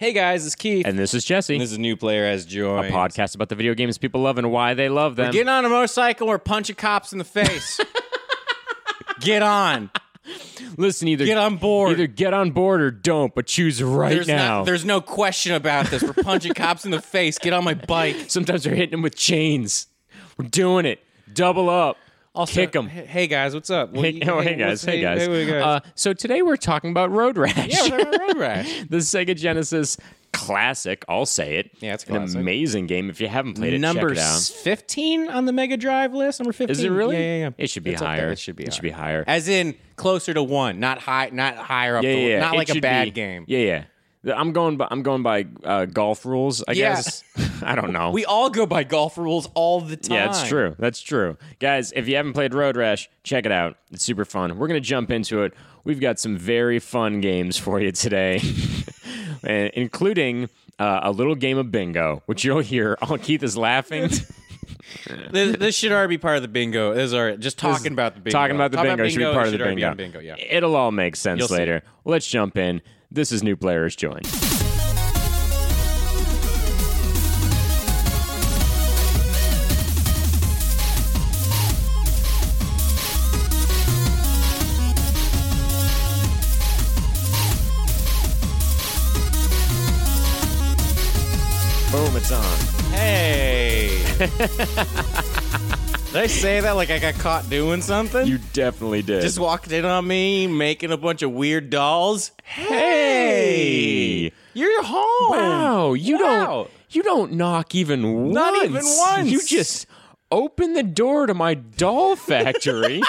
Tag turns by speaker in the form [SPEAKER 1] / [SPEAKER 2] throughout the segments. [SPEAKER 1] Hey guys, it's Keith.
[SPEAKER 2] And this is Jesse,
[SPEAKER 1] And this is New Player as
[SPEAKER 2] a
[SPEAKER 1] Joy.
[SPEAKER 2] podcast about the video games people love and why they love them.
[SPEAKER 1] Get on a motorcycle or punch a cops in the face. Get on.
[SPEAKER 2] Listen, either
[SPEAKER 1] Get on board.
[SPEAKER 2] either get on board or don't, but choose right
[SPEAKER 1] there's,
[SPEAKER 2] now.
[SPEAKER 1] Not, there's no question about this. We're punching cops in the face. Get on my bike.
[SPEAKER 2] Sometimes they're hitting them with chains. We're doing it. Double up. I'll kick them.
[SPEAKER 1] Hey, hey guys, what's up? What
[SPEAKER 2] Hey,
[SPEAKER 1] do you-
[SPEAKER 2] oh, hey guys,
[SPEAKER 1] what's-
[SPEAKER 2] hey guys.
[SPEAKER 1] hey, what do you
[SPEAKER 2] Uh, so today we're talking about road rash.
[SPEAKER 1] yeah, we're talking about road rash.
[SPEAKER 2] the Sega Genesis classic. I'll say it.
[SPEAKER 1] Yeah, it's a
[SPEAKER 2] an
[SPEAKER 1] classic.
[SPEAKER 2] amazing game. If you haven't played it,
[SPEAKER 1] Number
[SPEAKER 2] check it out.
[SPEAKER 1] 15 on the Mega Drive list. Number 15.
[SPEAKER 2] Is it really?
[SPEAKER 1] Yeah, yeah, yeah.
[SPEAKER 2] It should be
[SPEAKER 1] It's up there.
[SPEAKER 2] higher.
[SPEAKER 1] It should be.
[SPEAKER 2] It
[SPEAKER 1] higher.
[SPEAKER 2] should be higher.
[SPEAKER 1] As in closer to one, not high, not higher up.
[SPEAKER 2] yeah,
[SPEAKER 1] to
[SPEAKER 2] yeah,
[SPEAKER 1] one.
[SPEAKER 2] yeah.
[SPEAKER 1] Not
[SPEAKER 2] It
[SPEAKER 1] like a
[SPEAKER 2] should
[SPEAKER 1] bad
[SPEAKER 2] be-
[SPEAKER 1] game.
[SPEAKER 2] Yeah, yeah. The- I'm going by I'm going by uh, golf rules, I
[SPEAKER 1] Yeah.
[SPEAKER 2] guess. I don't know.
[SPEAKER 1] We all go by golf rules all the time.
[SPEAKER 2] yeah, that's true. That's true. Guys, if you haven't played Road Rash, check it out. It's super fun. We're going to jump into it. We've got some very fun games for you today, Eh, including uh, a little game of bingo, which you'll hear. Oh, Keith is laughing.
[SPEAKER 1] This, this should already be part of the bingo. This is all right. Just talking about the bingo.
[SPEAKER 2] Talking about the bingo, should be part
[SPEAKER 1] it
[SPEAKER 2] of the
[SPEAKER 1] already be
[SPEAKER 2] bingo.
[SPEAKER 1] on bingo. Yeah.
[SPEAKER 2] It'll all make sense
[SPEAKER 1] You'll see.
[SPEAKER 2] later. Let's jump in. This is New Players Join. Boom, it's on.
[SPEAKER 1] Hey. Did I say that like I got caught doing something?
[SPEAKER 2] You definitely did.
[SPEAKER 1] just walked in on me making a bunch of weird dolls.
[SPEAKER 2] Hey!
[SPEAKER 1] You're home.
[SPEAKER 2] Wow, you
[SPEAKER 1] Wow.
[SPEAKER 2] don't you don't knock even once.
[SPEAKER 1] Not even once.
[SPEAKER 2] You just open the door to my doll factory,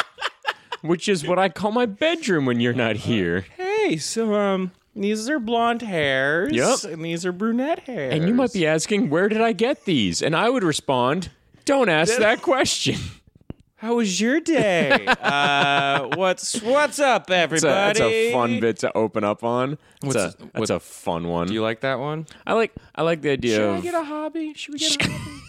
[SPEAKER 2] which is what I call my bedroom when you're not here.
[SPEAKER 1] Hey, so um these are blonde hairs.
[SPEAKER 2] Yup.
[SPEAKER 1] And these are brunette hairs.
[SPEAKER 2] And you might be asking, where did I get these? And I would respond, don't ask that question.
[SPEAKER 1] How was your day? uh what's what's up,
[SPEAKER 2] It's a,
[SPEAKER 1] everybody?
[SPEAKER 2] that's a fun bit to open up on. It's a,
[SPEAKER 1] What's-
[SPEAKER 2] that's a fun one.
[SPEAKER 1] Do you like that one?
[SPEAKER 2] I like I like the idea
[SPEAKER 1] Should
[SPEAKER 2] of
[SPEAKER 1] I get a hobby? Should we get a hobby?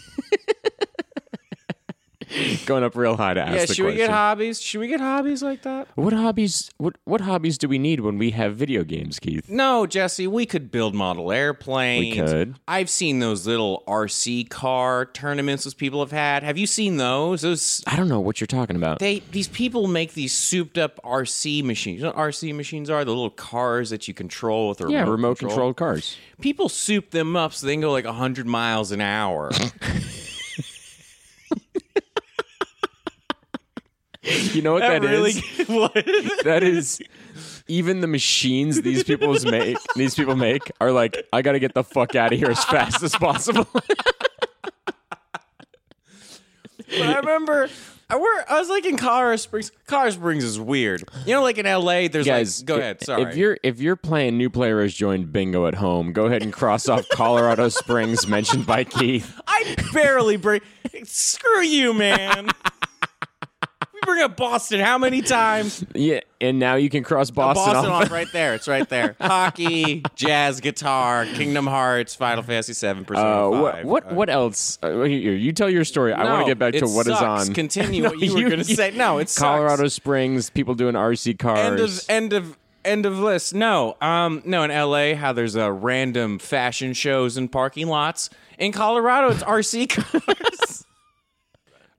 [SPEAKER 2] going up real high to ask
[SPEAKER 1] Yeah,
[SPEAKER 2] the
[SPEAKER 1] should
[SPEAKER 2] question.
[SPEAKER 1] we get hobbies? Should we get hobbies like that?
[SPEAKER 2] what hobbies what what hobbies do we need when we have video games, Keith?
[SPEAKER 1] No, Jesse, we could build model airplanes.
[SPEAKER 2] We could.
[SPEAKER 1] I've seen those little RC car tournaments those people have had. Have you seen those? Those
[SPEAKER 2] I don't know what you're talking about.
[SPEAKER 1] they these people make these souped up RC machines. You know what RC machines are? The little cars that you control with a
[SPEAKER 2] Yeah,
[SPEAKER 1] remote,
[SPEAKER 2] remote
[SPEAKER 1] control.
[SPEAKER 2] controlled cars.
[SPEAKER 1] People soup them up so they can go like 100 miles an hour.
[SPEAKER 2] You know what that is?
[SPEAKER 1] what?
[SPEAKER 2] That is even the machines these people's make these people make are like, I gotta get the fuck out of here as fast as possible.
[SPEAKER 1] But I remember I, were, I was like in Colorado Springs. Colorado Springs is weird. You know, like in LA, there's
[SPEAKER 2] Guys,
[SPEAKER 1] like. Go
[SPEAKER 2] i-
[SPEAKER 1] ahead. Sorry.
[SPEAKER 2] If you're if you're playing new player has joined bingo at home, go ahead and cross off Colorado Springs mentioned by Keith.
[SPEAKER 1] I barely bring. Screw you, man. we bring up Boston how many times?
[SPEAKER 2] Yeah, and now you can cross Boston,
[SPEAKER 1] Boston,
[SPEAKER 2] off.
[SPEAKER 1] off right there. It's right there. Hockey, jazz, guitar, Kingdom Hearts, Final Fantasy Seven, Persona
[SPEAKER 2] Uh, what
[SPEAKER 1] Five.
[SPEAKER 2] what what else? Uh, here, you tell your story. I want
[SPEAKER 1] No,
[SPEAKER 2] to get back
[SPEAKER 1] it
[SPEAKER 2] to what is
[SPEAKER 1] sucks.
[SPEAKER 2] on
[SPEAKER 1] Continue
[SPEAKER 2] No,
[SPEAKER 1] what you were gonna say. No, it sucks.
[SPEAKER 2] Colorado Springs. People doing RC cars.
[SPEAKER 1] End of end of end of list. No, um, no. In L.A., how there's uh, random fashion shows in parking lots. In Colorado, it's RC cars.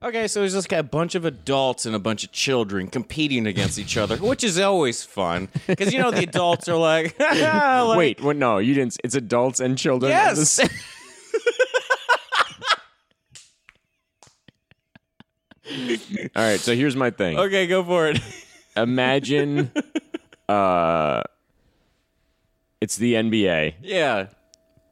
[SPEAKER 1] okay, so it's just got a bunch of adults and a bunch of children competing against each other, which is always fun because you know the adults are like, like,
[SPEAKER 2] Wait, what? No, you didn't. It's adults and children.
[SPEAKER 1] Yes.
[SPEAKER 2] All right. So here's my thing.
[SPEAKER 1] okay, go for it.
[SPEAKER 2] Imagine, uh, it's the NBA,
[SPEAKER 1] yeah,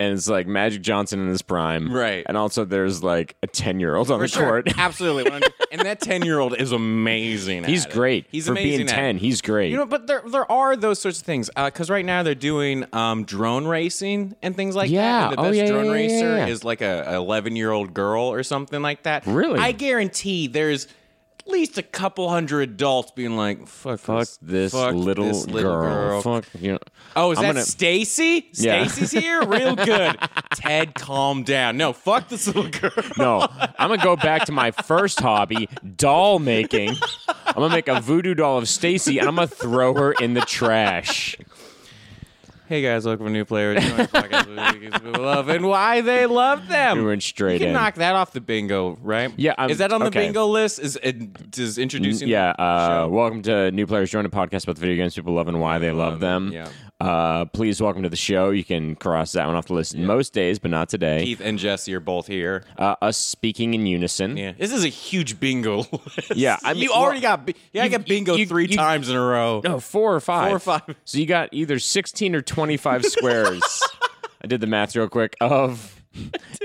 [SPEAKER 2] and it's like Magic Johnson in his prime,
[SPEAKER 1] Right.
[SPEAKER 2] And also, there's like a ten year old on
[SPEAKER 1] for
[SPEAKER 2] the
[SPEAKER 1] sure,
[SPEAKER 2] court.
[SPEAKER 1] absolutely. And that ten-year-old is amazing.
[SPEAKER 2] He's
[SPEAKER 1] at it.
[SPEAKER 2] great.
[SPEAKER 1] He's
[SPEAKER 2] for
[SPEAKER 1] amazing
[SPEAKER 2] being
[SPEAKER 1] at it.
[SPEAKER 2] ten. He's great.
[SPEAKER 1] You know, but there there are those sorts of things because right now they're doing um, drone racing and things like
[SPEAKER 2] Yeah.
[SPEAKER 1] that. And the
[SPEAKER 2] Oh,
[SPEAKER 1] best
[SPEAKER 2] yeah,
[SPEAKER 1] drone
[SPEAKER 2] yeah, yeah,
[SPEAKER 1] racer
[SPEAKER 2] yeah.
[SPEAKER 1] is like a eleven year old girl or something like that.
[SPEAKER 2] Really?
[SPEAKER 1] I guarantee there's at least a couple hundred adults being like, "Fuck,
[SPEAKER 2] fuck this
[SPEAKER 1] fuck
[SPEAKER 2] little,
[SPEAKER 1] this little girl.
[SPEAKER 2] Fuck you. Know,
[SPEAKER 1] Oh, is
[SPEAKER 2] I'm
[SPEAKER 1] that
[SPEAKER 2] gonna-
[SPEAKER 1] Stacy?
[SPEAKER 2] Yeah.
[SPEAKER 1] Stacy's here, real good. Ted, calm down. No, fuck this little girl.
[SPEAKER 2] No, I'm gonna go back to my first hobby, doll making. I'm gonna make a voodoo doll of Stacy, and I'm gonna throw her in the trash.
[SPEAKER 1] Hey guys, welcome to new players. we love and why they love them.
[SPEAKER 2] We went straight
[SPEAKER 1] You can
[SPEAKER 2] in.
[SPEAKER 1] knock that off the bingo, right?
[SPEAKER 2] Yeah, I'm-
[SPEAKER 1] is that on the
[SPEAKER 2] okay.
[SPEAKER 1] bingo list? Is it does introducing? them
[SPEAKER 2] Yeah.
[SPEAKER 1] to the
[SPEAKER 2] Uh,
[SPEAKER 1] show?
[SPEAKER 2] welcome to New Players Join, a podcast about the video games people love and why they love them.
[SPEAKER 1] yeah.
[SPEAKER 2] Uh, please welcome to the show. You can cross that one off the list most days, but not today.
[SPEAKER 1] Keith and Jesse are both here.
[SPEAKER 2] Uh, us speaking in unison.
[SPEAKER 1] Yeah, this is a huge bingo list.
[SPEAKER 2] Yeah, I mean,
[SPEAKER 1] you already
[SPEAKER 2] well,
[SPEAKER 1] got bi- yeah, I
[SPEAKER 2] you-
[SPEAKER 1] got bingo
[SPEAKER 2] you-
[SPEAKER 1] three
[SPEAKER 2] you-
[SPEAKER 1] times in a row.
[SPEAKER 2] No, four or five.
[SPEAKER 1] Four or five.
[SPEAKER 2] So you got either 16 or 25 squares. I did the math real quick of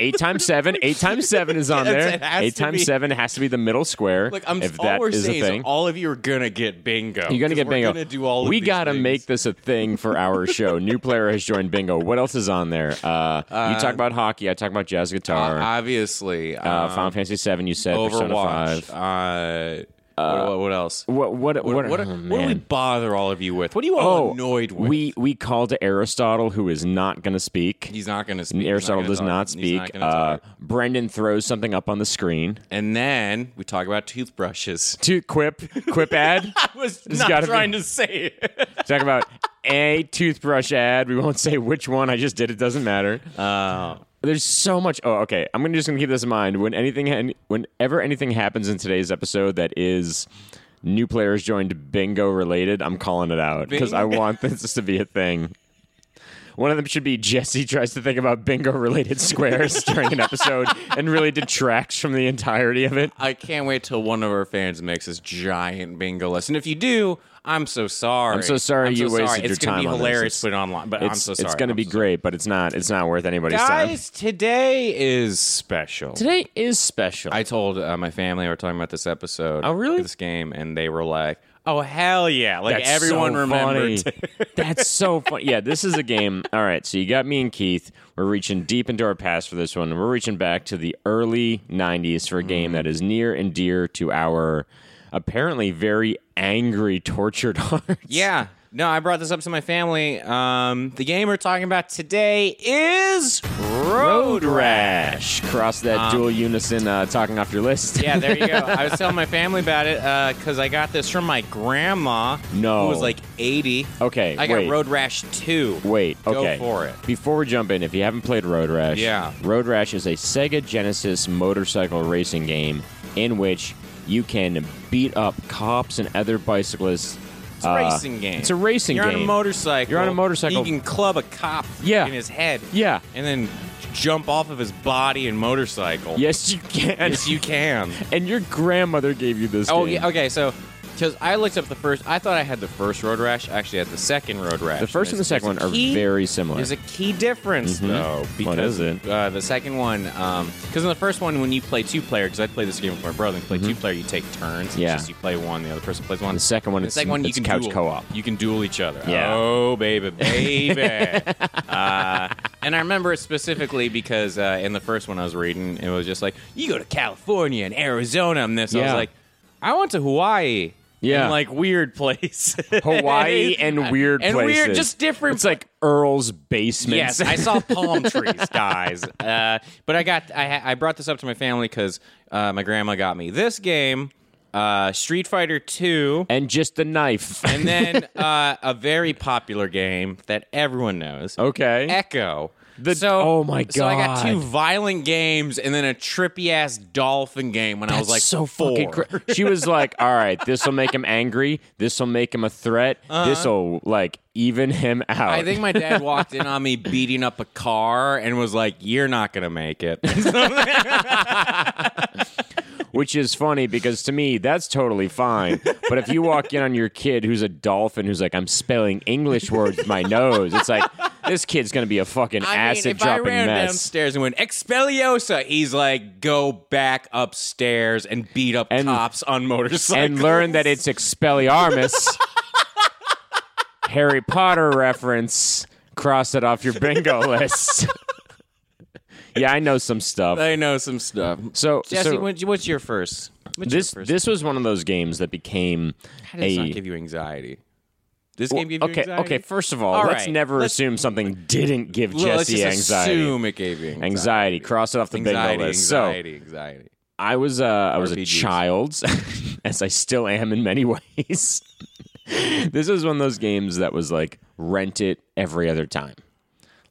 [SPEAKER 2] eight times seven. Eight times seven is on
[SPEAKER 1] Yes,
[SPEAKER 2] there.
[SPEAKER 1] it has
[SPEAKER 2] Eight
[SPEAKER 1] to be.
[SPEAKER 2] times seven has to be the middle square.
[SPEAKER 1] Look, I'm
[SPEAKER 2] if
[SPEAKER 1] all
[SPEAKER 2] that
[SPEAKER 1] we're
[SPEAKER 2] is
[SPEAKER 1] saying
[SPEAKER 2] a thing.
[SPEAKER 1] is all of you are gonna get bingo.
[SPEAKER 2] You're gonna
[SPEAKER 1] 'cause
[SPEAKER 2] get
[SPEAKER 1] we're
[SPEAKER 2] bingo.
[SPEAKER 1] Gonna do all.
[SPEAKER 2] we
[SPEAKER 1] of
[SPEAKER 2] gotta
[SPEAKER 1] these
[SPEAKER 2] make this a thing for our show. New player has joined bingo. What else is on there? Uh, you talk about hockey. I talk about jazz guitar. Uh,
[SPEAKER 1] obviously
[SPEAKER 2] Final Fantasy Seven. You said Persona
[SPEAKER 1] uh, Overwatch.
[SPEAKER 2] Five.
[SPEAKER 1] Uh, what, what- what else?
[SPEAKER 2] What? What? What?
[SPEAKER 1] What,
[SPEAKER 2] oh,
[SPEAKER 1] what do we
[SPEAKER 2] man.
[SPEAKER 1] bother all of you with? What are you all
[SPEAKER 2] Oh,
[SPEAKER 1] annoyed with?
[SPEAKER 2] we we call to Aristotle, who is not going to speak.
[SPEAKER 1] he's not going to speak. He's
[SPEAKER 2] Aristotle
[SPEAKER 1] gonna
[SPEAKER 2] does
[SPEAKER 1] talk.
[SPEAKER 2] not
[SPEAKER 1] He's
[SPEAKER 2] speak.
[SPEAKER 1] not gonna
[SPEAKER 2] uh,
[SPEAKER 1] talk.
[SPEAKER 2] Brendan throws something up on the screen.
[SPEAKER 1] and then we talk about toothbrushes.
[SPEAKER 2] To quip, quip ad.
[SPEAKER 1] I was
[SPEAKER 2] not gotta be- trying
[SPEAKER 1] to say it.
[SPEAKER 2] Talk about a toothbrush ad. We won't say which one. I just did. It doesn't matter.
[SPEAKER 1] Uh,
[SPEAKER 2] There's so much. Oh, okay. I'm gonna just gonna keep this in mind. When anything, whenever anything happens in today's episode that is new players joined bingo related, I'm calling it out because I
[SPEAKER 1] Bingo.
[SPEAKER 2] want this to be a thing. One of them should be Jesse tries to think about bingo related squares during an episode and really detracts from the entirety of it.
[SPEAKER 1] I can't wait till one of our fans makes this giant bingo list. And if you do, I'm so sorry. I'm
[SPEAKER 2] so sorry you wasted
[SPEAKER 1] sorry.
[SPEAKER 2] your
[SPEAKER 1] it's gonna
[SPEAKER 2] time on
[SPEAKER 1] be
[SPEAKER 2] this.
[SPEAKER 1] hilarious,
[SPEAKER 2] It's-
[SPEAKER 1] but online. But I'm
[SPEAKER 2] It's,
[SPEAKER 1] so sorry.
[SPEAKER 2] it's gonna
[SPEAKER 1] I'm
[SPEAKER 2] be
[SPEAKER 1] so
[SPEAKER 2] great, but it's not. It's not worth anybody's
[SPEAKER 1] sorry.
[SPEAKER 2] time.
[SPEAKER 1] Guys, today is special.
[SPEAKER 2] Today is special.
[SPEAKER 1] I told uh, my family we were talking about this episode.
[SPEAKER 2] Oh, really?
[SPEAKER 1] This game, and they were like, "Oh hell yeah!" Like
[SPEAKER 2] That's
[SPEAKER 1] everyone
[SPEAKER 2] so
[SPEAKER 1] remembered.
[SPEAKER 2] funny. That's so funny. Yeah, this is a game. All right, so you got me and Keith. We're reaching deep into our past for this one. We're reaching back to the early '90s for a game
[SPEAKER 1] Mm.
[SPEAKER 2] that is near and dear to our apparently very angry, tortured hearts.
[SPEAKER 1] yeah. No, I brought this up to my family. Um, the game we're talking about today is Road
[SPEAKER 2] Road rash. Cross that dual unison uh, talking off your list.
[SPEAKER 1] Um, Yeah, there you go. I was telling my family about it because I got this from my grandma.
[SPEAKER 2] No.
[SPEAKER 1] Who was like 80.
[SPEAKER 2] Okay,
[SPEAKER 1] I got
[SPEAKER 2] wait.
[SPEAKER 1] Road Rash 2.
[SPEAKER 2] Wait,
[SPEAKER 1] Go
[SPEAKER 2] okay.
[SPEAKER 1] for it.
[SPEAKER 2] Before we jump in, if you haven't played Road Rash,
[SPEAKER 1] Yeah.
[SPEAKER 2] Road Rash is a Sega Genesis motorcycle racing game in which you can beat up cops and other bicyclists.
[SPEAKER 1] It's a racing game.
[SPEAKER 2] Uh, It's a racing
[SPEAKER 1] You're
[SPEAKER 2] game.
[SPEAKER 1] on a motorcycle.
[SPEAKER 2] You're on a motorcycle.
[SPEAKER 1] You can club a cop
[SPEAKER 2] Yeah.
[SPEAKER 1] in his head.
[SPEAKER 2] Yeah.
[SPEAKER 1] And then jump off of his body and motorcycle.
[SPEAKER 2] Yes, you can.
[SPEAKER 1] Yes, you can.
[SPEAKER 2] and your grandmother gave you this
[SPEAKER 1] oh,
[SPEAKER 2] game.
[SPEAKER 1] yeah. Okay, so. Because I looked up the first, I thought I had the first road rash. I actually had the second road rash.
[SPEAKER 2] The first and the
[SPEAKER 1] There's-
[SPEAKER 2] second one
[SPEAKER 1] there's a
[SPEAKER 2] are
[SPEAKER 1] key-
[SPEAKER 2] very similar. Mm-hmm.
[SPEAKER 1] There's a key difference though.
[SPEAKER 2] What
[SPEAKER 1] Because,
[SPEAKER 2] is it?
[SPEAKER 1] Uh, the second one, because in the first one, when you play two player, because I played this game with my brother, and play two player, you take turns. It's
[SPEAKER 2] Mm-hmm. Yeah.
[SPEAKER 1] just you play one, the other person plays one.
[SPEAKER 2] the second one,
[SPEAKER 1] The
[SPEAKER 2] it's,
[SPEAKER 1] second one, you
[SPEAKER 2] it's
[SPEAKER 1] can
[SPEAKER 2] couch
[SPEAKER 1] duel.
[SPEAKER 2] co-op.
[SPEAKER 1] You can duel each other.
[SPEAKER 2] Yeah.
[SPEAKER 1] Oh baby, baby. uh, and I remember it specifically because uh, in the first one I was reading, it was just like you go to California and Arizona and this. I was
[SPEAKER 2] Yeah.
[SPEAKER 1] like, I went to Hawaii.
[SPEAKER 2] Yeah.
[SPEAKER 1] and like weird place.
[SPEAKER 2] Hawaii and weird
[SPEAKER 1] and
[SPEAKER 2] places.
[SPEAKER 1] weird, just different.
[SPEAKER 2] It's like Earl's basement.
[SPEAKER 1] Yes, I saw palm trees, guys. Uh, but I got I, ha- I brought this up to my family because uh, my grandma got me this game, uh, Street Fighter Two,
[SPEAKER 2] and just the knife.
[SPEAKER 1] and then uh, a very popular game that everyone knows,
[SPEAKER 2] okay.
[SPEAKER 1] Echo.
[SPEAKER 2] The-
[SPEAKER 1] so,
[SPEAKER 2] oh my
[SPEAKER 1] So I got
[SPEAKER 2] God.
[SPEAKER 1] two violent games and then a trippy ass dolphin game when I was
[SPEAKER 2] That's
[SPEAKER 1] like
[SPEAKER 2] so
[SPEAKER 1] four.
[SPEAKER 2] fucking cra- she was like, "All right, this will make him angry. This will make him a threat. This will like even him out."
[SPEAKER 1] Uh-huh. I think my dad walked in on me beating up a car and was like, "You're not gonna make it."
[SPEAKER 2] which is funny because to me that's totally fine. but if you walk in on your kid who's a dolphin who's like, "I'm spelling English words with my nose," it's like this kid's gonna be a fucking acid
[SPEAKER 1] I
[SPEAKER 2] dropping
[SPEAKER 1] ran
[SPEAKER 2] mess.
[SPEAKER 1] downstairs and went Expeliosa, he's like, go back upstairs and beat up
[SPEAKER 2] And-
[SPEAKER 1] cops on motorcycles
[SPEAKER 2] and learn that it's Expelliarmus. Harry Potter reference. Cross it off your bingo list. yeah, I know some stuff.
[SPEAKER 1] I know some stuff.
[SPEAKER 2] So,
[SPEAKER 1] Jesse,
[SPEAKER 2] so
[SPEAKER 1] what- what's your first? What's
[SPEAKER 2] this
[SPEAKER 1] your first?
[SPEAKER 2] this was one of those games that became
[SPEAKER 1] How does this not
[SPEAKER 2] a
[SPEAKER 1] give you anxiety? This game give you
[SPEAKER 2] okay.
[SPEAKER 1] anxiety?
[SPEAKER 2] Okay, first of all,
[SPEAKER 1] All
[SPEAKER 2] let's
[SPEAKER 1] right,
[SPEAKER 2] never
[SPEAKER 1] let's-
[SPEAKER 2] assume something didn't give
[SPEAKER 1] Well, let's
[SPEAKER 2] Jesse
[SPEAKER 1] just
[SPEAKER 2] anxiety.
[SPEAKER 1] assume it gave you anxiety.
[SPEAKER 2] Anxiety, cross it off the
[SPEAKER 1] Anxiety,
[SPEAKER 2] bingo list. So
[SPEAKER 1] anxiety, anxiety.
[SPEAKER 2] I was uh, I was a
[SPEAKER 1] RPGs.
[SPEAKER 2] child, as I still am in many ways. this was one of those games that was like rent it every other time.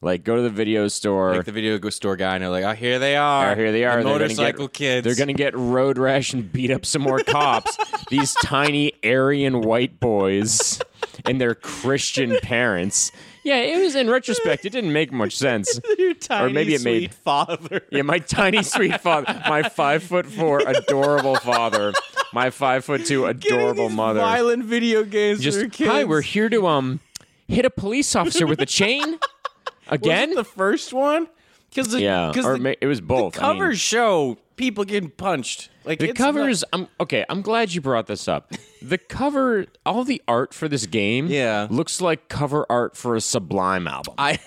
[SPEAKER 2] Like go to the video store.
[SPEAKER 1] Like the video store guy, and they're like, oh, here they are.
[SPEAKER 2] Oh, here they are.
[SPEAKER 1] The
[SPEAKER 2] They're gonna
[SPEAKER 1] motorcycle
[SPEAKER 2] get,
[SPEAKER 1] kids.
[SPEAKER 2] They're going to get road rash and beat up some more cops. These tiny Aryan white boys and their Christian parents. Yeah, it was in retrospect, it didn't make much sense.
[SPEAKER 1] Tiny,
[SPEAKER 2] maybe it
[SPEAKER 1] sweet
[SPEAKER 2] made-
[SPEAKER 1] father.
[SPEAKER 2] Yeah, my tiny sweet father, my five foot four adorable father, my five foot two
[SPEAKER 1] Getting
[SPEAKER 2] adorable
[SPEAKER 1] these
[SPEAKER 2] mother.
[SPEAKER 1] Violent video games
[SPEAKER 2] Just
[SPEAKER 1] for kids.
[SPEAKER 2] hi, we're here to um hit a police officer with a chain
[SPEAKER 1] Was
[SPEAKER 2] again.
[SPEAKER 1] it the first one? Because the,
[SPEAKER 2] yeah,
[SPEAKER 1] 'cause
[SPEAKER 2] or
[SPEAKER 1] the,
[SPEAKER 2] ma- it was both. I mean-
[SPEAKER 1] covers show people getting punched. Like
[SPEAKER 2] The
[SPEAKER 1] it's
[SPEAKER 2] covers. I'm okay. I'm glad you brought this up. The cover, all the art for this game,
[SPEAKER 1] Yeah.
[SPEAKER 2] looks like cover art for a Sublime album,
[SPEAKER 1] not- I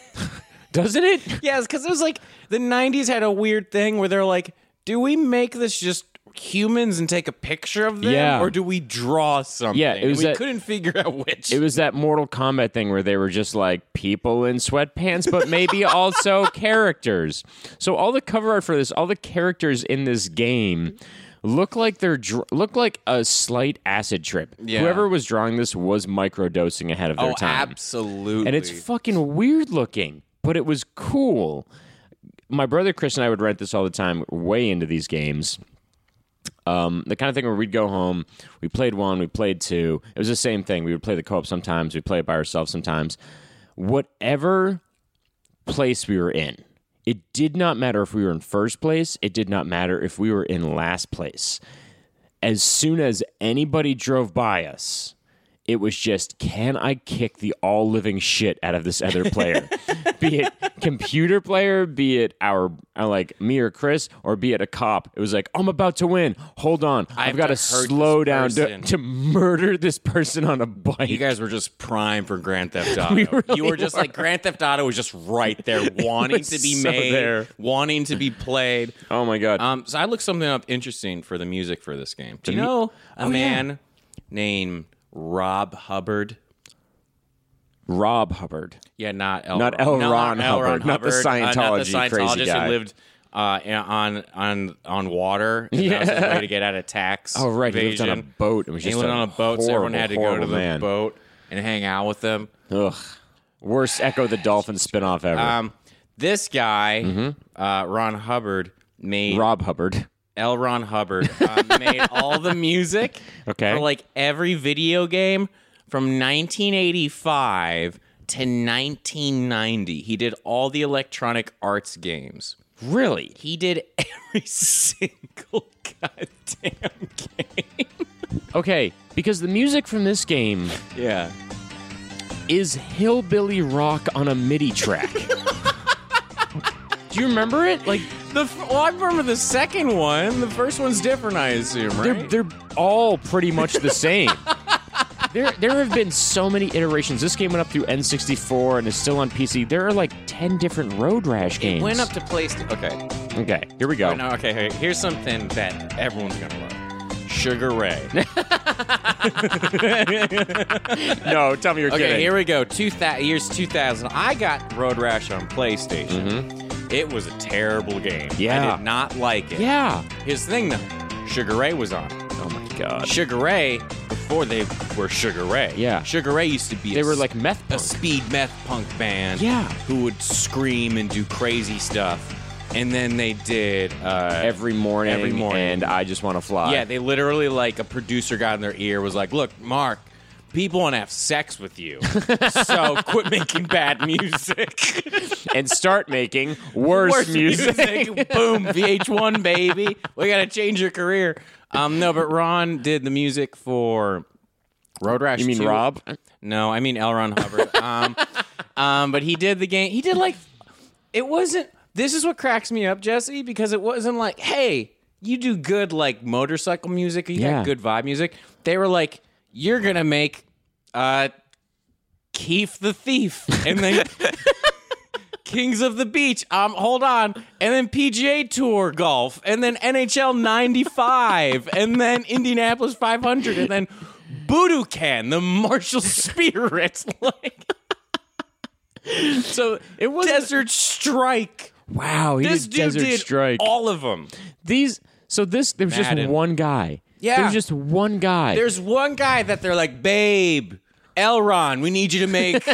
[SPEAKER 2] doesn't it?
[SPEAKER 1] yes, because it was like the '90s had a weird thing where they're like, "Do we make this just humans and take a picture of them,
[SPEAKER 2] Yeah.
[SPEAKER 1] or do we draw something?"
[SPEAKER 2] Yeah, it
[SPEAKER 1] And
[SPEAKER 2] was
[SPEAKER 1] we
[SPEAKER 2] that-
[SPEAKER 1] couldn't figure out which.
[SPEAKER 2] It was that Mortal Kombat thing where they were just like people in sweatpants, but maybe also characters. So all the cover art for this, all the characters in this game. Look like they're dr- look like a slight acid trip.
[SPEAKER 1] Yeah.
[SPEAKER 2] Whoever was drawing this was microdosing ahead of their
[SPEAKER 1] oh,
[SPEAKER 2] time.
[SPEAKER 1] absolutely.
[SPEAKER 2] and it's fucking weird looking, but it was cool. My brother Chris and I would rent this all the time, way into these games. Um, the kind of thing where we'd go home, we played one, we played two. It was the same thing. We would play the co op sometimes, we'd play it by ourselves sometimes. Whatever place we were in, it did not matter if we were in first place, it did not matter if we were in last place. As soon as anybody drove by us, it was just can I kick the all living shit out of this other player, be it computer player, be it our uh, like me or Chris, or be it a cop. It was like I'm about to win. Hold on, I've got
[SPEAKER 1] to
[SPEAKER 2] to
[SPEAKER 1] hurt
[SPEAKER 2] slow
[SPEAKER 1] this
[SPEAKER 2] down to,
[SPEAKER 1] person."
[SPEAKER 2] to murder this person on a bike.
[SPEAKER 1] you guys were just prime for Grand Theft Auto. you were just like Grand Theft Auto was just right there, wanting
[SPEAKER 2] was
[SPEAKER 1] to be
[SPEAKER 2] so
[SPEAKER 1] made,
[SPEAKER 2] there.
[SPEAKER 1] wanting to be played.
[SPEAKER 2] oh my god,
[SPEAKER 1] Um, so I looked something up interesting for the music for this game. Do you
[SPEAKER 2] mu-
[SPEAKER 1] know a
[SPEAKER 2] Oh, yeah.
[SPEAKER 1] man named Rob Hubbard?
[SPEAKER 2] Rob Hubbard.
[SPEAKER 1] Yeah, not L.
[SPEAKER 2] Not L.
[SPEAKER 1] no,
[SPEAKER 2] Ron Hubbard, not the
[SPEAKER 1] uh, not the
[SPEAKER 2] Scientology crazy
[SPEAKER 1] Scientologist
[SPEAKER 2] guy.
[SPEAKER 1] who lived uh, in- on on on water. and that was his
[SPEAKER 2] Yeah.
[SPEAKER 1] way to get out of tax.
[SPEAKER 2] Oh, right, he lived on a
[SPEAKER 1] evasion.
[SPEAKER 2] boat and was
[SPEAKER 1] He
[SPEAKER 2] just
[SPEAKER 1] lived
[SPEAKER 2] a
[SPEAKER 1] on a boat, so everyone
[SPEAKER 2] horrible,
[SPEAKER 1] had to go to
[SPEAKER 2] horrible
[SPEAKER 1] the
[SPEAKER 2] man.
[SPEAKER 1] boat and hang out with them.
[SPEAKER 2] Ugh, worst Echo the Dolphin spinoff ever.
[SPEAKER 1] Um, this guy,
[SPEAKER 2] Mm-hmm.
[SPEAKER 1] uh, Ron Hubbard, made
[SPEAKER 2] Rob Hubbard.
[SPEAKER 1] L. Ron Hubbard uh, made all the music
[SPEAKER 2] Okay.
[SPEAKER 1] for like every video game from 1985 to 1990. He did all the Electronic Arts games.
[SPEAKER 2] Really?
[SPEAKER 1] He did every single goddamn game.
[SPEAKER 2] Okay, because the music from this game
[SPEAKER 1] Yeah.
[SPEAKER 2] is hillbilly rock on a MIDI track. Do you remember it? Like
[SPEAKER 1] The f- well, I remember the second one. The first one's different, I assume, right?
[SPEAKER 2] they're they're all pretty much the same. There, there have been so many iterations. This game went up through N64 and is still on PC. There are like 10 different Road Rash games.
[SPEAKER 1] Went up to PlayStation. Okay.
[SPEAKER 2] Okay, here we go.
[SPEAKER 1] No, okay. here- Here's something that everyone's gonna love. Sugar Ray.
[SPEAKER 2] No, tell me you're
[SPEAKER 1] Okay, here we go. Two thou- years 2000. I got Road Rash on PlayStation. It was a terrible game. I
[SPEAKER 2] Mm-hmm. Yeah.
[SPEAKER 1] did not like it.
[SPEAKER 2] Yeah.
[SPEAKER 1] Here's the thing, though. Sugar Ray was on. it.
[SPEAKER 2] Oh my god.
[SPEAKER 1] Sugar Ray, before they were Sugar Ray.
[SPEAKER 2] Yeah.
[SPEAKER 1] Sugar Ray used to be.
[SPEAKER 2] They
[SPEAKER 1] a
[SPEAKER 2] were
[SPEAKER 1] s-
[SPEAKER 2] like meth
[SPEAKER 1] a
[SPEAKER 2] punk.
[SPEAKER 1] speed meth punk band.
[SPEAKER 2] Yeah.
[SPEAKER 1] Who would scream and do crazy stuff, and then they did. Uh,
[SPEAKER 2] every morning.
[SPEAKER 1] Every morning.
[SPEAKER 2] And I just want to fly.
[SPEAKER 1] yeah, they literally like a producer got in their ear was like, "Look, Mark, people want to have sex with you, so quit making bad music.
[SPEAKER 2] and start making worse,
[SPEAKER 1] Worse
[SPEAKER 2] music.
[SPEAKER 1] boom, VH1 baby. We gotta change your career." Um, no, but Ron did the music for Road Rash.
[SPEAKER 2] You mean
[SPEAKER 1] 2.
[SPEAKER 2] Rob?
[SPEAKER 1] No, I mean L. Ron Hubbard. um, um, but he did the game. He did like it wasn't. This is what cracks me up, Jesse, because it wasn't like, hey, you do good like motorcycle music. Or you
[SPEAKER 2] Yeah.
[SPEAKER 1] got good vibe music. They were like, you're gonna make uh, Keef the Thief, and then. Kings of the Beach. Um, hold on, and then PGA Tour golf, and then NHL '95, and then Indianapolis 500, and then Budokan, the martial spirit, like
[SPEAKER 2] So it was
[SPEAKER 1] Desert Strike.
[SPEAKER 2] Wow, he
[SPEAKER 1] This
[SPEAKER 2] did
[SPEAKER 1] dude
[SPEAKER 2] Desert
[SPEAKER 1] did
[SPEAKER 2] Strike.
[SPEAKER 1] all of them.
[SPEAKER 2] These so this there was just
[SPEAKER 1] Madden.
[SPEAKER 2] one guy.
[SPEAKER 1] Yeah.
[SPEAKER 2] There was just one guy.
[SPEAKER 1] There's one guy that they're like, babe, Elron, we need you to make.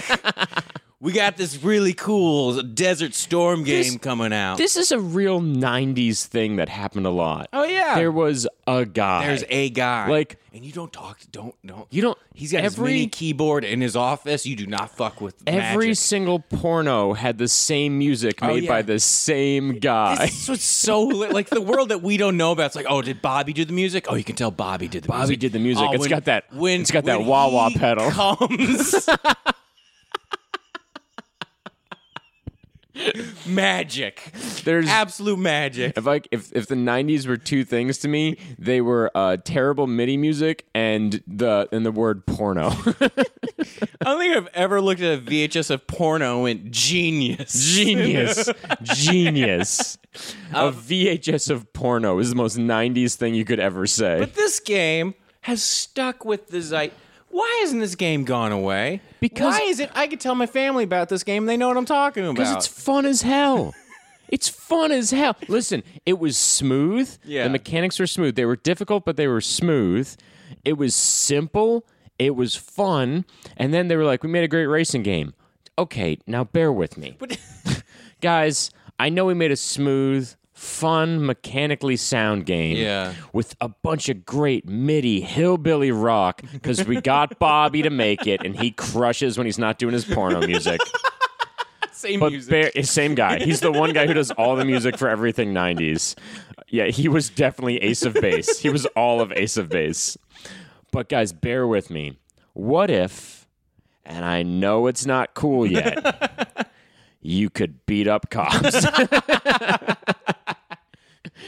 [SPEAKER 1] we got this really cool Desert Storm game
[SPEAKER 2] This-
[SPEAKER 1] coming out.
[SPEAKER 2] This is a real 90s thing that happened a lot.
[SPEAKER 1] oh yeah,
[SPEAKER 2] There was a guy.
[SPEAKER 1] there's a guy
[SPEAKER 2] Like-
[SPEAKER 1] and you don't talk. to- Don't don't.
[SPEAKER 2] you don't
[SPEAKER 1] He's got his
[SPEAKER 2] every
[SPEAKER 1] mini keyboard in his office. You do not fuck with
[SPEAKER 2] every
[SPEAKER 1] magic. Oh,
[SPEAKER 2] single porno had the same music made
[SPEAKER 1] yeah.
[SPEAKER 2] by the same guy.
[SPEAKER 1] This is what's so lit. like the world that we don't know about. It's like, oh, did Bobby do the music? Oh, you can tell Bobby did the
[SPEAKER 2] Bobby
[SPEAKER 1] music.
[SPEAKER 2] did the music.
[SPEAKER 1] Oh,
[SPEAKER 2] It's
[SPEAKER 1] when-
[SPEAKER 2] got that-
[SPEAKER 1] When
[SPEAKER 2] it's got that
[SPEAKER 1] when
[SPEAKER 2] wah-wah
[SPEAKER 1] he
[SPEAKER 2] pedal.
[SPEAKER 1] Comes. magic,
[SPEAKER 2] There's
[SPEAKER 1] absolute magic.
[SPEAKER 2] if like if, if the 90s were two things to me, they were uh, terrible MIDI music and the and the word
[SPEAKER 1] I
[SPEAKER 2] porno.
[SPEAKER 1] don't think I've ever looked at a VHS of porno and went genius.
[SPEAKER 2] Genius. Genius. a VHS of porno is the most 90s thing you could ever say.
[SPEAKER 1] But this game has stuck with the zeit. Why isn't this game gone away?
[SPEAKER 2] Because-
[SPEAKER 1] why is it? I could tell my family about this game. They know what I'm talking about.
[SPEAKER 2] Because it's fun as hell. it's fun as hell. Listen, it was smooth.
[SPEAKER 1] Yeah.
[SPEAKER 2] The mechanics were smooth. They were difficult, but they were smooth. It was simple. It was fun. And then they were like, we made a great racing game. Okay, now bear with me.
[SPEAKER 1] But-
[SPEAKER 2] Guys, I know we made a smooth, fun, mechanically sound game
[SPEAKER 1] Yeah.
[SPEAKER 2] with a bunch of great MIDI hillbilly rock because we got Bobby to make it and he crushes when he's not doing his porno music.
[SPEAKER 1] same
[SPEAKER 2] But
[SPEAKER 1] music.
[SPEAKER 2] Bear, same guy. He's the one guy who does all the music for everything 90s. Yeah, he was definitely Ace of Base. He was all of Ace of Base. But guys, bear with me. What if, and I know it's not cool yet, you could beat up cops?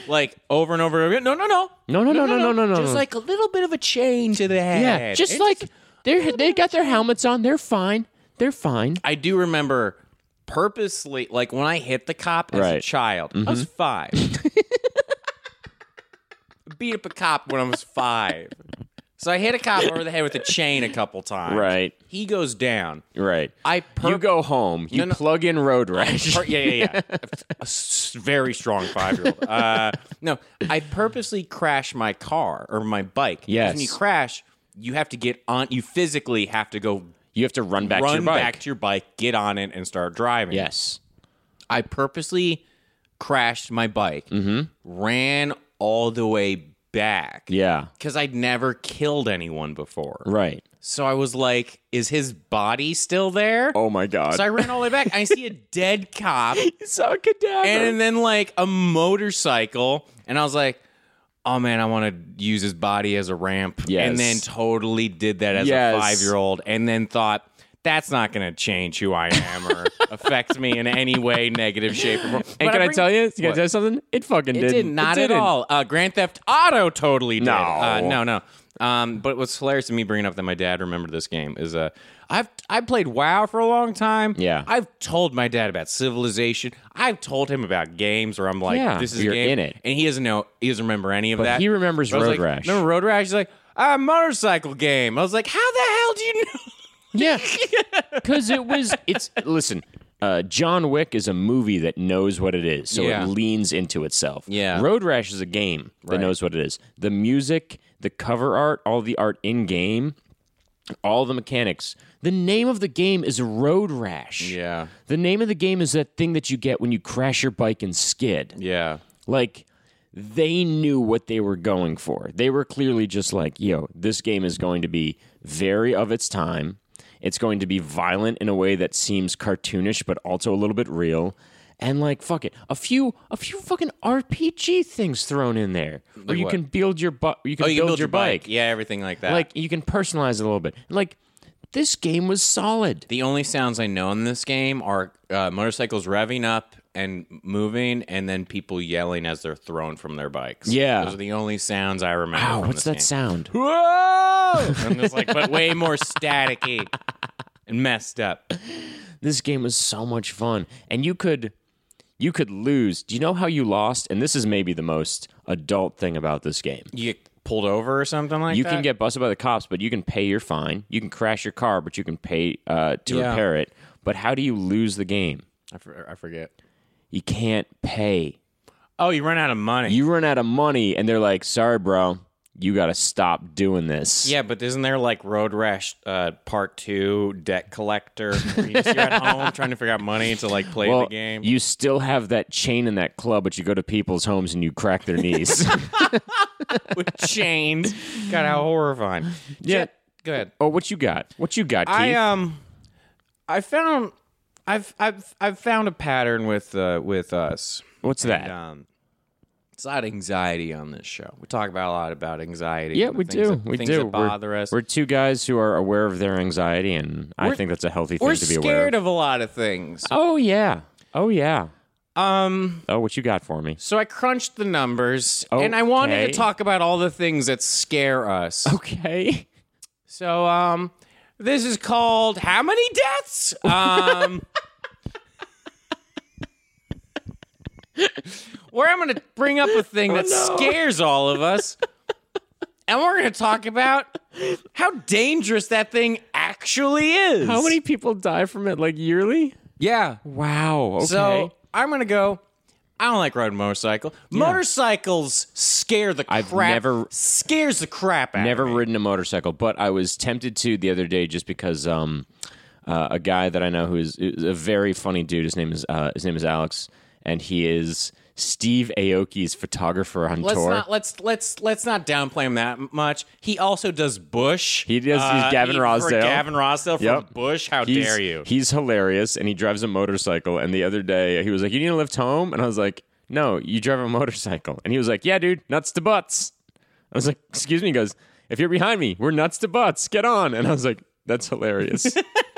[SPEAKER 1] like over and over again. No, no, no.
[SPEAKER 2] No, no, no, no, no, no, no.
[SPEAKER 1] Just
[SPEAKER 2] no.
[SPEAKER 1] like a little bit of a change to the head.
[SPEAKER 2] yeah, just
[SPEAKER 1] It's-
[SPEAKER 2] like they're they got their helmets on. They're fine. They're fine.
[SPEAKER 1] I do remember purposely, like when I hit the cop as a
[SPEAKER 2] Right. Mm-hmm.
[SPEAKER 1] child, I was five. Beat up a cop when I was five. So I hit a cop over the head with a chain a couple times.
[SPEAKER 2] Right.
[SPEAKER 1] He goes down.
[SPEAKER 2] Right.
[SPEAKER 1] I pur-
[SPEAKER 2] you go home. You
[SPEAKER 1] No, no.
[SPEAKER 2] plug in road rash.
[SPEAKER 1] Or- yeah, yeah, yeah. a s- very strong five year old. Uh, no, I purposely crash my car or my bike. 'Cause
[SPEAKER 2] Yes.
[SPEAKER 1] When you crash, you have to get on, you physically have to go
[SPEAKER 2] You have to run back to your
[SPEAKER 1] run
[SPEAKER 2] bike.
[SPEAKER 1] back to your bike, get on it, and start driving.
[SPEAKER 2] yes.
[SPEAKER 1] I purposely crashed my bike, ran all the way back.
[SPEAKER 2] Mm-hmm. Yeah.
[SPEAKER 1] Because I'd never killed anyone before.
[SPEAKER 2] Right.
[SPEAKER 1] So I was like, is his body still there?
[SPEAKER 2] Oh my god.
[SPEAKER 1] So I ran all the way back. I see a dead cop.
[SPEAKER 2] saw a cadaver.
[SPEAKER 1] and then like a motorcycle and i was like oh man i want to use his body as a ramp
[SPEAKER 2] Yes.
[SPEAKER 1] and then totally did that as a
[SPEAKER 2] Yes.
[SPEAKER 1] five-year-old and then thought that's not going to change who i am or affect me in any way negative shape or form
[SPEAKER 2] And can I, tell you? Can I
[SPEAKER 1] What?
[SPEAKER 2] tell you something? It fucking
[SPEAKER 1] it
[SPEAKER 2] didn't.
[SPEAKER 1] did not
[SPEAKER 2] It
[SPEAKER 1] at
[SPEAKER 2] didn't.
[SPEAKER 1] all uh, grand theft auto totally did
[SPEAKER 2] No.
[SPEAKER 1] uh, no no um, but what's hilarious to me bringing up that my dad remembered this game is uh, I've I played WoW for a long time.
[SPEAKER 2] Yeah.
[SPEAKER 1] I've told my dad about Civilization. I've told him about games where I'm like,
[SPEAKER 2] Yeah,
[SPEAKER 1] this is
[SPEAKER 2] you're
[SPEAKER 1] a game,
[SPEAKER 2] in it.
[SPEAKER 1] and he doesn't know. He doesn't remember any of that.
[SPEAKER 2] he remembers
[SPEAKER 1] But I was
[SPEAKER 2] Road
[SPEAKER 1] like,
[SPEAKER 2] Rash.
[SPEAKER 1] Remember Road Rash? He's like, ah, motorcycle game. I was like, how the hell do you know?
[SPEAKER 2] Yeah, because it was. It's listen. Uh, John Wick is a movie that knows what it is, so
[SPEAKER 1] Yeah.
[SPEAKER 2] it leans into itself.
[SPEAKER 1] Yeah.
[SPEAKER 2] Road Rash is a game that knows what it is. The music, the cover art, all the art in game, all the mechanics. The name of the game is Road Rash.
[SPEAKER 1] Yeah.
[SPEAKER 2] The name of the game is that thing that you get when you crash your bike and skid.
[SPEAKER 1] Yeah.
[SPEAKER 2] Like they knew what they were going for. They were clearly just like, yo, this game is going to be very of its time. It's going to be violent in a way that seems cartoonish but also a little bit real. And like fuck it, a few a few fucking RPG things thrown in there. Or you
[SPEAKER 1] what?
[SPEAKER 2] can build your bu- you can,
[SPEAKER 1] Oh, you can
[SPEAKER 2] build, your bike.
[SPEAKER 1] Yeah, everything like that.
[SPEAKER 2] Like you can personalize it a little bit. Like this game was solid.
[SPEAKER 1] The only sounds I know in this game are uh, motorcycles revving up and moving, and then people yelling as they're thrown from their bikes.
[SPEAKER 2] Yeah.
[SPEAKER 1] those are the only sounds I remember.
[SPEAKER 2] Wow,
[SPEAKER 1] from
[SPEAKER 2] what's that
[SPEAKER 1] this
[SPEAKER 2] sound?
[SPEAKER 1] Game. Whoa! and it's like, but way more staticky and messed up.
[SPEAKER 2] this game was so much fun and you could you could lose do you know how you lost and this is maybe the most adult thing about this game
[SPEAKER 1] You get pulled over or something like
[SPEAKER 2] you
[SPEAKER 1] that.
[SPEAKER 2] can get busted by the cops but you can pay your fine you can crash your car but you can pay uh, to
[SPEAKER 1] Yeah.
[SPEAKER 2] repair it but how do you lose the game
[SPEAKER 1] I, for, I forget.
[SPEAKER 2] you can't pay
[SPEAKER 1] Oh, you run out of money.
[SPEAKER 2] you run out of money and they're like sorry bro you got to stop doing this.
[SPEAKER 1] Yeah, but isn't there like Road Rash uh, Part Two, Debt Collector? Where you just, you're at home trying to figure out money to like play
[SPEAKER 2] Well,
[SPEAKER 1] the game.
[SPEAKER 2] you still have that chain and that club, but you go to people's homes and you crack their knees.
[SPEAKER 1] with chains. God, how horrifying.
[SPEAKER 2] yeah.
[SPEAKER 1] Go ahead.
[SPEAKER 2] Oh, what you got? What you got, Keith?
[SPEAKER 1] I um, I found, I've I've I've found a pattern with uh with us.
[SPEAKER 2] What's that?
[SPEAKER 1] Um, it's a lot of anxiety on this show. We talk about a lot about anxiety.
[SPEAKER 2] yeah,
[SPEAKER 1] and the
[SPEAKER 2] we
[SPEAKER 1] things
[SPEAKER 2] do.
[SPEAKER 1] That,
[SPEAKER 2] we
[SPEAKER 1] things
[SPEAKER 2] do.
[SPEAKER 1] That bother
[SPEAKER 2] we're,
[SPEAKER 1] us.
[SPEAKER 2] we're two guys who are aware of their anxiety, and I
[SPEAKER 1] We're-
[SPEAKER 2] think that's a healthy
[SPEAKER 1] We're
[SPEAKER 2] thing to be aware
[SPEAKER 1] scared
[SPEAKER 2] of.
[SPEAKER 1] of a lot of things.
[SPEAKER 2] Oh yeah. Oh yeah.
[SPEAKER 1] Um,
[SPEAKER 2] Oh, what you got for me?
[SPEAKER 1] so I crunched the numbers, and I wanted
[SPEAKER 2] Okay.
[SPEAKER 1] to talk about all the things that scare us.
[SPEAKER 2] Okay.
[SPEAKER 1] So, um, this is called how many deaths? Um, where I'm going to bring up a thing that
[SPEAKER 2] Oh, no.
[SPEAKER 1] scares all of us, and we're going to talk about how dangerous that thing actually is.
[SPEAKER 2] How many people die from it like yearly?
[SPEAKER 1] Yeah.
[SPEAKER 2] Wow. Okay.
[SPEAKER 1] So I'm going to go. I don't like riding motorcycle. Motorcycles scare the crap.
[SPEAKER 2] I've never-
[SPEAKER 1] scares the crap out. of
[SPEAKER 2] Never
[SPEAKER 1] me.
[SPEAKER 2] ridden a motorcycle, but I was tempted to the other day just because um, uh, a guy that I know who is, is a very funny dude. His name is uh, his name is Alex, and he is Steve Aoki's photographer on
[SPEAKER 1] let's
[SPEAKER 2] tour.
[SPEAKER 1] not let's let's let's not downplay him that much. He also does Bush. Uh,
[SPEAKER 2] He does- he's Gavin
[SPEAKER 1] he- for
[SPEAKER 2] Rossdale.
[SPEAKER 1] Gavin Rossdale from
[SPEAKER 2] Yep.
[SPEAKER 1] Bush. How
[SPEAKER 2] He's-
[SPEAKER 1] dare you?
[SPEAKER 2] He's hilarious, and he drives a motorcycle. And the other day, he was like, "You need to lift home," and I was like, "No, you drive a motorcycle." And he was like, "Yeah, dude, nuts to butts." I was like, "Excuse me," he goes, "If you're behind me, we're nuts to butts. Get on." And I was like, "That's hilarious."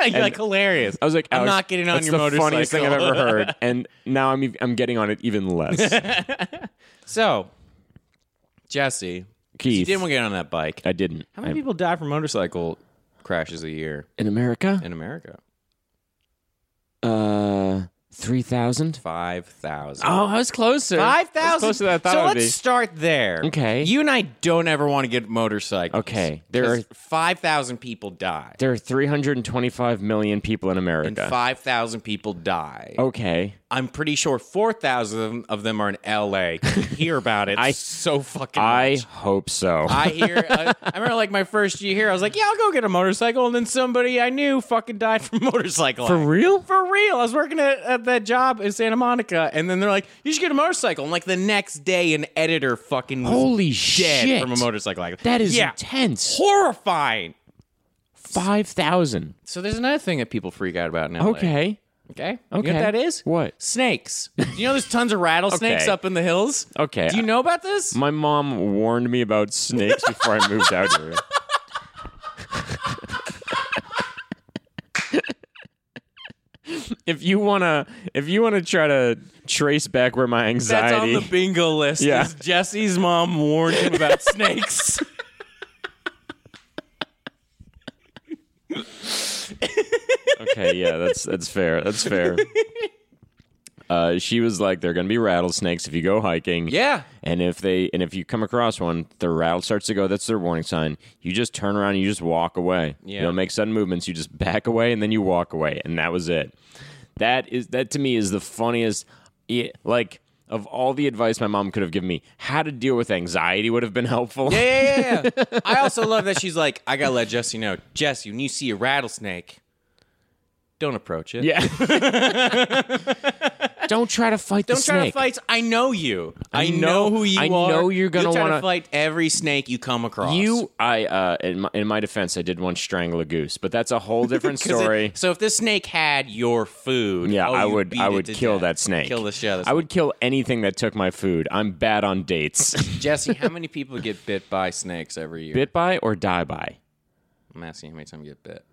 [SPEAKER 1] You're like hilarious.
[SPEAKER 2] I was like,
[SPEAKER 1] I'm
[SPEAKER 2] Alex,
[SPEAKER 1] not getting on
[SPEAKER 2] that's
[SPEAKER 1] your
[SPEAKER 2] the Funniest thing I've
[SPEAKER 1] motorcycle.
[SPEAKER 2] ever heard, and now I'm ev- I'm getting on it even less.
[SPEAKER 1] so, Jesse, you
[SPEAKER 2] Keith,
[SPEAKER 1] didn't want to get on that bike.
[SPEAKER 2] I didn't.
[SPEAKER 1] How many people die from motorcycle crashes a year
[SPEAKER 2] in America,
[SPEAKER 1] in America?
[SPEAKER 2] uh, three thousand.
[SPEAKER 1] Five thousand.
[SPEAKER 2] Oh, I was closer.
[SPEAKER 1] Five
[SPEAKER 2] I was
[SPEAKER 1] thousand.
[SPEAKER 2] Closer than I thought
[SPEAKER 1] So
[SPEAKER 2] it would
[SPEAKER 1] let's
[SPEAKER 2] be.
[SPEAKER 1] start there.
[SPEAKER 2] Okay.
[SPEAKER 1] You and I don't ever want to get motorcycles.
[SPEAKER 2] Okay, there are-
[SPEAKER 1] five thousand people die.
[SPEAKER 2] There are 325 million people in
[SPEAKER 1] and
[SPEAKER 2] America.
[SPEAKER 1] five thousand people die.
[SPEAKER 2] okay.
[SPEAKER 1] I'm pretty sure 4,000 of them- of them are in LA. 'cause You hear about it I, so fucking
[SPEAKER 2] I
[SPEAKER 1] much.
[SPEAKER 2] hope so.
[SPEAKER 1] I hear, I, I remember like my first year here, I was like, yeah, I'll go get a motorcycle. And then somebody I knew fucking died from motorcycle.
[SPEAKER 2] For
[SPEAKER 1] accident.
[SPEAKER 2] real?
[SPEAKER 1] For real. I was working at, at that job in Santa Monica. And then they're like, you should get a motorcycle. And like the next day, an editor fucking was
[SPEAKER 2] Holy
[SPEAKER 1] dead
[SPEAKER 2] shit.
[SPEAKER 1] from a motorcycle accident.
[SPEAKER 2] That is
[SPEAKER 1] yeah,
[SPEAKER 2] intense.
[SPEAKER 1] horrifying.
[SPEAKER 2] 5,000.
[SPEAKER 1] So there's another thing that people freak out about now. Okay.
[SPEAKER 2] Okay. Okay.
[SPEAKER 1] You know what that is?
[SPEAKER 2] What?
[SPEAKER 1] Snakes. Do you know there's tons of rattlesnakes
[SPEAKER 2] Okay.
[SPEAKER 1] up in the hills?
[SPEAKER 2] Okay.
[SPEAKER 1] Do you know about this?
[SPEAKER 2] My mom warned me about snakes before I moved out here. if you wanna, if you wanna try to trace back where my
[SPEAKER 1] That's
[SPEAKER 2] anxiety,
[SPEAKER 1] on the bingo list.
[SPEAKER 2] Yeah.
[SPEAKER 1] is Jesse's mom warned him about snakes.
[SPEAKER 2] Okay, yeah, that's that's fair. That's fair. Uh, she was like, "They're gonna be rattlesnakes if you go hiking."
[SPEAKER 1] Yeah.
[SPEAKER 2] and if they and if you come across one, the rattle starts to go. That's their warning sign. You just turn around, and you just walk away.
[SPEAKER 1] Yeah.
[SPEAKER 2] you don't make sudden movements. You just back away, and then you walk away, and that was it. That is that to me is the funniest. Yeah, like of all the advice my mom could have given me, how to deal with anxiety would have been helpful.
[SPEAKER 1] Yeah, yeah, yeah, yeah. I also love that she's like, I gotta let Jesse know. Jesse, when you see a rattlesnake, don't approach it.
[SPEAKER 2] Yeah. Don't try to fight
[SPEAKER 1] Don't try to fight. I know you. I, know,
[SPEAKER 2] know-
[SPEAKER 1] who you
[SPEAKER 2] I
[SPEAKER 1] are.
[SPEAKER 2] know you're gonna
[SPEAKER 1] You'll try
[SPEAKER 2] wanna-
[SPEAKER 1] to fight every snake you come across.
[SPEAKER 2] You, I, uh, in my, in my defense, I did once strangle a goose, but that's a whole different
[SPEAKER 1] 'Cause it-
[SPEAKER 2] story.
[SPEAKER 1] so if this snake had your food,
[SPEAKER 2] yeah,
[SPEAKER 1] oh,
[SPEAKER 2] I
[SPEAKER 1] you'd
[SPEAKER 2] would,
[SPEAKER 1] beat
[SPEAKER 2] I
[SPEAKER 1] it
[SPEAKER 2] would
[SPEAKER 1] to
[SPEAKER 2] kill
[SPEAKER 1] death.
[SPEAKER 2] that snake.
[SPEAKER 1] Kill the shit out of the
[SPEAKER 2] I would kill anything that took my food. I'm bad on dates.
[SPEAKER 1] Jesse, how many people get bit by snakes every year?
[SPEAKER 2] Bit by or die by.
[SPEAKER 1] I'm asking you how many times you get bit.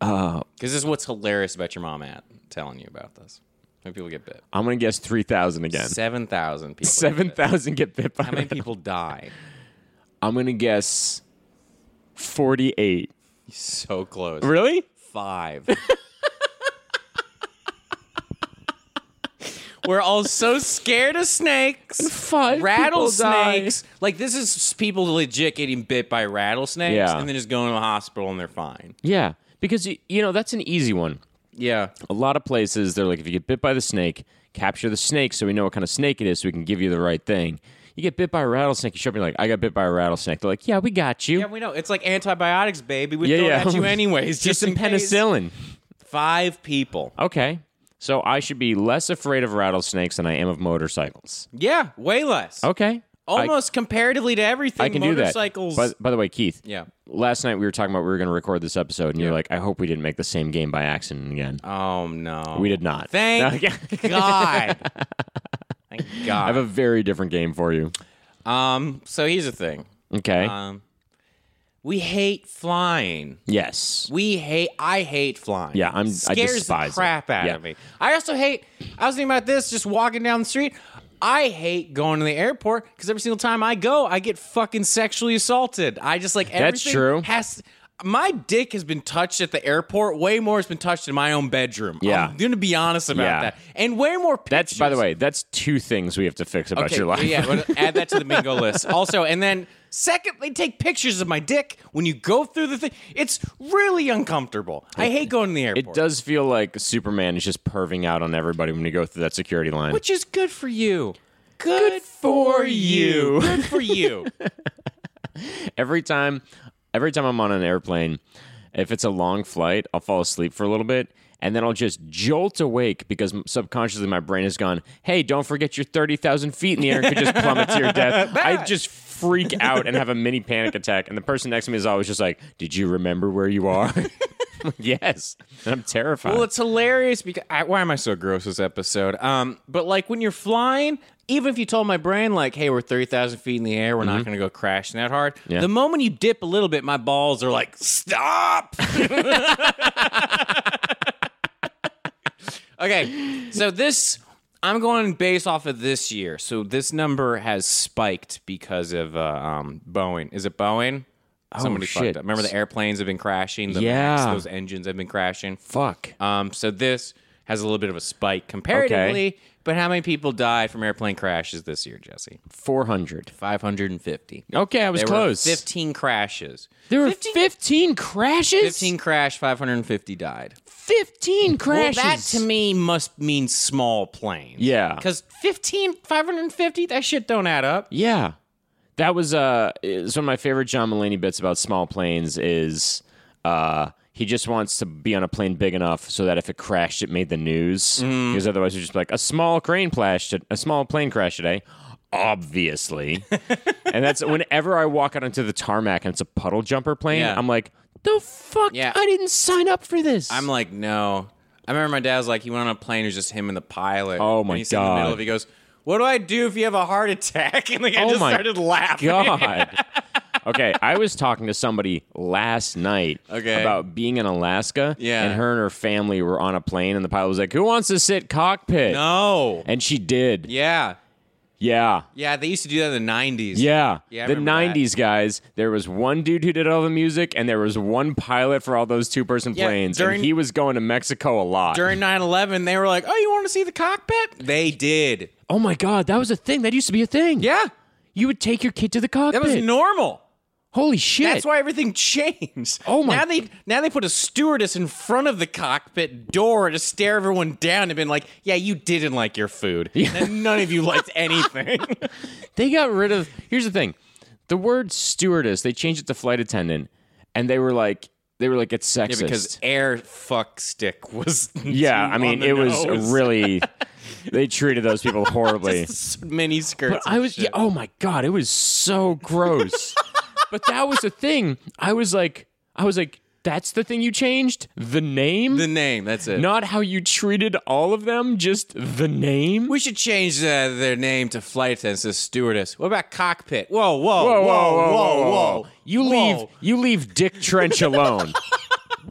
[SPEAKER 2] Uh,
[SPEAKER 1] Oh. Because this is what's hilarious about your mom, Aunt, telling you about this. How many people get bit?
[SPEAKER 2] I'm gonna guess three thousand again.
[SPEAKER 1] 7,000 people.
[SPEAKER 2] Seven
[SPEAKER 1] Get bit.
[SPEAKER 2] thousand get bit by.
[SPEAKER 1] How many people die?
[SPEAKER 2] I'm gonna guess forty-eight.
[SPEAKER 1] So close.
[SPEAKER 2] Really?
[SPEAKER 1] Five. We're all so scared of snakes.
[SPEAKER 2] Five
[SPEAKER 1] Rattlesnakes. Like, this is people legit getting bit by rattlesnakes
[SPEAKER 2] Yeah.
[SPEAKER 1] and then just going to the hospital and they're fine.
[SPEAKER 2] Yeah, because y- you know that's an easy one.
[SPEAKER 1] Yeah.
[SPEAKER 2] a lot of places they're like if you get bit by the snake capture the snake so we know what kind of snake it is so we can give you the right thing you get bit by a rattlesnake. You show up, and you're like, I got bit by a rattlesnake. They're like, yeah, we got you.
[SPEAKER 1] Yeah, we know. It's like antibiotics, baby. We
[SPEAKER 2] Yeah,
[SPEAKER 1] throw
[SPEAKER 2] yeah.
[SPEAKER 1] it at you anyways.
[SPEAKER 2] Just
[SPEAKER 1] just
[SPEAKER 2] some
[SPEAKER 1] in case.
[SPEAKER 2] penicillin.
[SPEAKER 1] Five people.
[SPEAKER 2] Okay. So I should be less afraid of rattlesnakes than I am of motorcycles.
[SPEAKER 1] Yeah, way less.
[SPEAKER 2] Okay. I-
[SPEAKER 1] Almost comparatively to everything.
[SPEAKER 2] I can do that.
[SPEAKER 1] motorcycles.
[SPEAKER 2] By, by the way, Keith.
[SPEAKER 1] Yeah.
[SPEAKER 2] Last night we were talking about we were going to record this episode, and you're like, I hope we didn't make the same game by accident again.
[SPEAKER 1] Oh no,
[SPEAKER 2] we did not.
[SPEAKER 1] Thank
[SPEAKER 2] No, okay.
[SPEAKER 1] God. Thank
[SPEAKER 2] I have
[SPEAKER 1] God.
[SPEAKER 2] a very different game for you.
[SPEAKER 1] um. So here's the thing.
[SPEAKER 2] Okay.
[SPEAKER 1] Um. We hate flying.
[SPEAKER 2] yes.
[SPEAKER 1] We hate. I hate flying.
[SPEAKER 2] Yeah, I'm- I
[SPEAKER 1] Scares
[SPEAKER 2] despise it.
[SPEAKER 1] the crap out
[SPEAKER 2] Yeah.
[SPEAKER 1] of me. I also hate. I was thinking about this just walking down the street. I hate going to the airport because every single time I go, I get fucking sexually assaulted. I just like everything
[SPEAKER 2] true.
[SPEAKER 1] Has my dick has been touched at the airport way more has been touched in my own bedroom.
[SPEAKER 2] Yeah.
[SPEAKER 1] I'm gonna be honest about
[SPEAKER 2] Yeah.
[SPEAKER 1] that. And way more.
[SPEAKER 2] That's by the
[SPEAKER 1] pictures.
[SPEAKER 2] way, that's two things we have to fix about
[SPEAKER 1] Okay,
[SPEAKER 2] your life.
[SPEAKER 1] Yeah, well, add that to the bingo list. Also, and then secondly, take pictures of my dick when you go through the thing. It's really uncomfortable. I hate going to the airport.
[SPEAKER 2] It does feel like Superman is just perving out on everybody when you go through that security line.
[SPEAKER 1] which is good for you. Good, for
[SPEAKER 2] you.
[SPEAKER 1] Good for you.
[SPEAKER 2] every time every time I'm on an airplane, if it's a long flight, I'll fall asleep for a little bit and then I'll just jolt awake because m- subconsciously my brain has gone, "Hey, don't forget you're 30,000 feet in the air and could just plummet to your death." I just freak out and have a mini panic attack and the person next to me is always just like, "Did you remember where you are?" yes. And I'm terrified.
[SPEAKER 1] Well, it's hilarious because I, why am I so gross this episode? Um, but like when you're flying, even if you told my brain like, "Hey, we're thirty thousand feet in the air, we're not going to go crashing that hard,"
[SPEAKER 2] Mm-hmm. Yeah.
[SPEAKER 1] the moment you dip a little bit, my balls are like, "Stop." okay, so this I'm going based off of this year. So this number has spiked because of uh, um, Boeing. Is it Boeing? Somebody
[SPEAKER 2] Oh, shit.
[SPEAKER 1] fucked up. Remember the airplanes have been crashing. The
[SPEAKER 2] Yeah.
[SPEAKER 1] Max, those engines have been crashing.
[SPEAKER 2] Fuck.
[SPEAKER 1] Um, so this has a little bit of a spike comparatively. But how many people died from airplane crashes this year, Jesse?
[SPEAKER 2] 400.
[SPEAKER 1] 550.
[SPEAKER 2] Okay, I was
[SPEAKER 1] There
[SPEAKER 2] close.
[SPEAKER 1] were 15 crashes.
[SPEAKER 2] there were 15, crashes?
[SPEAKER 1] 15 crash, 550 died.
[SPEAKER 2] 15 crashes.
[SPEAKER 1] Well, that to me must mean small planes.
[SPEAKER 2] Yeah.
[SPEAKER 1] Because 15, 550, that shit don't add up.
[SPEAKER 2] Yeah, that was uh, it's one of my favorite John Mulaney bits about small planes. Is uh, he just wants to be on a plane big enough so that if it crashed, it made the news
[SPEAKER 1] Mm-hmm.
[SPEAKER 2] because otherwise, you're just like a small crane crash, a small plane crash today. Obviously, and that's whenever I walk out onto the tarmac and it's a puddle jumper plane.
[SPEAKER 1] Yeah.
[SPEAKER 2] I'm like, the fuck!
[SPEAKER 1] Yeah.
[SPEAKER 2] I didn't sign up for this.
[SPEAKER 1] I'm like, no. I remember my dad was like, he went on a plane, it was just him and the pilot.
[SPEAKER 2] Oh, my
[SPEAKER 1] and he's in the
[SPEAKER 2] God.
[SPEAKER 1] middle of, he goes, what do I do if you have a heart attack? And like, I
[SPEAKER 2] Oh
[SPEAKER 1] just
[SPEAKER 2] my
[SPEAKER 1] started laughing.
[SPEAKER 2] God. okay, I was talking to somebody last night
[SPEAKER 1] Okay.
[SPEAKER 2] about being in Alaska.
[SPEAKER 1] Yeah.
[SPEAKER 2] And her and her family were on a plane, and the pilot was like, Who wants to sit cockpit?
[SPEAKER 1] No.
[SPEAKER 2] And she did.
[SPEAKER 1] Yeah.
[SPEAKER 2] Yeah.
[SPEAKER 1] Yeah, they used to do that in the 90s.
[SPEAKER 2] Yeah.
[SPEAKER 1] Yeah, I
[SPEAKER 2] the
[SPEAKER 1] remember that.
[SPEAKER 2] 90s, guys, there was one dude who did all the music, and there was one pilot for all those two person
[SPEAKER 1] Yeah,
[SPEAKER 2] planes.
[SPEAKER 1] during-
[SPEAKER 2] and he was going to Mexico a lot.
[SPEAKER 1] During 9 11, they were like, oh, you want to see the cockpit? They did.
[SPEAKER 2] oh my God, that was a thing. That used to be a thing.
[SPEAKER 1] Yeah.
[SPEAKER 2] You would take your kid to the cockpit.
[SPEAKER 1] That was normal.
[SPEAKER 2] Holy shit.
[SPEAKER 1] That's why everything changed.
[SPEAKER 2] Oh my-
[SPEAKER 1] Now they now they put a stewardess in front of the cockpit door to stare everyone down and been like, "Yeah, you didn't like your food. And none of you liked anything."
[SPEAKER 2] They got rid of. Here's the thing: the word stewardess. They changed it to flight attendant, and they were like, they were like, it's sexist. Yeah,
[SPEAKER 1] because air fuck stick was
[SPEAKER 2] I mean, it was really. they treated those people horribly.
[SPEAKER 1] mini skirts.
[SPEAKER 2] I was. Yeah, oh my god, it was so gross. but that was the thing. I was like, I was like, that's the thing you changed the name,
[SPEAKER 1] the name. That's it.
[SPEAKER 2] not how you treated all of them, just the name.
[SPEAKER 1] We should change uh, their name to flight attendants to stewardess. What about cockpit? Whoa, whoa,
[SPEAKER 2] Whoa,
[SPEAKER 1] whoa, whoa, whoa, whoa!
[SPEAKER 2] You
[SPEAKER 1] Whoa.
[SPEAKER 2] leave you leave Dick Trench alone.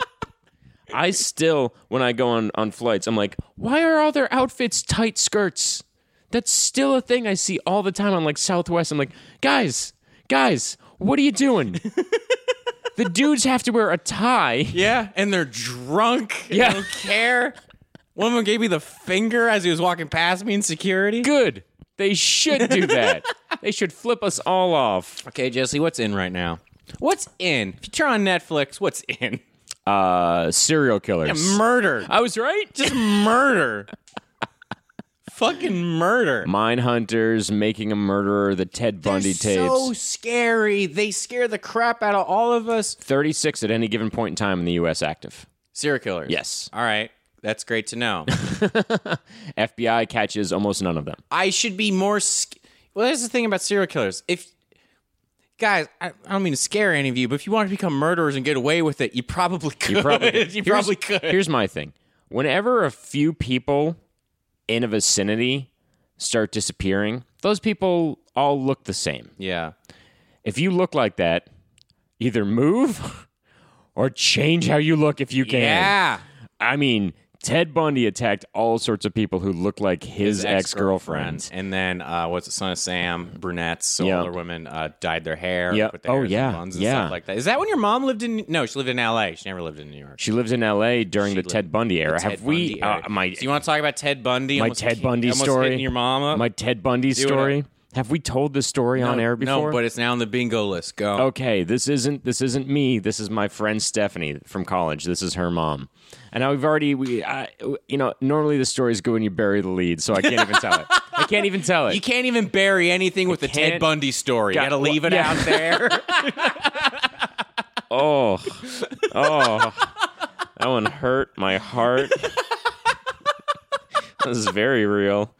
[SPEAKER 2] I still when I go on on flights, I'm like, why are all their outfits tight skirts? That's still a thing I see all the time on like Southwest. I'm like, guys, guys, what are you doing? the dudes have to wear a tie.
[SPEAKER 1] Yeah, and they're drunk. and
[SPEAKER 2] Yeah.
[SPEAKER 1] don't care. One of them gave me the finger as he was walking past me in security.
[SPEAKER 2] Good. They should do that. they should flip us all off.
[SPEAKER 1] Okay, Jesse, what's in right now? What's in? If you turn on Netflix, what's in?
[SPEAKER 2] Uh, serial killers.
[SPEAKER 1] Murder.
[SPEAKER 2] I was right.
[SPEAKER 1] Just murder. fucking murder.
[SPEAKER 2] Mine Hunters, Making a Murderer, the Ted Bundy
[SPEAKER 1] They're
[SPEAKER 2] tapes.
[SPEAKER 1] so scary. They scare the crap out of all of us.
[SPEAKER 2] 36 at any given point in time in the U.S. active.
[SPEAKER 1] Serial killers.
[SPEAKER 2] Yes.
[SPEAKER 1] All right. That's great to know.
[SPEAKER 2] FBI catches almost none of them.
[SPEAKER 1] I should be more. Sc- well, that's the thing about serial killers. If guys, I, I don't mean to scare any of you, but if you want to become murderers and get away with it, you probably could. You
[SPEAKER 2] probably could.
[SPEAKER 1] you
[SPEAKER 2] Here's-
[SPEAKER 1] probably could.
[SPEAKER 2] Here's my thing. Whenever a few people in a vicinity start disappearing, those people all look the same.
[SPEAKER 1] Yeah.
[SPEAKER 2] If you look like that, either move or change how you look if you can.
[SPEAKER 1] Yeah.
[SPEAKER 2] I mean, Ted Bundy attacked all sorts of people who look like his, ex-girlfriends.
[SPEAKER 1] And then uh, what's it, Son of Sam, brunettes, so
[SPEAKER 2] Yeah.
[SPEAKER 1] older women uh, dyed their hair.
[SPEAKER 2] Yeah.
[SPEAKER 1] Put their
[SPEAKER 2] Oh,
[SPEAKER 1] hairs in
[SPEAKER 2] yeah.
[SPEAKER 1] buns and
[SPEAKER 2] Yeah.
[SPEAKER 1] stuff like that. Is that when your mom lived in? No, she lived in L.A. She never lived in New York.
[SPEAKER 2] She lives in LA during the Ted Bundy era. Have
[SPEAKER 1] Ted
[SPEAKER 2] we
[SPEAKER 1] Bundy era.
[SPEAKER 2] Uh, my
[SPEAKER 1] so you want to talk about Ted Bundy?
[SPEAKER 2] my
[SPEAKER 1] almost
[SPEAKER 2] Ted
[SPEAKER 1] ki-
[SPEAKER 2] Bundy
[SPEAKER 1] almost
[SPEAKER 2] story?
[SPEAKER 1] hitting your mom up?
[SPEAKER 2] my Ted Bundy
[SPEAKER 1] it up.
[SPEAKER 2] story? Have we told this story on air before? Oh,
[SPEAKER 1] No, but it's now on the bingo list. Go.
[SPEAKER 2] okay, this isn't this isn't me. This is my friend Stephanie from college. This is her mom, and I've already we I, you know normally the stories go and you bury the lead, so I can't even tell it. I can't even tell it.
[SPEAKER 1] You can't even bury anything with the Ted
[SPEAKER 2] can't-
[SPEAKER 1] Bundy story.
[SPEAKER 2] Got-
[SPEAKER 1] you gotta leave it
[SPEAKER 2] yeah.
[SPEAKER 1] out there.
[SPEAKER 2] oh, oh, that one hurt my heart. that was very real.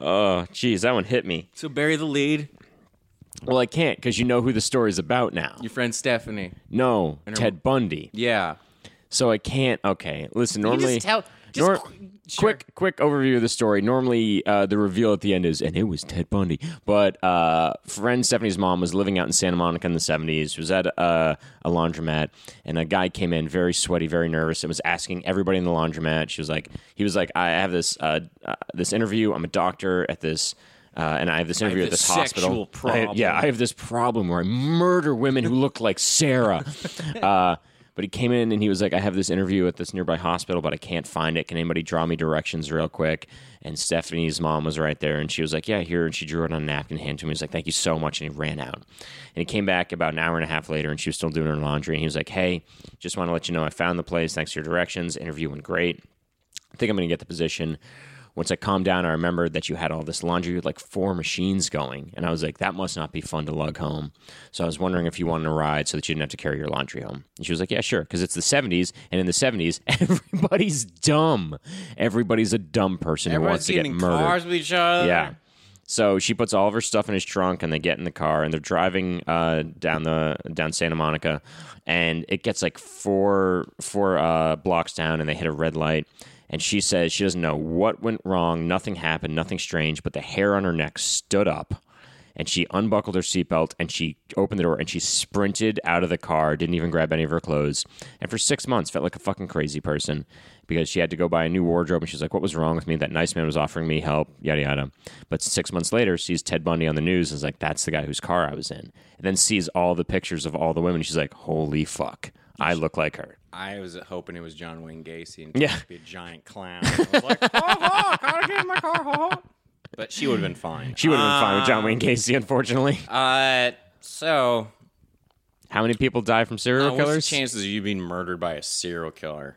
[SPEAKER 2] Oh, geez, that one hit me.
[SPEAKER 1] so bury the lead.
[SPEAKER 2] Well, I can't because you know who the story's about now.
[SPEAKER 1] Your friend Stephanie.
[SPEAKER 2] No, Ted Bundy.
[SPEAKER 1] Yeah.
[SPEAKER 2] So I can't. Okay, listen. Normally,
[SPEAKER 1] tell- just
[SPEAKER 2] nor-
[SPEAKER 1] qu-
[SPEAKER 2] quick, quick overview of the story. Normally, uh, the reveal at the end is, and it was Ted Bundy. But uh, friend Stephanie's mom was living out in Santa Monica in the '70s. Was at uh, a laundromat, and a guy came in very sweaty, very nervous, and was asking everybody in the laundromat. She was like, he was like, I have this uh, uh, this interview. I'm a doctor at this. Uh, and I have this interview
[SPEAKER 1] this
[SPEAKER 2] at this hospital.
[SPEAKER 1] sexual
[SPEAKER 2] I- yeah,
[SPEAKER 1] problem.
[SPEAKER 2] I have this problem where I murder women who look like Sarah. Uh, but he came in and he was like, I have this interview at this nearby hospital, but I can't find it. Can anybody draw me directions real quick? And Stephanie's mom was right there and she was like, Yeah, here. And she drew it on a napkin, handed it to him. He was like, Thank you so much. And he ran out. And he came back about an hour and a half later and she was still doing her laundry. And he was like, Hey, just want to let you know I found the place. Thanks for your directions. Interview went great. I think I'm going to get the position. Once I calmed down, I remembered that you had all this laundry with like four machines going. And I was like, that must not be fun to lug home. So I was wondering if you wanted a ride so that you didn't have to carry your laundry home. And she was like, yeah, sure. Because it's the 70s. And in the 70s, everybody's dumb. Everybody's a dumb person who wants to get
[SPEAKER 1] getting in
[SPEAKER 2] murdered.
[SPEAKER 1] cars with each other.
[SPEAKER 2] Yeah. So she puts all of her stuff in his trunk, and they get in the car, and they're driving uh, down the down Santa Monica, and it gets like four four uh, blocks down, and they hit a red light. And she says she doesn't know what went wrong. Nothing happened. Nothing strange. But the hair on her neck stood up, and she unbuckled her seatbelt and she opened the door and she sprinted out of the car, didn't even grab any of her clothes. And for six months, felt like a fucking crazy person because she had to go buy a new wardrobe. And she's like, What was wrong with me? That nice man was offering me help, yada, yada. But six months later, sees Ted Bundy on the news and is like, That's the guy whose car I was in. And then sees all the pictures of all the women. She's like, Holy fuck, I look like her.
[SPEAKER 1] I was hoping it was John Wayne Gacy and
[SPEAKER 2] Yeah.
[SPEAKER 1] yeah. be a giant clown. I was like, oh, oh, gotta get in my car, oh, oh." But she would have been fine.
[SPEAKER 2] She would have been fine with John Wayne Casey, unfortunately.
[SPEAKER 1] Uh, so
[SPEAKER 2] How many people die from serial
[SPEAKER 1] uh, what's the
[SPEAKER 2] killers?
[SPEAKER 1] chances of you being murdered by a serial killer?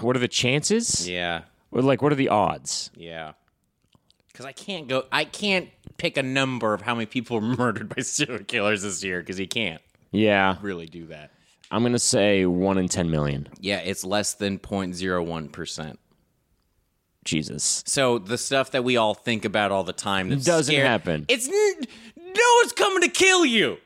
[SPEAKER 2] what are the chances?
[SPEAKER 1] Yeah,
[SPEAKER 2] Well, Like, what are the odds?
[SPEAKER 1] yeah. Because I can't go. I can't pick a number of how many people were murdered by serial killers this year because you can't
[SPEAKER 2] Yeah.
[SPEAKER 1] really do that.
[SPEAKER 2] I'm gonna say one in ten million.
[SPEAKER 1] Yeah, it's less than 0.01 percent.
[SPEAKER 2] Jesus.
[SPEAKER 1] So the stuff that we all think about all the time that's
[SPEAKER 2] Doesn't
[SPEAKER 1] scary-
[SPEAKER 2] happen.
[SPEAKER 1] It's n- no one's coming to kill you.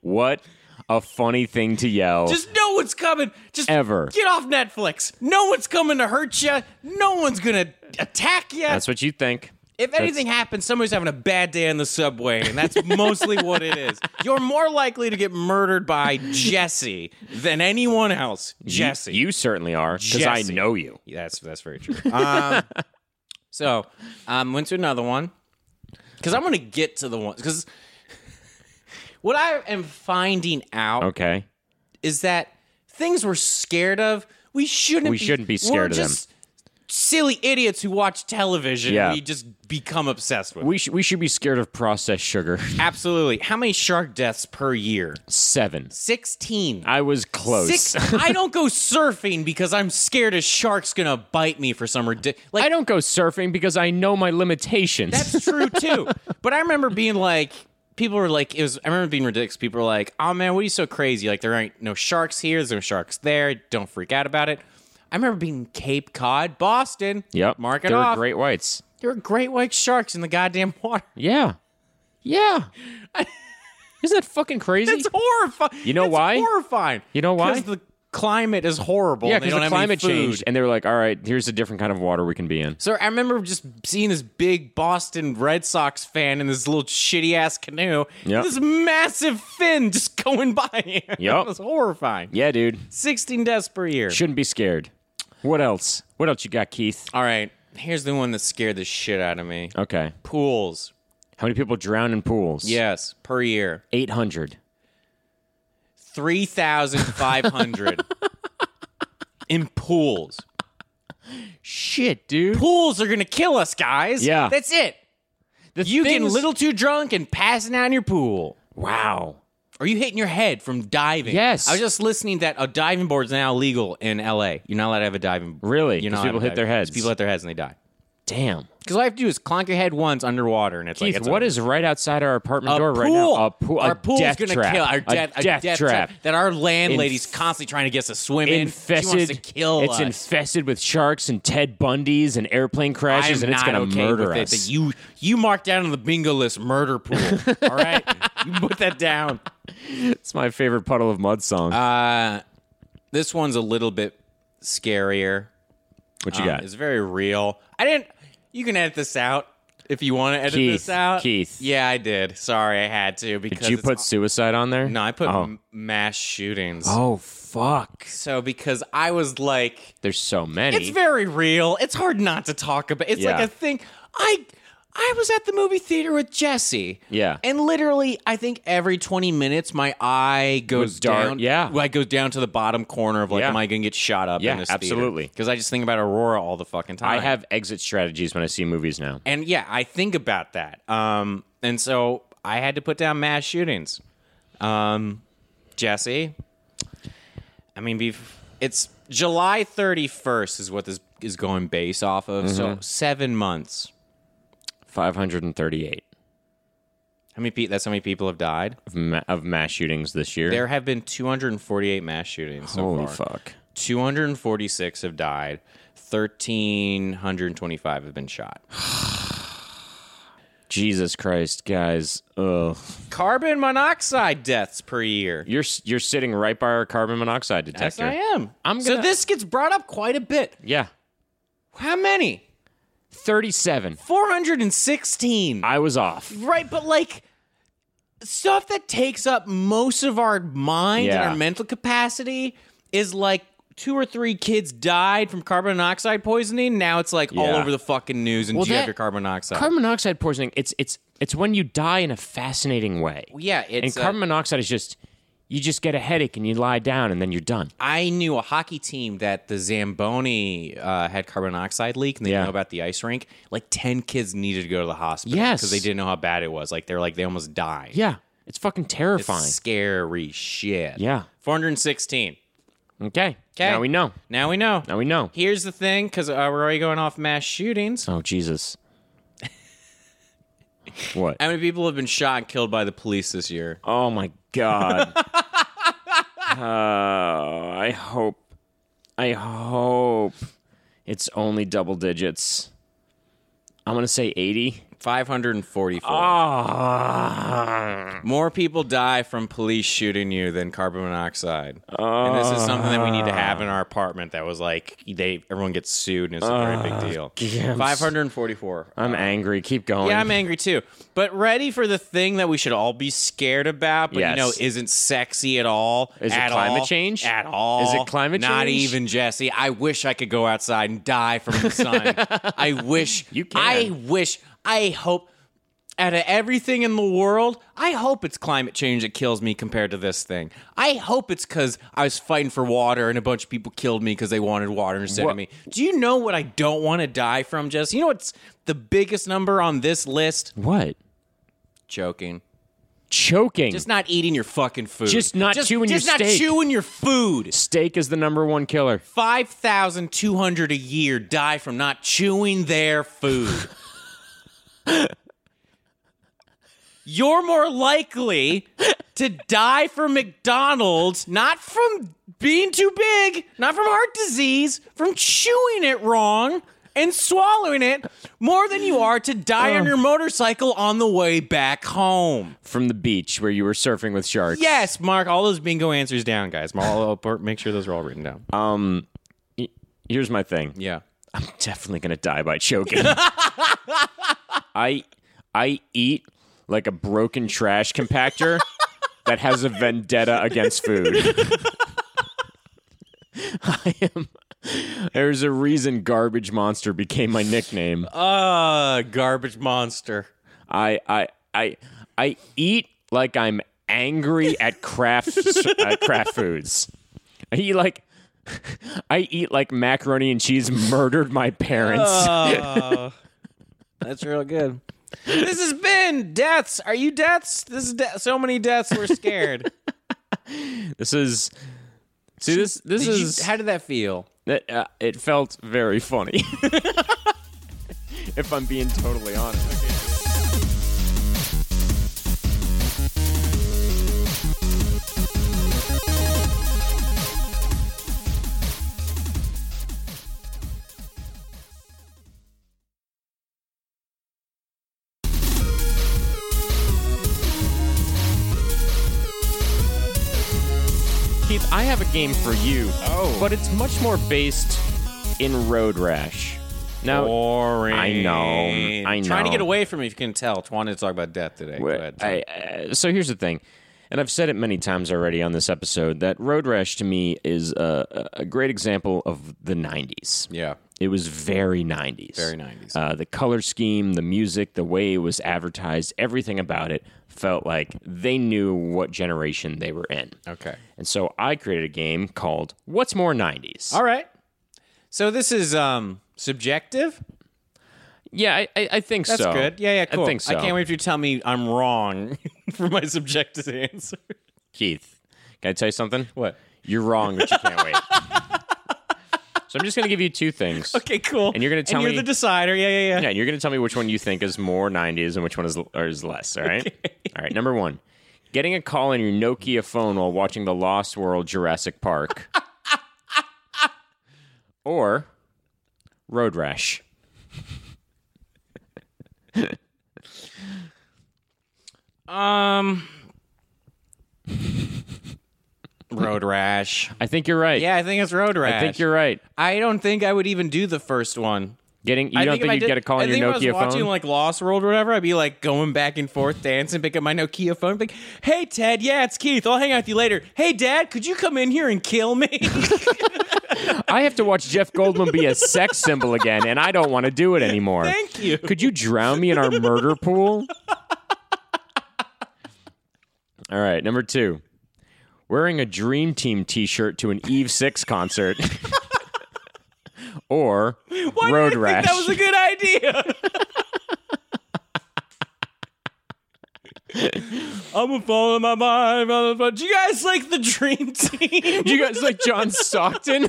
[SPEAKER 2] What a funny thing to yell.
[SPEAKER 1] Just no one's coming. Just
[SPEAKER 2] Ever.
[SPEAKER 1] get off Netflix. No one's coming to hurt you. No one's gonna attack you.
[SPEAKER 2] That's what you think.
[SPEAKER 1] If anything happens, somebody's having a bad day on the subway, and that's mostly what it is. You're more likely to get murdered by Jesse than anyone else. Jesse.
[SPEAKER 2] You certainly are, because I
[SPEAKER 1] Jesse.
[SPEAKER 2] know you.
[SPEAKER 1] Yeah, that's that's very true. Um, so, um, went to another one because I'm going to get to the ones because what I am finding out
[SPEAKER 2] Okay.
[SPEAKER 1] is that things we're scared of we shouldn't
[SPEAKER 2] We shouldn't be scared
[SPEAKER 1] we're
[SPEAKER 2] of them.
[SPEAKER 1] just silly idiots who watch television.
[SPEAKER 2] Yeah.
[SPEAKER 1] We just become obsessed with.
[SPEAKER 2] We, sh- we should be scared of processed sugar.
[SPEAKER 1] Absolutely. How many shark deaths per year?
[SPEAKER 2] Seven.
[SPEAKER 1] 16.
[SPEAKER 2] I was close.
[SPEAKER 1] Six. I don't go surfing because I'm scared a shark's gonna bite me for some ridiculous. Like
[SPEAKER 2] I don't go surfing because I know my limitations.
[SPEAKER 1] That's true too. but I remember being like, people were like, it was. I remember being ridiculous. People were like, "Oh man, what are you so crazy? Like there ain't no sharks here. There's no sharks there. Don't freak out about it." I remember being in Cape Cod, Boston.
[SPEAKER 2] yep.
[SPEAKER 1] mark it
[SPEAKER 2] They were
[SPEAKER 1] off.
[SPEAKER 2] great whites.
[SPEAKER 1] There were great white sharks in the goddamn water.
[SPEAKER 2] Yeah. Yeah. Isn't that fucking crazy?
[SPEAKER 1] It's horrifying.
[SPEAKER 2] You know
[SPEAKER 1] It's
[SPEAKER 2] why?
[SPEAKER 1] Horrifying.
[SPEAKER 2] You know why?
[SPEAKER 1] Because the climate is horrible.
[SPEAKER 2] yeah,
[SPEAKER 1] and they
[SPEAKER 2] because
[SPEAKER 1] don't
[SPEAKER 2] the
[SPEAKER 1] have any
[SPEAKER 2] climate
[SPEAKER 1] food.
[SPEAKER 2] changed, and they were like, "All right, here's a different kind of water we can be in."
[SPEAKER 1] So I remember just seeing this big Boston Red Sox fan in this little shitty ass canoe.
[SPEAKER 2] Yep.
[SPEAKER 1] This massive fin just going by. Yep.
[SPEAKER 2] Yep.
[SPEAKER 1] it was horrifying.
[SPEAKER 2] Yeah, dude,
[SPEAKER 1] 16 deaths per year.
[SPEAKER 2] shouldn't be scared. What else? What else you got, Keith?
[SPEAKER 1] All right. Here's the one that scared the shit out of me.
[SPEAKER 2] Okay,
[SPEAKER 1] Pools.
[SPEAKER 2] how many people drown in pools?
[SPEAKER 1] Yes, per year.
[SPEAKER 2] eight hundred.
[SPEAKER 1] 3,500 in pools.
[SPEAKER 2] Shit, dude.
[SPEAKER 1] Pools are going to kill us, guys.
[SPEAKER 2] Yeah.
[SPEAKER 1] That's it.
[SPEAKER 2] The
[SPEAKER 1] You getting a
[SPEAKER 2] things-
[SPEAKER 1] little too drunk and passing out in your pool.
[SPEAKER 2] Wow.
[SPEAKER 1] Are you hitting your head from diving?
[SPEAKER 2] Yes.
[SPEAKER 1] I was just listening that a diving board is now legal in LA. You're not allowed to have a diving board.
[SPEAKER 2] Really?
[SPEAKER 1] You're
[SPEAKER 2] 'Cause
[SPEAKER 1] not allowed
[SPEAKER 2] people
[SPEAKER 1] to
[SPEAKER 2] hit
[SPEAKER 1] dive.
[SPEAKER 2] their heads.
[SPEAKER 1] People hit their heads and they die.
[SPEAKER 2] Damn.
[SPEAKER 1] Because all you have to do is clonk your head once underwater and it's like,
[SPEAKER 2] Keith,
[SPEAKER 1] it's
[SPEAKER 2] what is right outside our apartment
[SPEAKER 1] a
[SPEAKER 2] door
[SPEAKER 1] pool.
[SPEAKER 2] right now? A pool.
[SPEAKER 1] Our
[SPEAKER 2] a
[SPEAKER 1] pool's
[SPEAKER 2] death
[SPEAKER 1] gonna
[SPEAKER 2] trap.
[SPEAKER 1] kill. Our death,
[SPEAKER 2] a death, trap.
[SPEAKER 1] That our landlady's constantly trying to get us to swim in. She
[SPEAKER 2] Infested.
[SPEAKER 1] wants to kill
[SPEAKER 2] it's
[SPEAKER 1] us.
[SPEAKER 2] infested with sharks and Ted Bundys and airplane
[SPEAKER 1] I am
[SPEAKER 2] crashes, and it's
[SPEAKER 1] not
[SPEAKER 2] gonna
[SPEAKER 1] okay
[SPEAKER 2] murder
[SPEAKER 1] with it
[SPEAKER 2] us.
[SPEAKER 1] that you you marked down on the bingo list murder pool. all right, you put that down.
[SPEAKER 2] It's my favorite puddle of mud song.
[SPEAKER 1] Uh, This one's a little bit scarier.
[SPEAKER 2] what you
[SPEAKER 1] Um,
[SPEAKER 2] got?
[SPEAKER 1] It's very real. I didn't. You can edit this out if you want to edit
[SPEAKER 2] Keith,
[SPEAKER 1] this out.
[SPEAKER 2] Keith.
[SPEAKER 1] Yeah, I did. Sorry, I had to because
[SPEAKER 2] Did you
[SPEAKER 1] it's-
[SPEAKER 2] put suicide on there?
[SPEAKER 1] No, I put
[SPEAKER 2] Oh,
[SPEAKER 1] m- mass shootings.
[SPEAKER 2] oh fuck.
[SPEAKER 1] So because I was like,
[SPEAKER 2] There's so many.
[SPEAKER 1] it's very real. It's hard not to talk about. It's
[SPEAKER 2] Yeah.
[SPEAKER 1] like a thing. I I was at the movie theater with Jesse.
[SPEAKER 2] Yeah.
[SPEAKER 1] And literally, I think every 20 minutes, my eye goes
[SPEAKER 2] dark,
[SPEAKER 1] down.
[SPEAKER 2] yeah.
[SPEAKER 1] well, I goes down to the bottom corner of like,
[SPEAKER 2] Yeah.
[SPEAKER 1] am I going to get shot up?
[SPEAKER 2] Yeah,
[SPEAKER 1] in this
[SPEAKER 2] absolutely.
[SPEAKER 1] Because I just think about Aurora all the fucking time.
[SPEAKER 2] I have exit strategies when I see movies now.
[SPEAKER 1] and yeah, I think about that. Um, and so I had to put down mass shootings. Um, Jesse, I mean, be it's July 31st is what this is going base off of. So
[SPEAKER 2] Mm-hmm.
[SPEAKER 1] seven months.
[SPEAKER 2] 538
[SPEAKER 1] How many? Pe- that's how many people have died.
[SPEAKER 2] of, ma- of mass shootings this year.
[SPEAKER 1] There have been 248 mass shootings so
[SPEAKER 2] Holy
[SPEAKER 1] far.
[SPEAKER 2] fuck.
[SPEAKER 1] 246 have died. 1,325 have been shot.
[SPEAKER 2] Jesus Christ, guys. Ugh.
[SPEAKER 1] Carbon monoxide deaths per year.
[SPEAKER 2] You're s- you're sitting right by our carbon monoxide
[SPEAKER 1] Yes,
[SPEAKER 2] detector.
[SPEAKER 1] I am.
[SPEAKER 2] I'm
[SPEAKER 1] So
[SPEAKER 2] gonna-
[SPEAKER 1] this gets brought up quite a bit.
[SPEAKER 2] Yeah.
[SPEAKER 1] How many?
[SPEAKER 2] 37.
[SPEAKER 1] 416.
[SPEAKER 2] I was off.
[SPEAKER 1] Right, but like stuff that takes up most of our mind and
[SPEAKER 2] Yeah.
[SPEAKER 1] our mental capacity is like two or three kids died from carbon monoxide poisoning. Now it's like all
[SPEAKER 2] Yeah.
[SPEAKER 1] over the fucking news and
[SPEAKER 2] Well,
[SPEAKER 1] do you
[SPEAKER 2] that-
[SPEAKER 1] have your carbon monoxide.
[SPEAKER 2] Carbon monoxide poisoning, it's it's it's when you die in a fascinating way.
[SPEAKER 1] yeah,
[SPEAKER 2] and
[SPEAKER 1] it's uh,
[SPEAKER 2] carbon monoxide is just you just get a headache and you lie down and then you're done.
[SPEAKER 1] I knew a hockey team that the Zamboni uh, had carbon monoxide leak, and they
[SPEAKER 2] Yeah.
[SPEAKER 1] know about the ice rink. Like ten kids needed to go to the hospital
[SPEAKER 2] Yes.
[SPEAKER 1] because they didn't know how bad it was. Like they're like they almost died.
[SPEAKER 2] Yeah. It's fucking terrifying.
[SPEAKER 1] scary shit.
[SPEAKER 2] Yeah.
[SPEAKER 1] four hundred sixteen.
[SPEAKER 2] Okay.
[SPEAKER 1] 'Kay.
[SPEAKER 2] Now we know.
[SPEAKER 1] Now we know.
[SPEAKER 2] Now we know.
[SPEAKER 1] Here's the thing, because uh, we're already going off mass shootings.
[SPEAKER 2] Oh Jesus. what?
[SPEAKER 1] How many people have been shot and killed by the police this year?
[SPEAKER 2] Oh my god. Uh, I hope. I hope it's only double digits. I'm gonna say 80.
[SPEAKER 1] Five hundred and forty-four.
[SPEAKER 2] Ah.
[SPEAKER 1] More people die from police shooting you than carbon monoxide. and this is something that we need to have in our apartment. That was like they everyone gets sued, and it's a very big deal.
[SPEAKER 2] Ah. yes.
[SPEAKER 1] Five hundred and forty-four.
[SPEAKER 2] I'm angry. Keep going.
[SPEAKER 1] Yeah, I'm angry too. But ready for the thing that we should all be scared about, but
[SPEAKER 2] Yes.
[SPEAKER 1] you know, isn't sexy at all.
[SPEAKER 2] Is it
[SPEAKER 1] at
[SPEAKER 2] climate
[SPEAKER 1] all,
[SPEAKER 2] change?
[SPEAKER 1] At all.
[SPEAKER 2] Is it climate
[SPEAKER 1] Not
[SPEAKER 2] change?
[SPEAKER 1] even, Jesse. I wish I could go outside and die from the sun. I wish.
[SPEAKER 2] You can.
[SPEAKER 1] I wish. I hope. out of everything in the world, I hope it's climate change that kills me compared to this thing. I hope it's because I was fighting for water and a bunch of people killed me because they wanted water instead of me. Do you know what I don't want to die from, Jess? You know what's the biggest number on this list?
[SPEAKER 2] What?
[SPEAKER 1] Choking.
[SPEAKER 2] Choking.
[SPEAKER 1] Just not eating your fucking food.
[SPEAKER 2] Just not chewing your
[SPEAKER 1] just not
[SPEAKER 2] steak.
[SPEAKER 1] chewing your food.
[SPEAKER 2] Steak is the number one killer.
[SPEAKER 1] 5,200 a year die from not chewing their food. You're more likely to die from McDonald's, not from being too big, not from heart disease, from chewing it wrong and swallowing it more than you are to die on your motorcycle on the way back home.
[SPEAKER 2] From the beach where you were surfing with sharks.
[SPEAKER 1] Yes, Mark, all those bingo answers down, guys. I'll I'll make sure those are all written down.
[SPEAKER 2] Here's my thing.
[SPEAKER 1] yeah.
[SPEAKER 2] I'm definitely gonna die by choking. I I eat like a broken trash compactor that has a vendetta against food. I am. There's a reason garbage monster became my nickname.
[SPEAKER 1] Uh, garbage monster.
[SPEAKER 2] I I I I eat like I'm angry at craft at craft foods. I eat like I eat like macaroni and cheese murdered my parents.
[SPEAKER 1] That's real good. this has been deaths. Are you deaths? This is de- so many deaths. We're scared.
[SPEAKER 2] This is see this this
[SPEAKER 1] Did you-
[SPEAKER 2] is
[SPEAKER 1] how did that feel?
[SPEAKER 2] that, uh, it felt very funny. if I'm being totally honest. Keith, I have a game for you.
[SPEAKER 1] Oh.
[SPEAKER 2] But it's much more based in Road Rash. Now,
[SPEAKER 1] Boring.
[SPEAKER 2] I know. I
[SPEAKER 1] Trying to
[SPEAKER 2] know.
[SPEAKER 1] get away from it, if you can tell. Wanted to talk about death today. Go
[SPEAKER 2] Wait,
[SPEAKER 1] ahead.
[SPEAKER 2] I, uh, so here's the thing, and I've said it many times already on this episode that Road Rash to me is a, a a great example of the '90s.
[SPEAKER 1] yeah.
[SPEAKER 2] It was very 90s.
[SPEAKER 1] Very 90s.
[SPEAKER 2] Uh, the color scheme, the music, the way it was advertised, everything about it felt like they knew what generation they were in.
[SPEAKER 1] Okay.
[SPEAKER 2] And so I created a game called What's More 90s.
[SPEAKER 1] All right. So this is um subjective.
[SPEAKER 2] Yeah, I, I, I think
[SPEAKER 1] That's
[SPEAKER 2] so.
[SPEAKER 1] good. Yeah, yeah, cool.
[SPEAKER 2] I think so.
[SPEAKER 1] can't wait for you to tell me I'm wrong for my subjective answer.
[SPEAKER 2] Keith, can I tell you something?
[SPEAKER 1] What?
[SPEAKER 2] You're wrong, but you can't wait. so I'm just going to give you two things.
[SPEAKER 1] Okay, cool.
[SPEAKER 2] And you're gonna tell
[SPEAKER 1] you're
[SPEAKER 2] me-
[SPEAKER 1] the decider. Yeah, yeah, yeah.
[SPEAKER 2] Yeah, and you're going to tell me which one you think is more 90s and which one is, or is less, all right? All right, number one, getting a call on your Nokia phone while watching The Lost World Jurassic Park. or Road Rash.
[SPEAKER 1] Um, road rash.
[SPEAKER 2] I think you're right.
[SPEAKER 1] Yeah, I think it's road rash.
[SPEAKER 2] I think you're right.
[SPEAKER 1] I don't think I would even do the first one.
[SPEAKER 2] Getting You
[SPEAKER 1] I
[SPEAKER 2] don't think,
[SPEAKER 1] if I
[SPEAKER 2] you'd
[SPEAKER 1] did-
[SPEAKER 2] get a call
[SPEAKER 1] I
[SPEAKER 2] on your
[SPEAKER 1] think if
[SPEAKER 2] Nokia
[SPEAKER 1] I was watching
[SPEAKER 2] phone?
[SPEAKER 1] like Lost World or whatever, I'd be like going back and forth dancing, pick up my Nokia phone, be like, "Hey Ted, yeah, it's Keith. I'll hang out with you later. Hey Dad, could you come in here and kill me?"
[SPEAKER 2] I have to watch Jeff Goldblum be a sex symbol again, and I don't want to do it anymore.
[SPEAKER 1] Thank you.
[SPEAKER 2] Could you drown me in our murder pool? All right, number two. Wearing a Dream Team t shirt to an Eve 6 concert. or
[SPEAKER 1] Why
[SPEAKER 2] Road
[SPEAKER 1] did I
[SPEAKER 2] Rash.
[SPEAKER 1] Think that was a good idea. I'm gonna follow my mind. blah, blah, blah. Do you guys like the Dream Team?
[SPEAKER 2] you guys like John Stockton?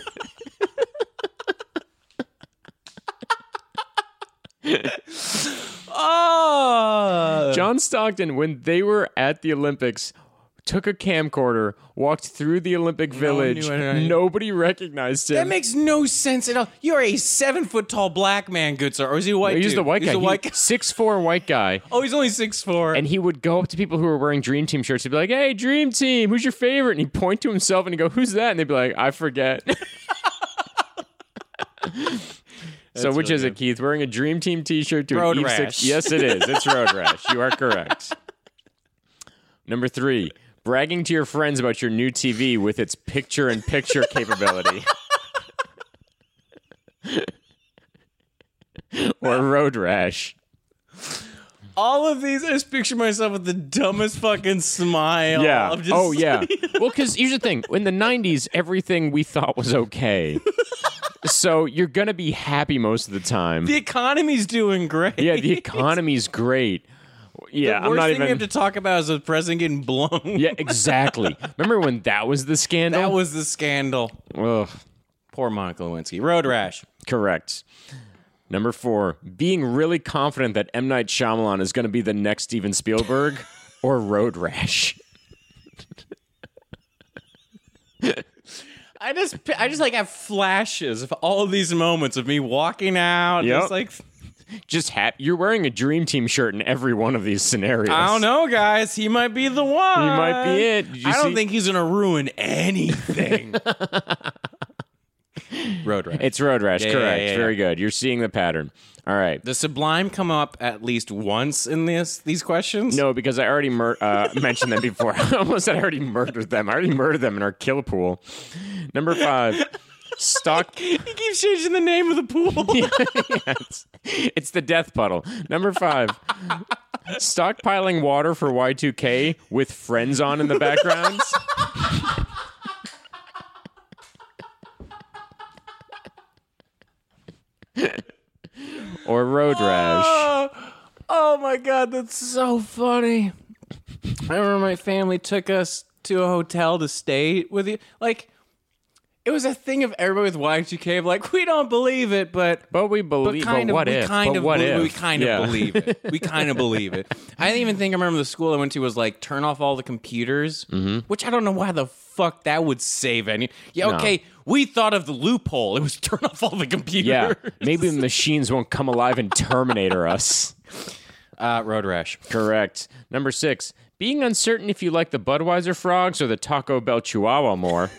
[SPEAKER 1] Oh,
[SPEAKER 2] John Stockton, when they were at the Olympics, took a camcorder, walked through the Olympic
[SPEAKER 1] one
[SPEAKER 2] Village.
[SPEAKER 1] knew it, right?
[SPEAKER 2] Nobody recognized him.
[SPEAKER 1] that makes no sense at all. You're a seven foot tall black man, good sir, or is he a white?
[SPEAKER 2] He's
[SPEAKER 1] dude?
[SPEAKER 2] the white
[SPEAKER 1] He's
[SPEAKER 2] guy.
[SPEAKER 1] a white guy.
[SPEAKER 2] Six four white guy.
[SPEAKER 1] Oh, he's only six four.
[SPEAKER 2] And he would go up to people who were wearing Dream Team shirts. He'd be like, "Hey, Dream Team, who's your favorite?" And he'd point to himself and he'd go, "Who's that?" And they'd be like, "I forget." so, which
[SPEAKER 1] really
[SPEAKER 2] is it, Keith? Wearing a Dream Team T-shirt to
[SPEAKER 1] Road
[SPEAKER 2] an Eve
[SPEAKER 1] rash.
[SPEAKER 2] Six? Yes, it is. It's road rash. You are correct. Number three, bragging to your friends about your new TV with its picture-in-picture capability. or road rash.
[SPEAKER 1] all of these, I just picture myself with the dumbest fucking smile.
[SPEAKER 2] Yeah.
[SPEAKER 1] of just-
[SPEAKER 2] oh, yeah. well, because here's the thing: in the '90s, everything we thought was okay, so you're gonna be happy most of the time.
[SPEAKER 1] the economy's doing great.
[SPEAKER 2] yeah, the economy's great. Yeah,
[SPEAKER 1] the worst
[SPEAKER 2] I'm not
[SPEAKER 1] thing
[SPEAKER 2] even.
[SPEAKER 1] we have to talk about is the president getting blown.
[SPEAKER 2] yeah, exactly. Remember when that was the
[SPEAKER 1] That
[SPEAKER 2] scandal?
[SPEAKER 1] was the scandal.
[SPEAKER 2] Ugh,
[SPEAKER 1] Poor Monica Lewinsky. Road rash.
[SPEAKER 2] correct. Number four, being really confident that M. Night Shyamalan is going to be the next Steven Spielberg or Road Rash.
[SPEAKER 1] I just, I just like have flashes of all these moments of me walking out.
[SPEAKER 2] Yep.
[SPEAKER 1] Just like,
[SPEAKER 2] Just hap- you're wearing a Dream Team shirt in every one of these scenarios.
[SPEAKER 1] I don't know, guys. He might be the one.
[SPEAKER 2] might be it. Did you
[SPEAKER 1] I don't
[SPEAKER 2] see-
[SPEAKER 1] think he's gonna ruin anything. Road rash.
[SPEAKER 2] It's road rash,
[SPEAKER 1] Yeah,
[SPEAKER 2] correct.
[SPEAKER 1] yeah, yeah,
[SPEAKER 2] Very good. You're seeing the pattern. All right.
[SPEAKER 1] Does Sublime come up at least once in this these questions?
[SPEAKER 2] No, because I already mur- uh, mentioned them before. I almost said I already murdered them. I already murdered them in our kill pool. Number five, stock.
[SPEAKER 1] He keeps changing the name of the pool.
[SPEAKER 2] it's, it's the death puddle. Number five, stockpiling water for Y2K with friends on in the background. or road rash.
[SPEAKER 1] Oh, oh my god, that's so funny. I remember my family took us to a hotel to stay with you. Like, it was a thing of everybody with Y2K of like, we don't believe it, but
[SPEAKER 2] But we believe.
[SPEAKER 1] kind
[SPEAKER 2] but
[SPEAKER 1] of
[SPEAKER 2] what
[SPEAKER 1] we
[SPEAKER 2] if?
[SPEAKER 1] kind
[SPEAKER 2] but
[SPEAKER 1] of
[SPEAKER 2] what
[SPEAKER 1] belie-
[SPEAKER 2] if?
[SPEAKER 1] we kind of
[SPEAKER 2] Yeah.
[SPEAKER 1] believe it. We kind of believe it. I didn't even think I remember the school I went to was like turn off all the computers,
[SPEAKER 2] Mm-hmm.
[SPEAKER 1] which I don't know why the fuck that would save any. Yeah, okay, we thought of the loophole. It was turn off all the computers.
[SPEAKER 2] Yeah, maybe the machines won't come alive and Terminator us.
[SPEAKER 1] Uh, road rash.
[SPEAKER 2] Correct. Number six, being uncertain if you like the Budweiser frogs or the Taco Bell Chihuahua more,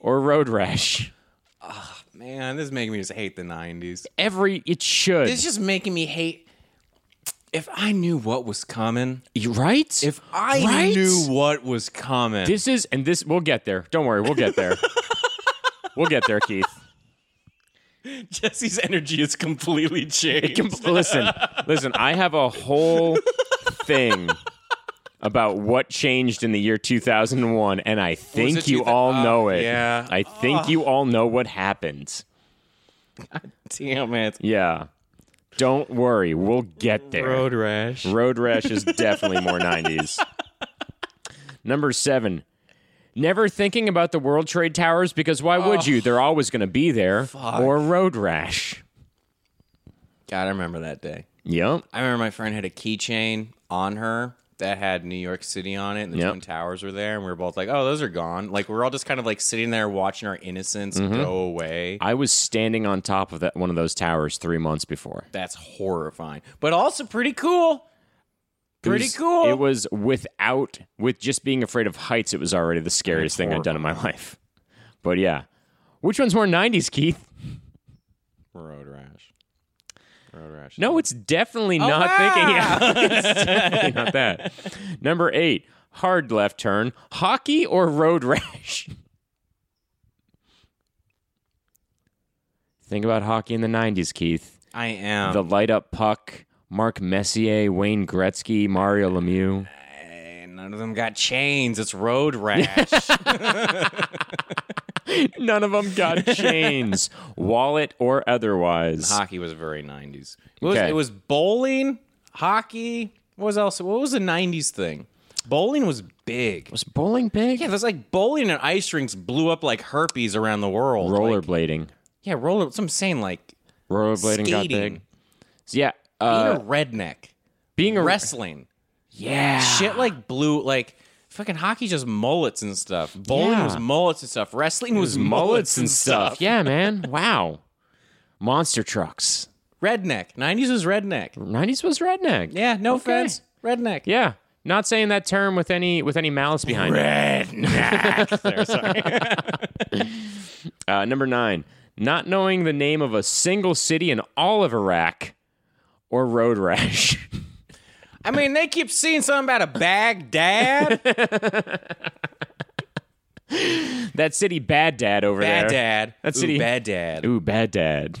[SPEAKER 2] or road rash.
[SPEAKER 1] Man, this is making me just hate the '90s.
[SPEAKER 2] Every it should.
[SPEAKER 1] It's just making me hate. If I knew what was coming,
[SPEAKER 2] You right?
[SPEAKER 1] if I
[SPEAKER 2] Right?
[SPEAKER 1] knew what was coming,
[SPEAKER 2] this is and this, we'll get there. Don't worry, we'll get there. we'll get there, Keith.
[SPEAKER 1] Jesse's energy is completely changed.
[SPEAKER 2] listen, listen. I have a whole thing about what changed in the year 2001, and I think
[SPEAKER 1] it
[SPEAKER 2] you
[SPEAKER 1] two-
[SPEAKER 2] all
[SPEAKER 1] oh,
[SPEAKER 2] know it.
[SPEAKER 1] yeah.
[SPEAKER 2] I think you all know what happened.
[SPEAKER 1] Damn it,
[SPEAKER 2] Yeah. Don't worry, we'll get there.
[SPEAKER 1] road rash.
[SPEAKER 2] Road rash is definitely more 90s. Number seven. Never thinking about the World Trade Towers because why would you? They're always going to be there. Or road rash.
[SPEAKER 1] God, I remember that day.
[SPEAKER 2] Yep.
[SPEAKER 1] I remember my friend had a keychain on her that had New York City on it, and the
[SPEAKER 2] Yep.
[SPEAKER 1] Twin Towers were there, and we were both like, "Oh, those are gone." Like we were all just kind of like sitting there watching our innocence
[SPEAKER 2] Mm-hmm.
[SPEAKER 1] go away.
[SPEAKER 2] I was standing on top of that one of those towers three months before.
[SPEAKER 1] That's horrifying, but also pretty cool. Pretty
[SPEAKER 2] It was-
[SPEAKER 1] cool.
[SPEAKER 2] It was without, with just being afraid of heights, it was already the scariest thing I'd done in my life. But yeah. Which one's more 90s, Keith?
[SPEAKER 1] Road rash. Road rash.
[SPEAKER 2] No, it's definitely
[SPEAKER 1] Oh,
[SPEAKER 2] not thinking. Yeah, it's definitely not that. Number eight, hard left turn, hockey or road rash. Think about hockey in the '90s, Keith.
[SPEAKER 1] I am.
[SPEAKER 2] The light up puck, Mark Messier, Wayne Gretzky, Mario Lemieux.
[SPEAKER 1] Hey, none of them got chains. It's road rash.
[SPEAKER 2] None of them got chains, wallet or otherwise.
[SPEAKER 1] hockey was very 90s. It was,
[SPEAKER 2] Okay.
[SPEAKER 1] it was bowling, hockey. What was else? What was the 90s thing? Bowling was big.
[SPEAKER 2] Was bowling big?
[SPEAKER 1] Yeah, it was like bowling and ice rinks blew up like herpes around the world. Like,
[SPEAKER 2] rollerblading.
[SPEAKER 1] yeah, roller. That's what I'm saying. Like,
[SPEAKER 2] Rollerblading got
[SPEAKER 1] Skating.
[SPEAKER 2] big. So, yeah,
[SPEAKER 1] being
[SPEAKER 2] uh,
[SPEAKER 1] a redneck,
[SPEAKER 2] being a
[SPEAKER 1] wrestling.
[SPEAKER 2] yeah.
[SPEAKER 1] Shit like blew, like, fucking hockey just mullets and stuff. Bowling
[SPEAKER 2] Yeah.
[SPEAKER 1] was mullets and stuff. Wrestling was,
[SPEAKER 2] mullets and stuff. Yeah, man. Wow. Monster trucks.
[SPEAKER 1] Redneck. 90s was redneck.
[SPEAKER 2] 90s was redneck.
[SPEAKER 1] Yeah, no
[SPEAKER 2] Okay.
[SPEAKER 1] offense. Redneck.
[SPEAKER 2] Yeah. Not saying that term with any with any malice behind it.
[SPEAKER 1] Redneck.
[SPEAKER 2] Uh, number nine, not knowing the name of a single city in all of Iraq or road rash.
[SPEAKER 1] I mean, they keep seeing something about a Baghdad.
[SPEAKER 2] that city, Bad Dad over there.
[SPEAKER 1] Baghdad.
[SPEAKER 2] That's
[SPEAKER 1] Ooh,
[SPEAKER 2] city-
[SPEAKER 1] Baghdad.
[SPEAKER 2] Ooh, Bad Dad.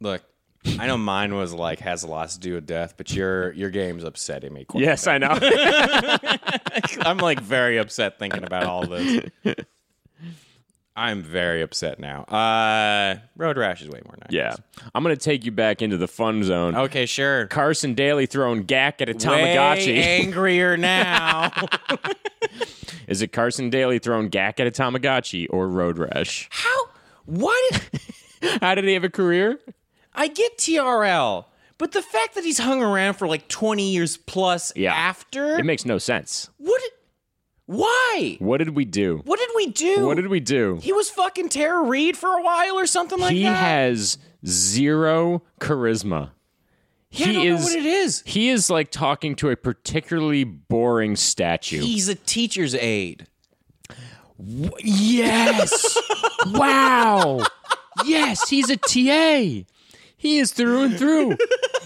[SPEAKER 1] Look, I know mine was like has a lot to do with death, but your your game's upsetting me. Quite
[SPEAKER 2] Yes, I know.
[SPEAKER 1] I'm like very upset thinking about all this. I'm very upset now. Uh, road rash is way more nice.
[SPEAKER 2] yeah. I'm going to take you back into the fun zone.
[SPEAKER 1] Okay, sure.
[SPEAKER 2] Carson Daly throwing gack at a
[SPEAKER 1] Way
[SPEAKER 2] Tamagotchi.
[SPEAKER 1] angrier now.
[SPEAKER 2] Is it Carson Daly throwing gack at a Tamagotchi or Road Rash?
[SPEAKER 1] How? What?
[SPEAKER 2] How did he have a career?
[SPEAKER 1] I get TRL, but the fact that he's hung around for like 20 years plus
[SPEAKER 2] Yeah.
[SPEAKER 1] after
[SPEAKER 2] It makes no sense.
[SPEAKER 1] what? Why?
[SPEAKER 2] What did we do?
[SPEAKER 1] What did we do?
[SPEAKER 2] What did we do?
[SPEAKER 1] he was fucking Tara Reid for a while or something like
[SPEAKER 2] He
[SPEAKER 1] that.
[SPEAKER 2] has zero charisma.
[SPEAKER 1] yeah, I
[SPEAKER 2] he
[SPEAKER 1] don't
[SPEAKER 2] is-
[SPEAKER 1] know what it is.
[SPEAKER 2] He is like talking to a particularly boring statue.
[SPEAKER 1] He's a teacher's aide.
[SPEAKER 2] Yes. wow. Yes, he's a TA. He is through and through.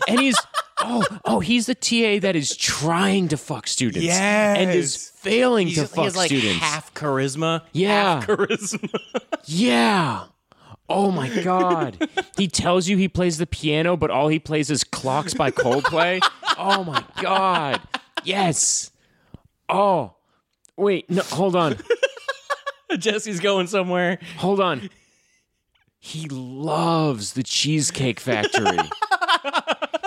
[SPEAKER 2] And he's oh, oh, he's the TA that is trying to fuck students. And is
[SPEAKER 1] Yes.
[SPEAKER 2] failing
[SPEAKER 1] He's,
[SPEAKER 2] to
[SPEAKER 1] he
[SPEAKER 2] fuck
[SPEAKER 1] has like
[SPEAKER 2] students.
[SPEAKER 1] half charisma.
[SPEAKER 2] Yeah.
[SPEAKER 1] half charisma.
[SPEAKER 2] yeah. Oh my god. he tells you he plays the piano, but all he plays is clocks by Coldplay. oh my god. Yes. Oh. Wait, no, hold on.
[SPEAKER 1] Jesse's going somewhere.
[SPEAKER 2] Hold on. He loves the Cheesecake Factory.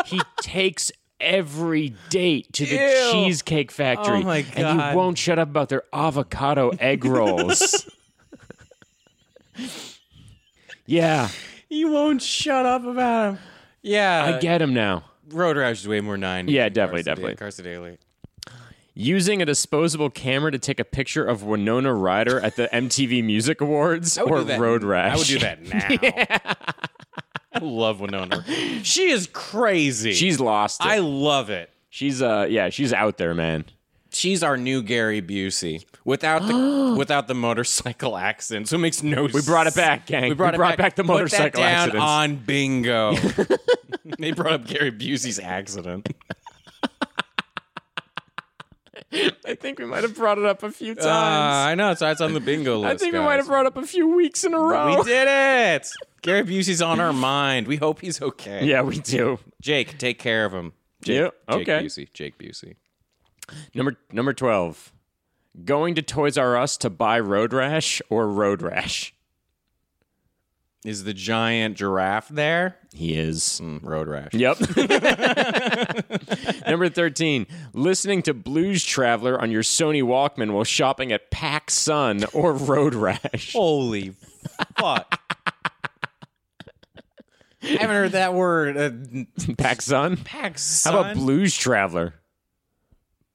[SPEAKER 2] he takes every date to the
[SPEAKER 1] Ew.
[SPEAKER 2] Cheesecake Factory.
[SPEAKER 1] Oh my
[SPEAKER 2] And
[SPEAKER 1] God.
[SPEAKER 2] he won't shut up about their avocado egg rolls. yeah,
[SPEAKER 1] He won't shut up about him. Yeah,
[SPEAKER 2] I get him now.
[SPEAKER 1] road rash is way more nine.
[SPEAKER 2] Yeah,
[SPEAKER 1] than
[SPEAKER 2] definitely,
[SPEAKER 1] Carson Carson
[SPEAKER 2] definitely.
[SPEAKER 1] Daly.
[SPEAKER 2] Using a disposable camera to take a picture of Winona Ryder at the MTV Music Awards or
[SPEAKER 1] do that-
[SPEAKER 2] Road Rash.
[SPEAKER 1] I would do that now. I love Winona. She is crazy.
[SPEAKER 2] She's lost. it.
[SPEAKER 1] I love it.
[SPEAKER 2] she's uh yeah, she's out there, man.
[SPEAKER 1] She's our new Gary Busey without the without the motorcycle accident. So it makes no. We
[SPEAKER 2] brought it back, gang. We brought back the
[SPEAKER 1] Put
[SPEAKER 2] motorcycle
[SPEAKER 1] that down
[SPEAKER 2] accidents.
[SPEAKER 1] on bingo. they brought up Gary Busey's accident.
[SPEAKER 2] I think we might have brought it up a few
[SPEAKER 1] Uh,
[SPEAKER 2] times.
[SPEAKER 1] I know. So it's on the bingo list.
[SPEAKER 2] I think we
[SPEAKER 1] guys.
[SPEAKER 2] might have brought up a few weeks in a row.
[SPEAKER 1] We did it. Gary Busey's on our mind. We hope he's okay.
[SPEAKER 2] Yeah, we do.
[SPEAKER 1] Jake, take care of him. Jake,
[SPEAKER 2] Yeah,
[SPEAKER 1] Jake
[SPEAKER 2] okay.
[SPEAKER 1] Busey. Jake Busey.
[SPEAKER 2] Number number twelve. Going to Toys R Us to buy Road Rash or Road Rash?
[SPEAKER 1] Is the giant giraffe there?
[SPEAKER 2] He is.
[SPEAKER 1] Mm, road rash.
[SPEAKER 2] Yep. number thirteen. Listening to Blues Traveler on your Sony Walkman while shopping at PacSun or Road Rash.
[SPEAKER 1] Holy fuck. I haven't heard that word. Uh,
[SPEAKER 2] PacSun.
[SPEAKER 1] pack
[SPEAKER 2] How about Blues Traveler?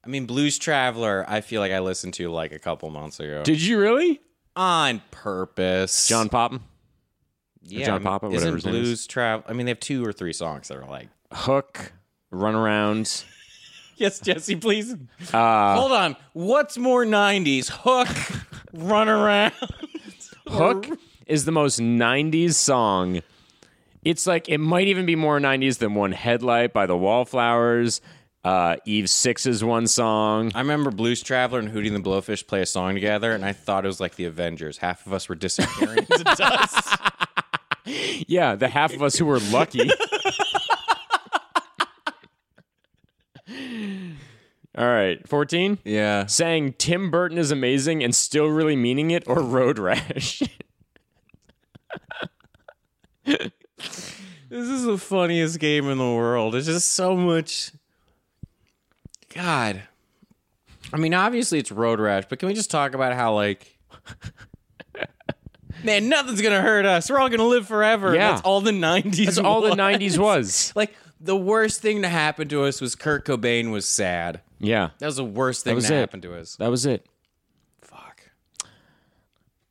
[SPEAKER 1] I mean, Blues Traveler, I feel like I listened to like a couple months ago.
[SPEAKER 2] Did you really?
[SPEAKER 1] On purpose.
[SPEAKER 2] John Popham.
[SPEAKER 1] yeah,
[SPEAKER 2] John
[SPEAKER 1] I mean,
[SPEAKER 2] Papa, whatever
[SPEAKER 1] isn't
[SPEAKER 2] his name is.
[SPEAKER 1] Blues Travel. I mean, they have two or three songs that are like.
[SPEAKER 2] Hook. Runaround.
[SPEAKER 1] Yes, Jesse, please.
[SPEAKER 2] Uh,
[SPEAKER 1] Hold on. What's more 90s? Hook, run around.
[SPEAKER 2] Hook is the most 90s song. It's like it might even be more 90s than One Headlight by the Wallflowers. Uh, Eve Six is one song.
[SPEAKER 1] I remember Blues Traveler and Hootie and the Blowfish play a song together, and I thought it was like the Avengers. Half of us were disappearing into dust.
[SPEAKER 2] Yeah, the half of us who were lucky. All right, 14.
[SPEAKER 1] Yeah.
[SPEAKER 2] Saying Tim Burton is amazing and still really meaning it or Road Rash.
[SPEAKER 1] This is the funniest game in the world. It's just so much. God. I mean, obviously it's road rash, but can we just talk about how, like, man, nothing's going to hurt us. We're all going to live forever.
[SPEAKER 2] Yeah.
[SPEAKER 1] That's all the 90s.
[SPEAKER 2] That's all the
[SPEAKER 1] was.
[SPEAKER 2] 90s was.
[SPEAKER 1] Like, the worst thing to happen to us was Kurt Cobain was sad.
[SPEAKER 2] Yeah,
[SPEAKER 1] That was the worst thing
[SPEAKER 2] was
[SPEAKER 1] to
[SPEAKER 2] it.
[SPEAKER 1] happen to us.
[SPEAKER 2] that was it.
[SPEAKER 1] Fuck.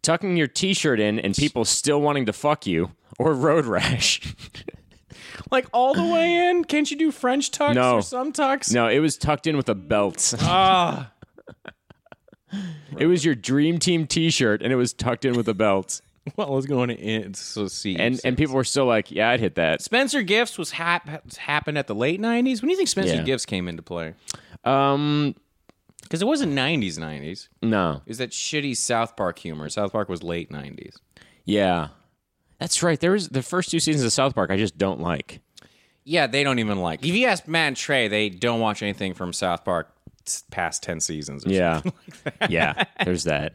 [SPEAKER 2] tucking your t-shirt in and people still wanting to fuck you or road rash
[SPEAKER 1] Like, all the way in? Can't you do French tucks
[SPEAKER 2] No.
[SPEAKER 1] or some tucks?
[SPEAKER 2] no it was tucked in with a belt
[SPEAKER 1] Ah.
[SPEAKER 2] it was your dream team t-shirt and it was tucked in with a belt
[SPEAKER 1] well, I was going to in, so see.
[SPEAKER 2] and and people were still like yeah i'd hit that
[SPEAKER 1] Spencer Gifts was hap- happened at the late '90s. When do you think Spencer
[SPEAKER 2] Yeah.
[SPEAKER 1] Gifts came into play?
[SPEAKER 2] um
[SPEAKER 1] Because it wasn't '90s '90s.
[SPEAKER 2] no
[SPEAKER 1] It was that shitty South Park humor. South Park was late '90s.
[SPEAKER 2] yeah that's right there was the first two seasons of south park i just don't like
[SPEAKER 1] yeah, they don't even like. If you ask Matt and Trey, they don't watch anything from South Park s- past ten seasons. Or
[SPEAKER 2] Yeah. yeah. There's that.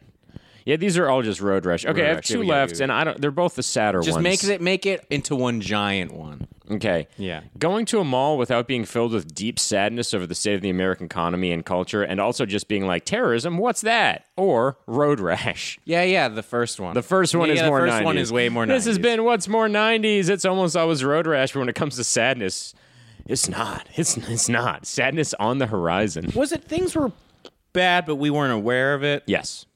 [SPEAKER 2] Yeah, these are all just road rush. Okay, I have
[SPEAKER 1] rush, here
[SPEAKER 2] two
[SPEAKER 1] we go,
[SPEAKER 2] left,
[SPEAKER 1] dude.
[SPEAKER 2] and I don't. They're both the sadder
[SPEAKER 1] Just
[SPEAKER 2] ones.
[SPEAKER 1] make it make it into one giant one.
[SPEAKER 2] Okay.
[SPEAKER 1] Yeah.
[SPEAKER 2] Going to a mall without being filled with deep sadness over the state of the American economy and culture, and also just being like, terrorism, what's that? Or road rash.
[SPEAKER 1] Yeah, yeah, the first one.
[SPEAKER 2] The first one
[SPEAKER 1] Yeah,
[SPEAKER 2] is
[SPEAKER 1] the
[SPEAKER 2] more 90s.
[SPEAKER 1] first one is way more
[SPEAKER 2] This has
[SPEAKER 1] 90s.
[SPEAKER 2] been What's More 90s. It's almost always road rash, but when it comes to sadness, it's not. It's, it's not. Sadness on the horizon.
[SPEAKER 1] was it things were bad, but we weren't aware of it.
[SPEAKER 2] Yes.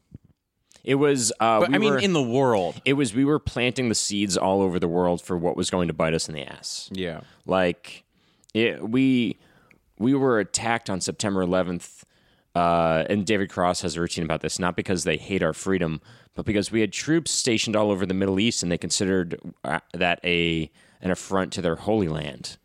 [SPEAKER 2] It was. Uh,
[SPEAKER 1] But
[SPEAKER 2] we
[SPEAKER 1] I mean,
[SPEAKER 2] were-
[SPEAKER 1] in the world.
[SPEAKER 2] it was we were planting the seeds all over the world for what was going to bite us in the ass.
[SPEAKER 1] Yeah.
[SPEAKER 2] Like it, we we were attacked on September 11th. Uh, and David Cross has a routine about this, not because they hate our freedom, but because we had troops stationed all over the Middle East, and they considered uh, that a an affront to their holy land.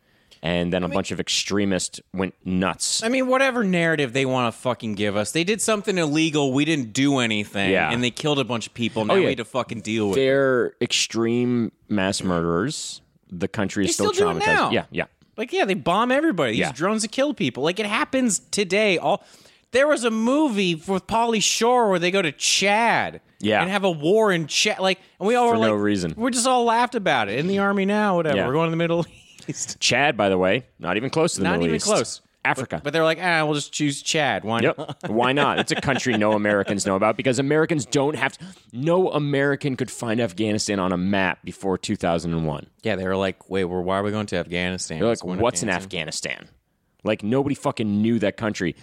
[SPEAKER 2] And then a bunch of extremists went nuts.
[SPEAKER 1] I mean, whatever narrative they want to fucking give us, they did something illegal. We didn't do anything,
[SPEAKER 2] Yeah. Oh,
[SPEAKER 1] and they killed a bunch of people. Now
[SPEAKER 2] yeah.
[SPEAKER 1] we had to fucking deal with. it.
[SPEAKER 2] They're extreme mass murderers. The country is
[SPEAKER 1] They
[SPEAKER 2] still,
[SPEAKER 1] still
[SPEAKER 2] traumatized.
[SPEAKER 1] do it now.
[SPEAKER 2] Yeah, yeah.
[SPEAKER 1] Like, yeah, they bomb everybody. They
[SPEAKER 2] Yeah.
[SPEAKER 1] Use drones to kill people. Like, it happens today. All there was a movie with Polly Shore where they go to Chad,
[SPEAKER 2] Yeah.
[SPEAKER 1] and have a war in Chad. Like, and we all
[SPEAKER 2] For
[SPEAKER 1] were
[SPEAKER 2] no
[SPEAKER 1] like,
[SPEAKER 2] reason.
[SPEAKER 1] We're just all laughed about it in the army now. Whatever.
[SPEAKER 2] Yeah.
[SPEAKER 1] We're going to the Middle East.
[SPEAKER 2] Chad, by the way, not even close to the
[SPEAKER 1] Not
[SPEAKER 2] Middle
[SPEAKER 1] even
[SPEAKER 2] East.
[SPEAKER 1] close.
[SPEAKER 2] Africa.
[SPEAKER 1] But they're like, ah, we'll just choose Chad. Why not?
[SPEAKER 2] yep. Why not? It's a country no Americans know about because Americans don't have to, no American could find Afghanistan on a map before 2001.
[SPEAKER 1] Yeah, they were like, wait, well, why are we going to Afghanistan?
[SPEAKER 2] They're
[SPEAKER 1] What's
[SPEAKER 2] like,
[SPEAKER 1] going
[SPEAKER 2] what's
[SPEAKER 1] on
[SPEAKER 2] in Afghanistan? Like nobody fucking knew that country.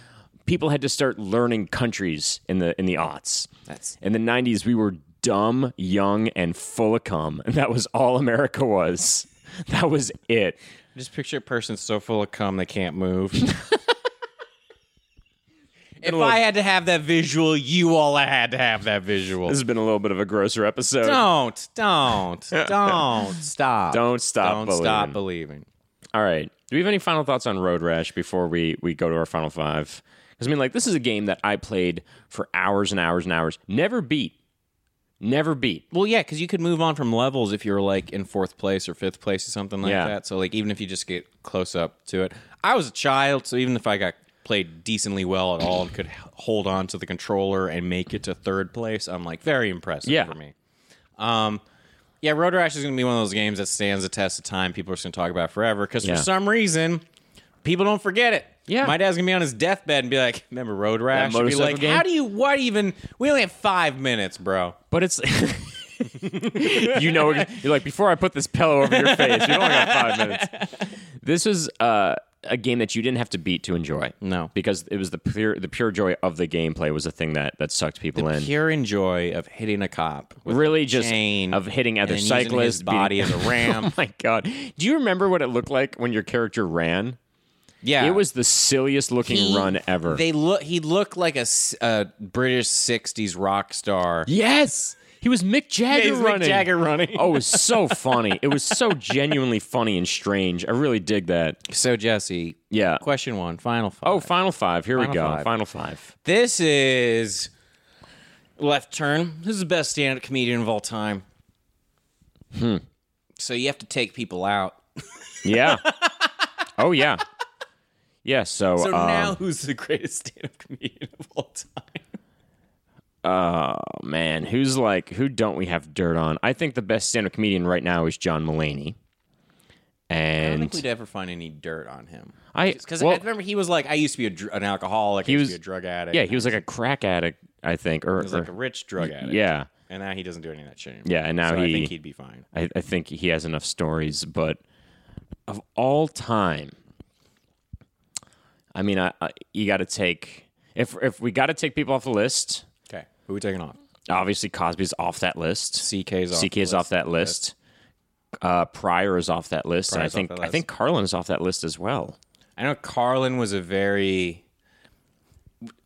[SPEAKER 2] People had to start learning countries in the in the aughts.
[SPEAKER 1] That's-
[SPEAKER 2] in the 90s we were dumb, young and full of cum and that was all America was. That was it.
[SPEAKER 1] Just picture a person so full of cum they can't move. if I had to have that visual, you all had to have that visual.
[SPEAKER 2] This has been a little bit of a grosser episode.
[SPEAKER 1] Don't, don't, don't stop.
[SPEAKER 2] Don't stop
[SPEAKER 1] Don't
[SPEAKER 2] believing.
[SPEAKER 1] stop believing.
[SPEAKER 2] All right. Do we have any final thoughts on Road Rash before we, we go to our final five? Because, I mean, like, this is a game that I played for hours and hours and hours, never beat. Never beat.
[SPEAKER 1] Well, yeah, because you could move on from levels if you were like in fourth place or fifth place or something like
[SPEAKER 2] Yeah.
[SPEAKER 1] that. So like even if you just get close up to it, I was a child, so even if I got played decently well at all and could h- hold on to the controller and make it to third place, I'm like very impressive
[SPEAKER 2] Yeah.
[SPEAKER 1] for me. Um, yeah, Road Rash is going to be one of those games that stands the test of time. People are just going to talk about it forever because
[SPEAKER 2] Yeah.
[SPEAKER 1] for some reason people don't forget it.
[SPEAKER 2] Yeah.
[SPEAKER 1] my dad's gonna be on his deathbed and be like, "Remember Road Rash?" And be
[SPEAKER 2] motorcycle
[SPEAKER 1] like,
[SPEAKER 2] game?
[SPEAKER 1] "How do you? What even? We only have five minutes, bro."
[SPEAKER 2] But it's. you know, you're like, before I put this pillow over your face, you've only got five minutes. This is uh, a game that you didn't have to beat to enjoy.
[SPEAKER 1] No.
[SPEAKER 2] Because it was the pure, the pure joy of the gameplay was the thing that, that sucked people in.
[SPEAKER 1] pure enjoy of hitting a cop. with
[SPEAKER 2] really
[SPEAKER 1] a
[SPEAKER 2] just
[SPEAKER 1] chain
[SPEAKER 2] of hitting
[SPEAKER 1] and
[SPEAKER 2] other
[SPEAKER 1] then using
[SPEAKER 2] cyclists
[SPEAKER 1] his body
[SPEAKER 2] beating-
[SPEAKER 1] as a ramp.
[SPEAKER 2] oh my god do you remember what it looked like when your character ran
[SPEAKER 1] yeah,
[SPEAKER 2] it was the silliest looking
[SPEAKER 1] He-
[SPEAKER 2] run ever
[SPEAKER 1] They look. He looked like a, s- a British '60s rock star.
[SPEAKER 2] yes he was mick jagger
[SPEAKER 1] he's Mick
[SPEAKER 2] running
[SPEAKER 1] Jagger running.
[SPEAKER 2] oh it was so funny it was so genuinely funny and strange i really dig that
[SPEAKER 1] So Jesse,
[SPEAKER 2] yeah
[SPEAKER 1] question one, final. Five.
[SPEAKER 2] oh final five here we
[SPEAKER 1] Final
[SPEAKER 2] go
[SPEAKER 1] five.
[SPEAKER 2] final five
[SPEAKER 1] this is left turn. This is the best stand-up comedian of all time. Hmm. So you have to take people out.
[SPEAKER 2] yeah oh yeah yeah so,
[SPEAKER 1] So
[SPEAKER 2] um,
[SPEAKER 1] now, who's the greatest stand-up comedian of all time?
[SPEAKER 2] oh man who's like who don't we have dirt on i think the best stand-up comedian right now is john mullaney
[SPEAKER 1] I don't
[SPEAKER 2] and
[SPEAKER 1] think we'd ever find any dirt on him.
[SPEAKER 2] I
[SPEAKER 1] Because
[SPEAKER 2] well,
[SPEAKER 1] I remember he was like, I used to be a dr- an alcoholic. I used
[SPEAKER 2] was-
[SPEAKER 1] to be a drug addict.
[SPEAKER 2] yeah, he was like a crack addict, I think, or,
[SPEAKER 1] He was like a
[SPEAKER 2] or-
[SPEAKER 1] rich drug addict.
[SPEAKER 2] yeah,
[SPEAKER 1] And now he doesn't do any of that shit anymore.
[SPEAKER 2] Yeah, and now
[SPEAKER 1] so
[SPEAKER 2] he-
[SPEAKER 1] I think he'd be fine.
[SPEAKER 2] I, I think he has enough stories, but of all time, I mean, I, I you got to take if if we got to take people off the list,
[SPEAKER 1] Okay. Who we taking off?
[SPEAKER 2] obviously Cosby's off that list,
[SPEAKER 1] CK's off.
[SPEAKER 2] CK is
[SPEAKER 1] the
[SPEAKER 2] off that list, uh, Pryor is off that list,
[SPEAKER 1] Pryor's off that
[SPEAKER 2] and I think I
[SPEAKER 1] list.
[SPEAKER 2] think Carlin is off that list as well.
[SPEAKER 1] I know Carlin was a very.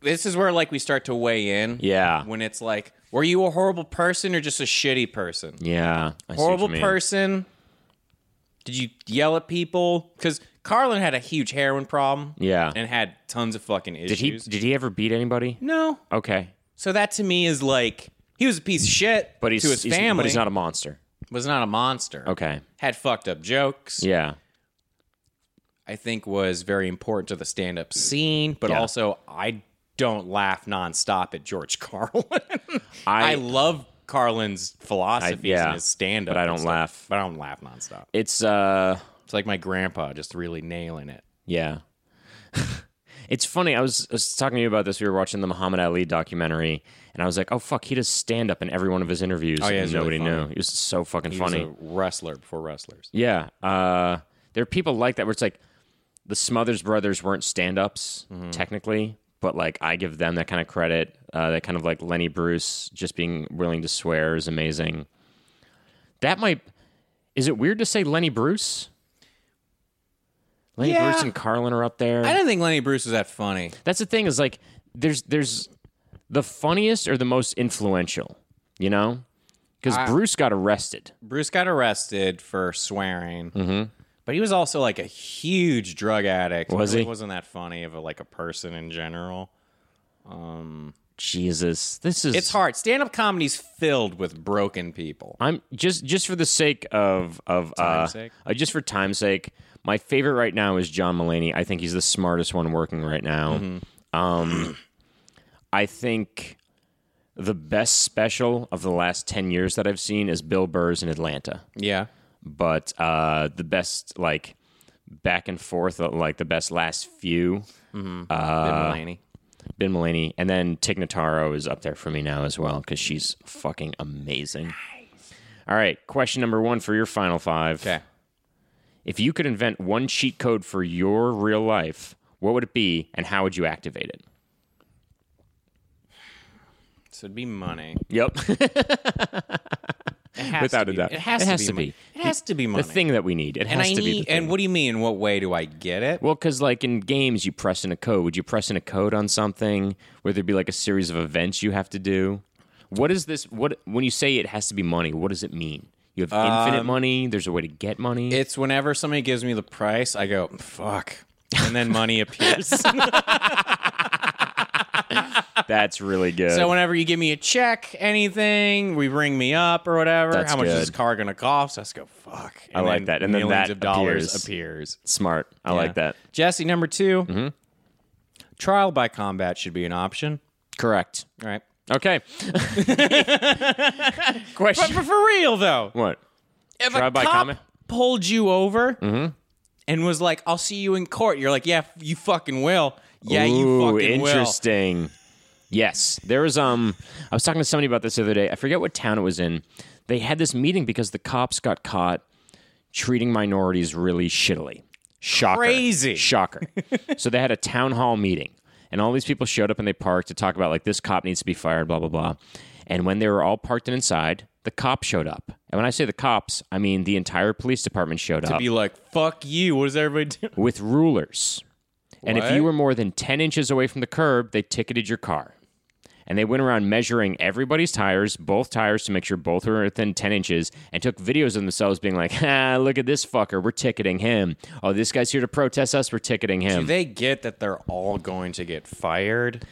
[SPEAKER 1] This is where like we start to weigh in.
[SPEAKER 2] Yeah.
[SPEAKER 1] When it's like, were you a horrible person or just a shitty person?
[SPEAKER 2] Yeah, I see what you
[SPEAKER 1] horrible
[SPEAKER 2] mean.
[SPEAKER 1] person. Did you yell at people? Because Carlin had a huge heroin problem.
[SPEAKER 2] Yeah.
[SPEAKER 1] And had tons of fucking issues.
[SPEAKER 2] Did he did he ever beat anybody?
[SPEAKER 1] No.
[SPEAKER 2] Okay,
[SPEAKER 1] So that to me is like he was a piece of shit,
[SPEAKER 2] but he's
[SPEAKER 1] to his
[SPEAKER 2] he's-
[SPEAKER 1] family
[SPEAKER 2] but he's not a monster.
[SPEAKER 1] was not a monster.
[SPEAKER 2] Okay,
[SPEAKER 1] had fucked up jokes.
[SPEAKER 2] yeah.
[SPEAKER 1] I think was very important to the stand up scene, but
[SPEAKER 2] Yeah.
[SPEAKER 1] also I don't laugh nonstop at George Carlin.
[SPEAKER 2] I-
[SPEAKER 1] I, love Carlin's philosophies
[SPEAKER 2] yeah,
[SPEAKER 1] and his stand up,
[SPEAKER 2] but I don't laugh.
[SPEAKER 1] But I don't laugh nonstop.
[SPEAKER 2] It's uh
[SPEAKER 1] It's like my grandpa just really nailing it.
[SPEAKER 2] Yeah. it's funny. I was, I was talking to you about this. We were watching the Muhammad Ali documentary, and I was like, oh, fuck, he does stand up in every one of his interviews.
[SPEAKER 1] Oh, yeah,
[SPEAKER 2] and
[SPEAKER 1] it's
[SPEAKER 2] nobody
[SPEAKER 1] really
[SPEAKER 2] knew.
[SPEAKER 1] funny.
[SPEAKER 2] He was so fucking
[SPEAKER 1] He was
[SPEAKER 2] funny.
[SPEAKER 1] a wrestler before wrestlers.
[SPEAKER 2] yeah. Uh, there are people like that where it's like the Smothers Brothers weren't stand ups,
[SPEAKER 1] Mm-hmm.
[SPEAKER 2] technically, but like I give them that kind of credit. Uh, that kind of like Lenny Bruce just being willing to swear is amazing. That might. Is it weird to say Lenny Bruce? Lenny
[SPEAKER 1] Yeah.
[SPEAKER 2] Bruce and Carlin are up there.
[SPEAKER 1] I didn't think Lenny Bruce was that funny.
[SPEAKER 2] That's the thing is like there's there's the funniest or the most influential, you know? Because Bruce got arrested.
[SPEAKER 1] Bruce got arrested for swearing,
[SPEAKER 2] Mm-hmm.
[SPEAKER 1] but he was also like a huge drug addict.
[SPEAKER 2] Was
[SPEAKER 1] It really
[SPEAKER 2] he?
[SPEAKER 1] Wasn't that funny of a, like a person in general?
[SPEAKER 2] Jesus, this is
[SPEAKER 1] It's hard. Stand up comedy's filled with broken people.
[SPEAKER 2] I'm just just for the sake of of uh,
[SPEAKER 1] Time's sake?
[SPEAKER 2] uh, just for time's sake. My favorite right now is John Mulaney. I think he's the smartest one working right now. Um,
[SPEAKER 1] Mm-hmm.
[SPEAKER 2] I think the best special of the last ten years that I've seen is Bill Burr's in Atlanta.
[SPEAKER 1] Yeah,
[SPEAKER 2] but uh, the best like back and forth, uh, like the best last few, Uh,
[SPEAKER 1] Bill Mulaney.
[SPEAKER 2] Ben Mulaney, and then Tig Notaro is up there for me now as well because she's fucking amazing. All right, question number one for your final five.
[SPEAKER 1] Okay,
[SPEAKER 2] If you could invent one cheat code for your real life, what would it be, and how would you activate it?
[SPEAKER 1] so it'd be money.
[SPEAKER 2] Yep,
[SPEAKER 1] It has
[SPEAKER 2] Without
[SPEAKER 1] to
[SPEAKER 2] a
[SPEAKER 1] be-
[SPEAKER 2] doubt.
[SPEAKER 1] it has,
[SPEAKER 2] It
[SPEAKER 1] to,
[SPEAKER 2] has
[SPEAKER 1] be
[SPEAKER 2] to
[SPEAKER 1] money.
[SPEAKER 2] be.
[SPEAKER 1] It has to be
[SPEAKER 2] the
[SPEAKER 1] money.
[SPEAKER 2] thing that we need. It
[SPEAKER 1] and
[SPEAKER 2] has
[SPEAKER 1] I
[SPEAKER 2] to be. The
[SPEAKER 1] need.
[SPEAKER 2] thing.
[SPEAKER 1] And what do you mean? What way do I get it?
[SPEAKER 2] Well, because like in games, you press in a code. Would you press in a code on something? Would there be like a series of events you have to do? What is this? What when you say it has to be money? What does it mean? You have infinite
[SPEAKER 1] Um,
[SPEAKER 2] money. There's a way to get money.
[SPEAKER 1] It's whenever somebody gives me the price, I go fuck, and then money appears.
[SPEAKER 2] That's really good.
[SPEAKER 1] So whenever you give me a check, anything, we ring me up or whatever.
[SPEAKER 2] That's
[SPEAKER 1] how much
[SPEAKER 2] good.
[SPEAKER 1] is this car gonna cost? I just go fuck. And
[SPEAKER 2] I like that. And then
[SPEAKER 1] millions
[SPEAKER 2] that
[SPEAKER 1] of dollars
[SPEAKER 2] appears.
[SPEAKER 1] appears.
[SPEAKER 2] Smart. I like
[SPEAKER 1] Yeah.
[SPEAKER 2] that.
[SPEAKER 1] Jesse, number 2 trial by combat should be an option.
[SPEAKER 2] Correct.
[SPEAKER 1] All right,
[SPEAKER 2] Okay.
[SPEAKER 1] but,
[SPEAKER 2] Question.
[SPEAKER 1] but for real though,
[SPEAKER 2] What?
[SPEAKER 1] if
[SPEAKER 2] Trial
[SPEAKER 1] a
[SPEAKER 2] by
[SPEAKER 1] cop
[SPEAKER 2] combat?
[SPEAKER 1] pulled you over and was like, "I'll see you in court," you're like, "Yeah, f- you fucking will." Yeah, you
[SPEAKER 2] Ooh,
[SPEAKER 1] fucking will.
[SPEAKER 2] interesting. Yes, there was. Um, I was talking to somebody about this the other day. I forget what town it was in. They had this meeting because the cops got caught treating minorities really shittily. Shocker!
[SPEAKER 1] Crazy.
[SPEAKER 2] Shocker! so they had a town hall meeting, and all these people showed up and they parked to talk about like this cop needs to be fired, blah blah blah. And when they were all parked and inside, the cop showed up. And when I say the cops, I mean the entire police department showed up
[SPEAKER 1] Be like, "Fuck you." What does everybody do?
[SPEAKER 2] with rulers. And if
[SPEAKER 1] What?
[SPEAKER 2] you were more than 10 inches away from the curb, they ticketed your car. And they went around measuring everybody's tires, both tires, to make sure both were within 10 inches, and took videos of themselves being like, ah, look at this fucker, we're ticketing him. Oh, this guy's here to protest us, we're ticketing him.
[SPEAKER 1] They get that they're all going to get fired.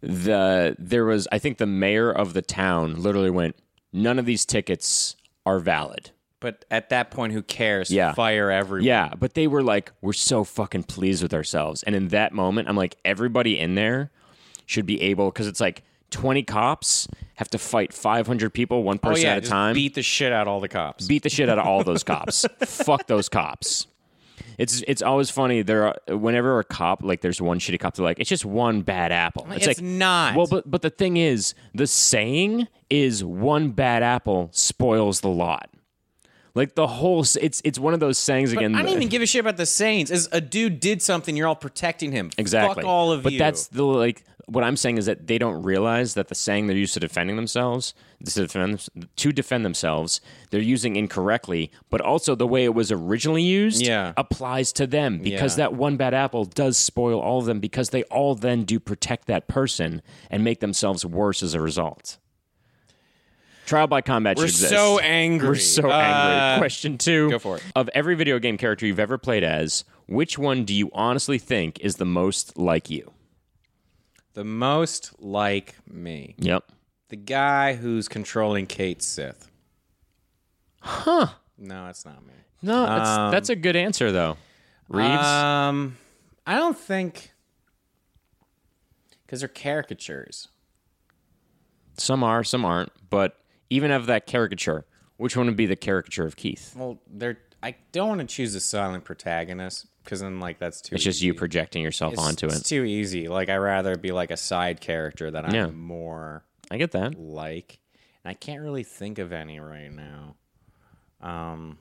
[SPEAKER 2] The There was, I think the mayor of the town literally went, none of these tickets are valid.
[SPEAKER 1] But at that point, who cares?
[SPEAKER 2] Yeah.
[SPEAKER 1] Fire everyone.
[SPEAKER 2] Yeah, but they were like, we're so fucking pleased with ourselves. And in that moment, I'm like, everybody in there should be able, because it's like 20 cops have to fight 500 people, one
[SPEAKER 1] Oh,
[SPEAKER 2] person
[SPEAKER 1] yeah.
[SPEAKER 2] at a
[SPEAKER 1] just
[SPEAKER 2] time. Beat-,
[SPEAKER 1] Beat the shit out all the cops.
[SPEAKER 2] the shit out of all those cops. Fuck those cops. It's it's always funny. There, are, whenever a cop like there's one shitty cop, they're like, it's just one bad apple. It's,
[SPEAKER 1] It's
[SPEAKER 2] like
[SPEAKER 1] not.
[SPEAKER 2] Well, but but the thing is, the saying is one bad apple spoils the lot. Like the whole, s- it's it's one of those sayings
[SPEAKER 1] I
[SPEAKER 2] again.
[SPEAKER 1] don't
[SPEAKER 2] that-
[SPEAKER 1] even give a shit about the Saints. As a dude did something, you're all protecting him.
[SPEAKER 2] Exactly.
[SPEAKER 1] Fuck all of
[SPEAKER 2] but
[SPEAKER 1] you.
[SPEAKER 2] that's the like what I'm saying is that they don't realize that the saying they're used to defending themselves to defend, them- to defend themselves they're using incorrectly, but also the way it was originally used
[SPEAKER 1] Yeah.
[SPEAKER 2] applies to them because
[SPEAKER 1] Yeah.
[SPEAKER 2] that one bad apple does spoil all of them because they all then do protect that person and make themselves worse as a result. Trial by combat
[SPEAKER 1] We're
[SPEAKER 2] should exist.
[SPEAKER 1] so angry.
[SPEAKER 2] We're so
[SPEAKER 1] Uh,
[SPEAKER 2] angry. Question two.
[SPEAKER 1] go for it.
[SPEAKER 2] Of every video game character you've ever played as, which one do you honestly think is the most like you?
[SPEAKER 1] the most like me.
[SPEAKER 2] Yep.
[SPEAKER 1] The guy who's controlling Kate Sith. Huh. No, it's not me.
[SPEAKER 2] No, that's, that's a good answer, though. Reeves?
[SPEAKER 1] Um, I don't think because they're caricatures.
[SPEAKER 2] some are, some aren't. But even of that caricature, which one would be the caricature of Keith?
[SPEAKER 1] Well, they're. I don't want to choose a silent protagonist because then, like, that's too. e-,
[SPEAKER 2] It's just you projecting yourself onto
[SPEAKER 1] it's
[SPEAKER 2] it.
[SPEAKER 1] too easy. Like, I rather be like a side character that I'm
[SPEAKER 2] Yeah.
[SPEAKER 1] more
[SPEAKER 2] I get that.
[SPEAKER 1] like, and I can't really think of any right now. Um,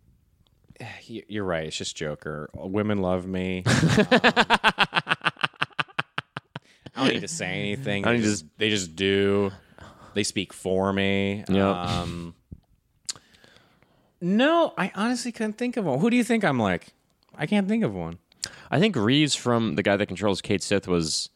[SPEAKER 1] y- you're right. It's just Joker. Women love me. Um, I don't need to say anything.
[SPEAKER 2] I
[SPEAKER 1] They
[SPEAKER 2] need to
[SPEAKER 1] just, they just do. They speak for me.
[SPEAKER 2] Yep.
[SPEAKER 1] Um, no, I honestly couldn't think of one. Who do you think I'm like? I can't think of one.
[SPEAKER 2] I think Reeves from the guy that controls Kate Sith was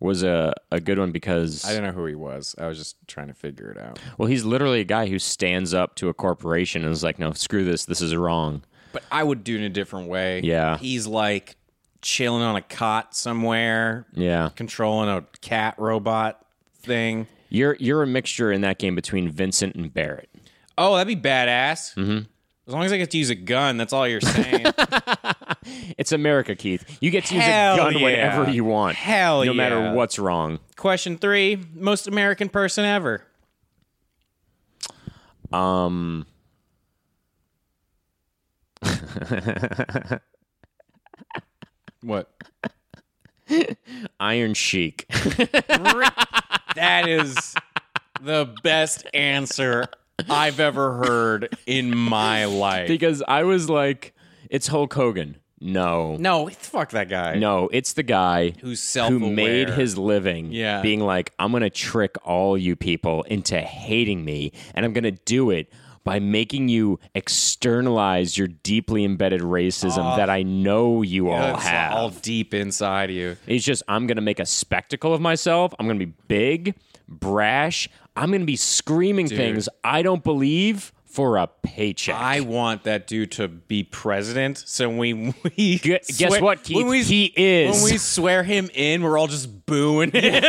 [SPEAKER 2] was a, a good one because
[SPEAKER 1] I didn't know who he was. I was just trying to figure it out.
[SPEAKER 2] well he's literally a guy who stands up to a corporation and is like no screw this this is wrong
[SPEAKER 1] But I would do it in a different way.
[SPEAKER 2] Yeah.
[SPEAKER 1] He's like chilling on a cot somewhere,
[SPEAKER 2] yeah
[SPEAKER 1] controlling a cat robot thing.
[SPEAKER 2] you're you're a mixture in that game between Vincent and Barrett
[SPEAKER 1] Oh, that'd be badass. Mm-hmm. As long as I get to use a gun, that's all you're saying.
[SPEAKER 2] it's America Keith you get to use
[SPEAKER 1] Hell
[SPEAKER 2] a gun
[SPEAKER 1] yeah.
[SPEAKER 2] whenever you want
[SPEAKER 1] Hell yeah.
[SPEAKER 2] no matter what's wrong
[SPEAKER 1] Question three most American person ever.
[SPEAKER 2] um
[SPEAKER 1] What?
[SPEAKER 2] Iron Sheik
[SPEAKER 1] That is the best answer I've ever heard in my life.
[SPEAKER 2] because I was like it's Hulk Hogan no
[SPEAKER 1] no, fuck that guy.
[SPEAKER 2] no it's the guy
[SPEAKER 1] Who's self
[SPEAKER 2] who made his living
[SPEAKER 1] Yeah.
[SPEAKER 2] being like i'm gonna trick all you people into hating me and i'm gonna do it by making you externalize your deeply embedded racism that i know you all have
[SPEAKER 1] Ah. all deep inside you.
[SPEAKER 2] it's just i'm gonna make a spectacle of myself i'm gonna be big brash i'm gonna be screaming things i don't believe for a paycheck
[SPEAKER 1] I want that dude to be president. So when we, we
[SPEAKER 2] Gu- guess what keith
[SPEAKER 1] When we,
[SPEAKER 2] he is
[SPEAKER 1] when we swear him in, we're all just booing him.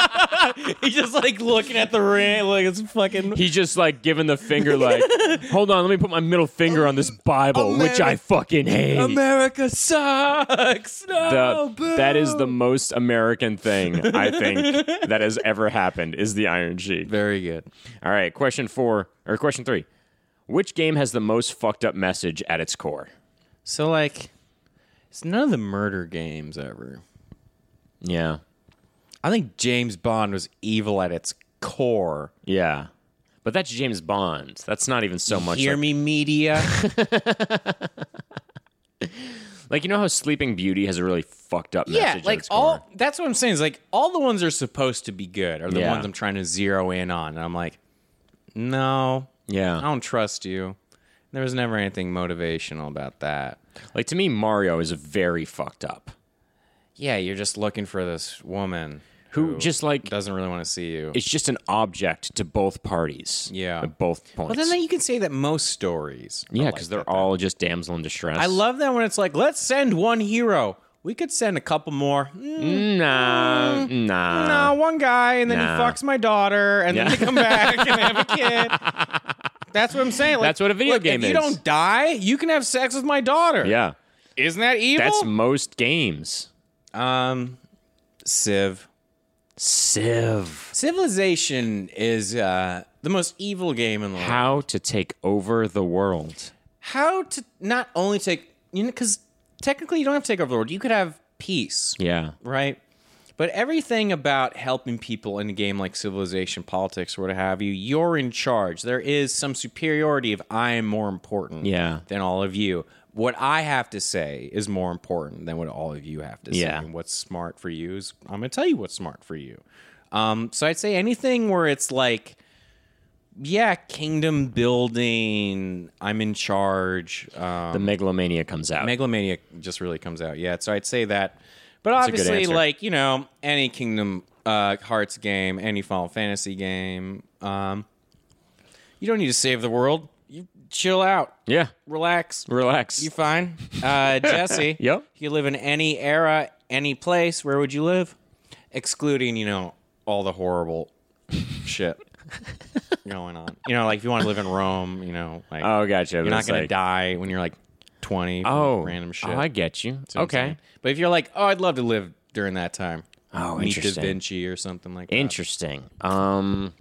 [SPEAKER 1] He's just like looking at the ring, like it's fucking.
[SPEAKER 2] He's just like giving the finger, like, hold on, let me put my middle finger on this Bible, which I fucking hate.
[SPEAKER 1] America sucks. No,
[SPEAKER 2] The-
[SPEAKER 1] boo.
[SPEAKER 2] that is the most American thing I think that has ever happened is the Iron Sheik.
[SPEAKER 1] very good.
[SPEAKER 2] All right, question four or question three: Which game has the most fucked up message at its core?
[SPEAKER 1] So like, it's none of the murder games ever.
[SPEAKER 2] Yeah,
[SPEAKER 1] I think James Bond was evil at its core.
[SPEAKER 2] yeah, but that's James Bond. That's not even so much.
[SPEAKER 1] Hear
[SPEAKER 2] like,
[SPEAKER 1] me, media.
[SPEAKER 2] like, you know how Sleeping Beauty has a really fucked up
[SPEAKER 1] yeah,
[SPEAKER 2] message. at
[SPEAKER 1] like
[SPEAKER 2] its core?
[SPEAKER 1] all that's what I'm saying is like all the ones are supposed to be good are the
[SPEAKER 2] Yeah.
[SPEAKER 1] ones I'm trying to zero in on, and I'm like, no, I
[SPEAKER 2] Yeah,
[SPEAKER 1] don't trust you. There was never anything motivational about that.
[SPEAKER 2] like to me, Mario is very fucked up.
[SPEAKER 1] Yeah, you're just looking for this woman
[SPEAKER 2] Who just like
[SPEAKER 1] doesn't really want to see you.
[SPEAKER 2] it's just an object to both parties.
[SPEAKER 1] Yeah.
[SPEAKER 2] at both points.
[SPEAKER 1] Well, then you can say that most stories. are
[SPEAKER 2] yeah,
[SPEAKER 1] like
[SPEAKER 2] because
[SPEAKER 1] that,
[SPEAKER 2] they're
[SPEAKER 1] though.
[SPEAKER 2] all just damsel in distress.
[SPEAKER 1] I love that when it's like, let's send one hero. We could send a couple more. Mm,
[SPEAKER 2] Nah, nah.
[SPEAKER 1] no, one guy, and then
[SPEAKER 2] Nah.
[SPEAKER 1] he fucks my daughter, and
[SPEAKER 2] Yeah.
[SPEAKER 1] then they come back and they have a kid. That's what I'm saying. Like,
[SPEAKER 2] That's what a video
[SPEAKER 1] look,
[SPEAKER 2] game
[SPEAKER 1] if
[SPEAKER 2] is.
[SPEAKER 1] you don't die, you can have sex with my daughter.
[SPEAKER 2] Yeah,
[SPEAKER 1] Isn't that evil?
[SPEAKER 2] that's most games.
[SPEAKER 1] um, Civ.
[SPEAKER 2] Civ.
[SPEAKER 1] Civilization is uh, the most evil game in the world.
[SPEAKER 2] How to take over the world.
[SPEAKER 1] How to not only take, you know, because technically you don't have to take over the world. You could have peace,
[SPEAKER 2] Yeah,
[SPEAKER 1] right? But everything about helping people in a game like Civilization, politics, or what have you, you're in charge. There is some superiority of I am more important
[SPEAKER 2] Yeah.
[SPEAKER 1] than all of you. What I have to say is more important than what all of you have to
[SPEAKER 2] Yeah.
[SPEAKER 1] say. And what's smart for you is I'm going to tell you what's smart for you. Um, so I'd say anything where it's like, yeah, kingdom building, I'm in charge. Um,
[SPEAKER 2] the megalomania comes out.
[SPEAKER 1] Megalomania just really comes out. Yeah, so I'd say that. But
[SPEAKER 2] a good
[SPEAKER 1] obviously,
[SPEAKER 2] answer.
[SPEAKER 1] like you know, any Kingdom uh, Hearts game, any Final Fantasy game, um, you don't need to save the world. You chill out,
[SPEAKER 2] yeah,
[SPEAKER 1] relax.
[SPEAKER 2] relax.
[SPEAKER 1] You fine, uh, Jesse?
[SPEAKER 2] Yep.
[SPEAKER 1] If you live in any era, any place, where would you live? Excluding, you know, all the horrible shit going on. You know, like if you want to live in Rome, you know, like
[SPEAKER 2] oh, gotcha.
[SPEAKER 1] you're not gonna die when you're like 20. from
[SPEAKER 2] Oh,
[SPEAKER 1] random shit.
[SPEAKER 2] Oh, I get you.
[SPEAKER 1] That's what I'm
[SPEAKER 2] okay.
[SPEAKER 1] saying. But if you're like, oh, I'd love to live during that time.
[SPEAKER 2] Oh,
[SPEAKER 1] Meet
[SPEAKER 2] interesting.
[SPEAKER 1] Da Vinci or something like that.
[SPEAKER 2] Interesting. Um,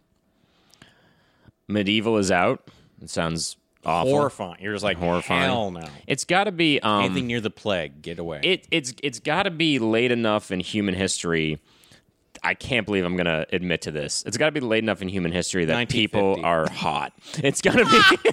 [SPEAKER 2] medieval is out. It sounds awful.
[SPEAKER 1] Horrifying. You're just like,
[SPEAKER 2] Horrifying.
[SPEAKER 1] hell no.
[SPEAKER 2] it's got to be um,
[SPEAKER 1] Anything near the plague, get away.
[SPEAKER 2] it it's it's got to be late enough in human history. I can't believe I'm gonna admit to this. It's got to be late enough in human history that people
[SPEAKER 1] 1950.
[SPEAKER 2] are hot. It's got to be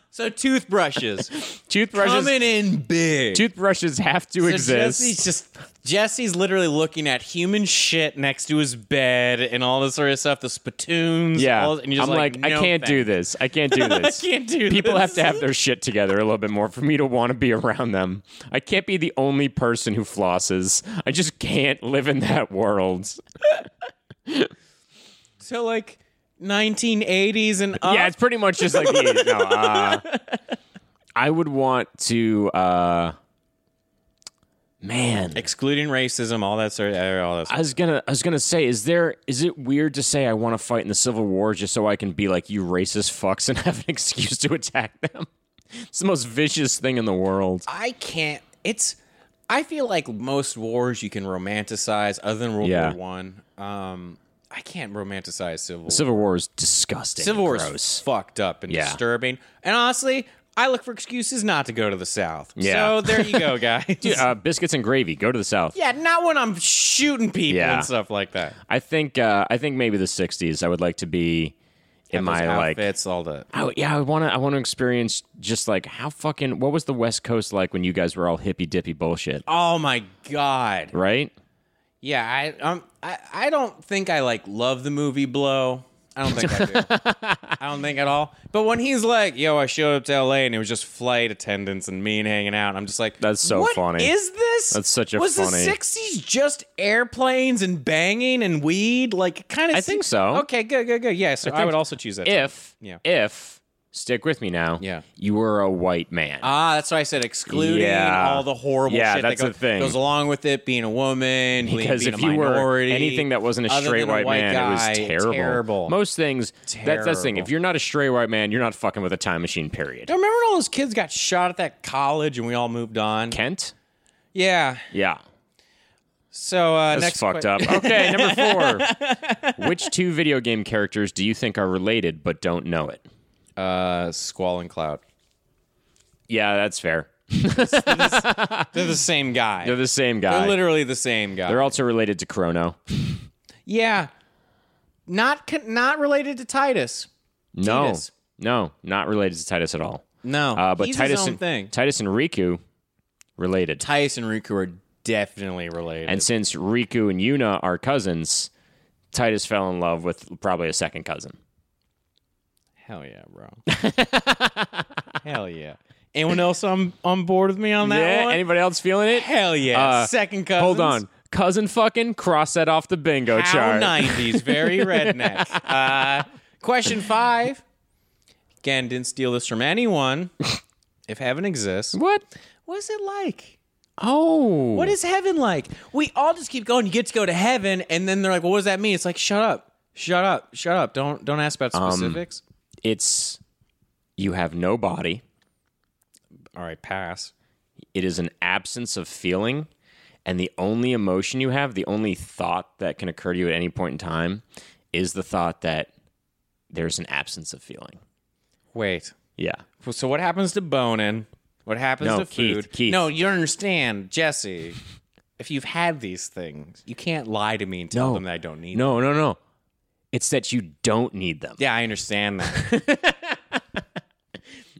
[SPEAKER 1] so toothbrushes.
[SPEAKER 2] toothbrushes.
[SPEAKER 1] Coming in big.
[SPEAKER 2] Toothbrushes have to
[SPEAKER 1] So
[SPEAKER 2] exist.
[SPEAKER 1] Jesse's just Jesse's literally looking at human shit next to his bed and all this sort of stuff, the spittoons.
[SPEAKER 2] Yeah,
[SPEAKER 1] all- and you're
[SPEAKER 2] I'm
[SPEAKER 1] just
[SPEAKER 2] like, I
[SPEAKER 1] "No,
[SPEAKER 2] can't do
[SPEAKER 1] thanks."
[SPEAKER 2] this. I can't do this.
[SPEAKER 1] I can't do
[SPEAKER 2] People
[SPEAKER 1] this.
[SPEAKER 2] have to have their shit together a little bit more for me to want to be around them. I can't be the only person who flosses. I just can't live in that world.
[SPEAKER 1] So like 1980s and up.
[SPEAKER 2] Yeah, it's pretty much just like the, no, uh, I would want to. Uh, man,
[SPEAKER 1] excluding racism, all that sort of all that. Sort
[SPEAKER 2] I was gonna, I was gonna say, is there, is it weird to say I want to fight in the Civil War just so I can be like you racist fucks and have an excuse to attack them? It's the most vicious thing in the world.
[SPEAKER 1] I can't. It's. I feel like most wars you can romanticize, other than World
[SPEAKER 2] Yeah.
[SPEAKER 1] War One. Um, I can't romanticize Civil War.
[SPEAKER 2] Civil War is disgusting.
[SPEAKER 1] Civil War is
[SPEAKER 2] gross.
[SPEAKER 1] fucked up and
[SPEAKER 2] Yeah.
[SPEAKER 1] disturbing. And honestly, I look for excuses not to go to the South.
[SPEAKER 2] Yeah.
[SPEAKER 1] So there you go, guys.
[SPEAKER 2] Uh, biscuits and gravy. Go to the south.
[SPEAKER 1] yeah, not when I'm shooting people
[SPEAKER 2] Yeah.
[SPEAKER 1] and stuff like that.
[SPEAKER 2] I think. Uh, I think maybe the '60s. I would like to be in my like.
[SPEAKER 1] outfits, all the
[SPEAKER 2] I would- yeah, I want to. I want to experience just like how fucking. What was the West Coast like when you guys were all hippy dippy bullshit?
[SPEAKER 1] Oh my god.
[SPEAKER 2] Right.
[SPEAKER 1] Yeah, I um I, I don't think I like love the movie Blow. I don't think I do. I don't think at all. But when he's like, "Yo, I showed up to LA and it was just flight attendants and me and hanging out," I'm just like,
[SPEAKER 2] That's so
[SPEAKER 1] "What
[SPEAKER 2] funny.
[SPEAKER 1] Is this?
[SPEAKER 2] That's such a
[SPEAKER 1] was
[SPEAKER 2] funny-
[SPEAKER 1] the '60s just airplanes and banging and weed? Like, kind of.
[SPEAKER 2] I think so.
[SPEAKER 1] Okay, good, good, good. Yeah, so I,
[SPEAKER 2] think
[SPEAKER 1] would also choose that. time.
[SPEAKER 2] If.
[SPEAKER 1] Yeah.
[SPEAKER 2] If. Stick with me now.
[SPEAKER 1] Yeah.
[SPEAKER 2] You were a white man.
[SPEAKER 1] Ah, that's why I said excluding
[SPEAKER 2] Yeah.
[SPEAKER 1] all the horrible
[SPEAKER 2] Yeah,
[SPEAKER 1] shit
[SPEAKER 2] that's
[SPEAKER 1] that
[SPEAKER 2] the thing.
[SPEAKER 1] goes along with it, being a woman, being-
[SPEAKER 2] because
[SPEAKER 1] being
[SPEAKER 2] if
[SPEAKER 1] a
[SPEAKER 2] you were
[SPEAKER 1] minority,
[SPEAKER 2] anything that wasn't a
[SPEAKER 1] other
[SPEAKER 2] straight
[SPEAKER 1] than
[SPEAKER 2] white, man,
[SPEAKER 1] guy,
[SPEAKER 2] it was terrible.
[SPEAKER 1] Terrible.
[SPEAKER 2] Most things. That's that's the thing.
[SPEAKER 1] Terrible.
[SPEAKER 2] If you're not a straight white man, you're not fucking with a time machine. Period.
[SPEAKER 1] I remember when all those kids got shot at that college and we all moved on.
[SPEAKER 2] Kent.
[SPEAKER 1] yeah.
[SPEAKER 2] Yeah.
[SPEAKER 1] So uh, next
[SPEAKER 2] That's fucked
[SPEAKER 1] que-
[SPEAKER 2] up. Okay, number four. Which two video game characters do you think are related but don't know it?
[SPEAKER 1] Uh, Squall and Cloud.
[SPEAKER 2] Yeah, that's fair.
[SPEAKER 1] They're the same guy.
[SPEAKER 2] They're the same guy.
[SPEAKER 1] They're literally the same guy.
[SPEAKER 2] They're also related to Chrono.
[SPEAKER 1] yeah. Not con- not related to Titus.
[SPEAKER 2] No,
[SPEAKER 1] Titus.
[SPEAKER 2] no, not related to Titus at all.
[SPEAKER 1] No.
[SPEAKER 2] Uh, but
[SPEAKER 1] He's
[SPEAKER 2] Titus
[SPEAKER 1] his own
[SPEAKER 2] and
[SPEAKER 1] thing.
[SPEAKER 2] Titus and Riku related.
[SPEAKER 1] Titus and Riku are definitely related.
[SPEAKER 2] and since Riku and Yuna are cousins, Titus fell in love with probably a second cousin.
[SPEAKER 1] Hell yeah, bro. Hell yeah. Anyone else on on board with me on that
[SPEAKER 2] yeah.
[SPEAKER 1] one?
[SPEAKER 2] Anybody else feeling it?
[SPEAKER 1] Hell yeah.
[SPEAKER 2] Uh,
[SPEAKER 1] Second cousins.
[SPEAKER 2] Hold on. Cousin fucking cross that off the bingo
[SPEAKER 1] How
[SPEAKER 2] chart.
[SPEAKER 1] 90s, very redneck. Uh, question five. Again, didn't steal this from anyone. If heaven exists,
[SPEAKER 2] What?
[SPEAKER 1] what is it like?
[SPEAKER 2] Oh.
[SPEAKER 1] What is heaven like? We all just keep going. You get to go to heaven, and then they're like, "Well, what does that mean?" It's like, "Shut up, shut up, shut up! Don't don't ask
[SPEAKER 2] Um,
[SPEAKER 1] about specifics."
[SPEAKER 2] It's you have no body.
[SPEAKER 1] all right, pass.
[SPEAKER 2] It is an absence of feeling. And the only emotion you have, the only thought that can occur to you at any point in time is the thought that there's an absence of feeling.
[SPEAKER 1] Wait.
[SPEAKER 2] Yeah.
[SPEAKER 1] So what happens to boning? What happens
[SPEAKER 2] No,
[SPEAKER 1] to
[SPEAKER 2] Keith,
[SPEAKER 1] food?
[SPEAKER 2] Keith.
[SPEAKER 1] No, you don't understand, Jesse. If you've had these things, you can't lie to me and tell
[SPEAKER 2] No.
[SPEAKER 1] them that I don't need them.
[SPEAKER 2] No, no, no. It's that you don't need them.
[SPEAKER 1] Yeah, I understand that.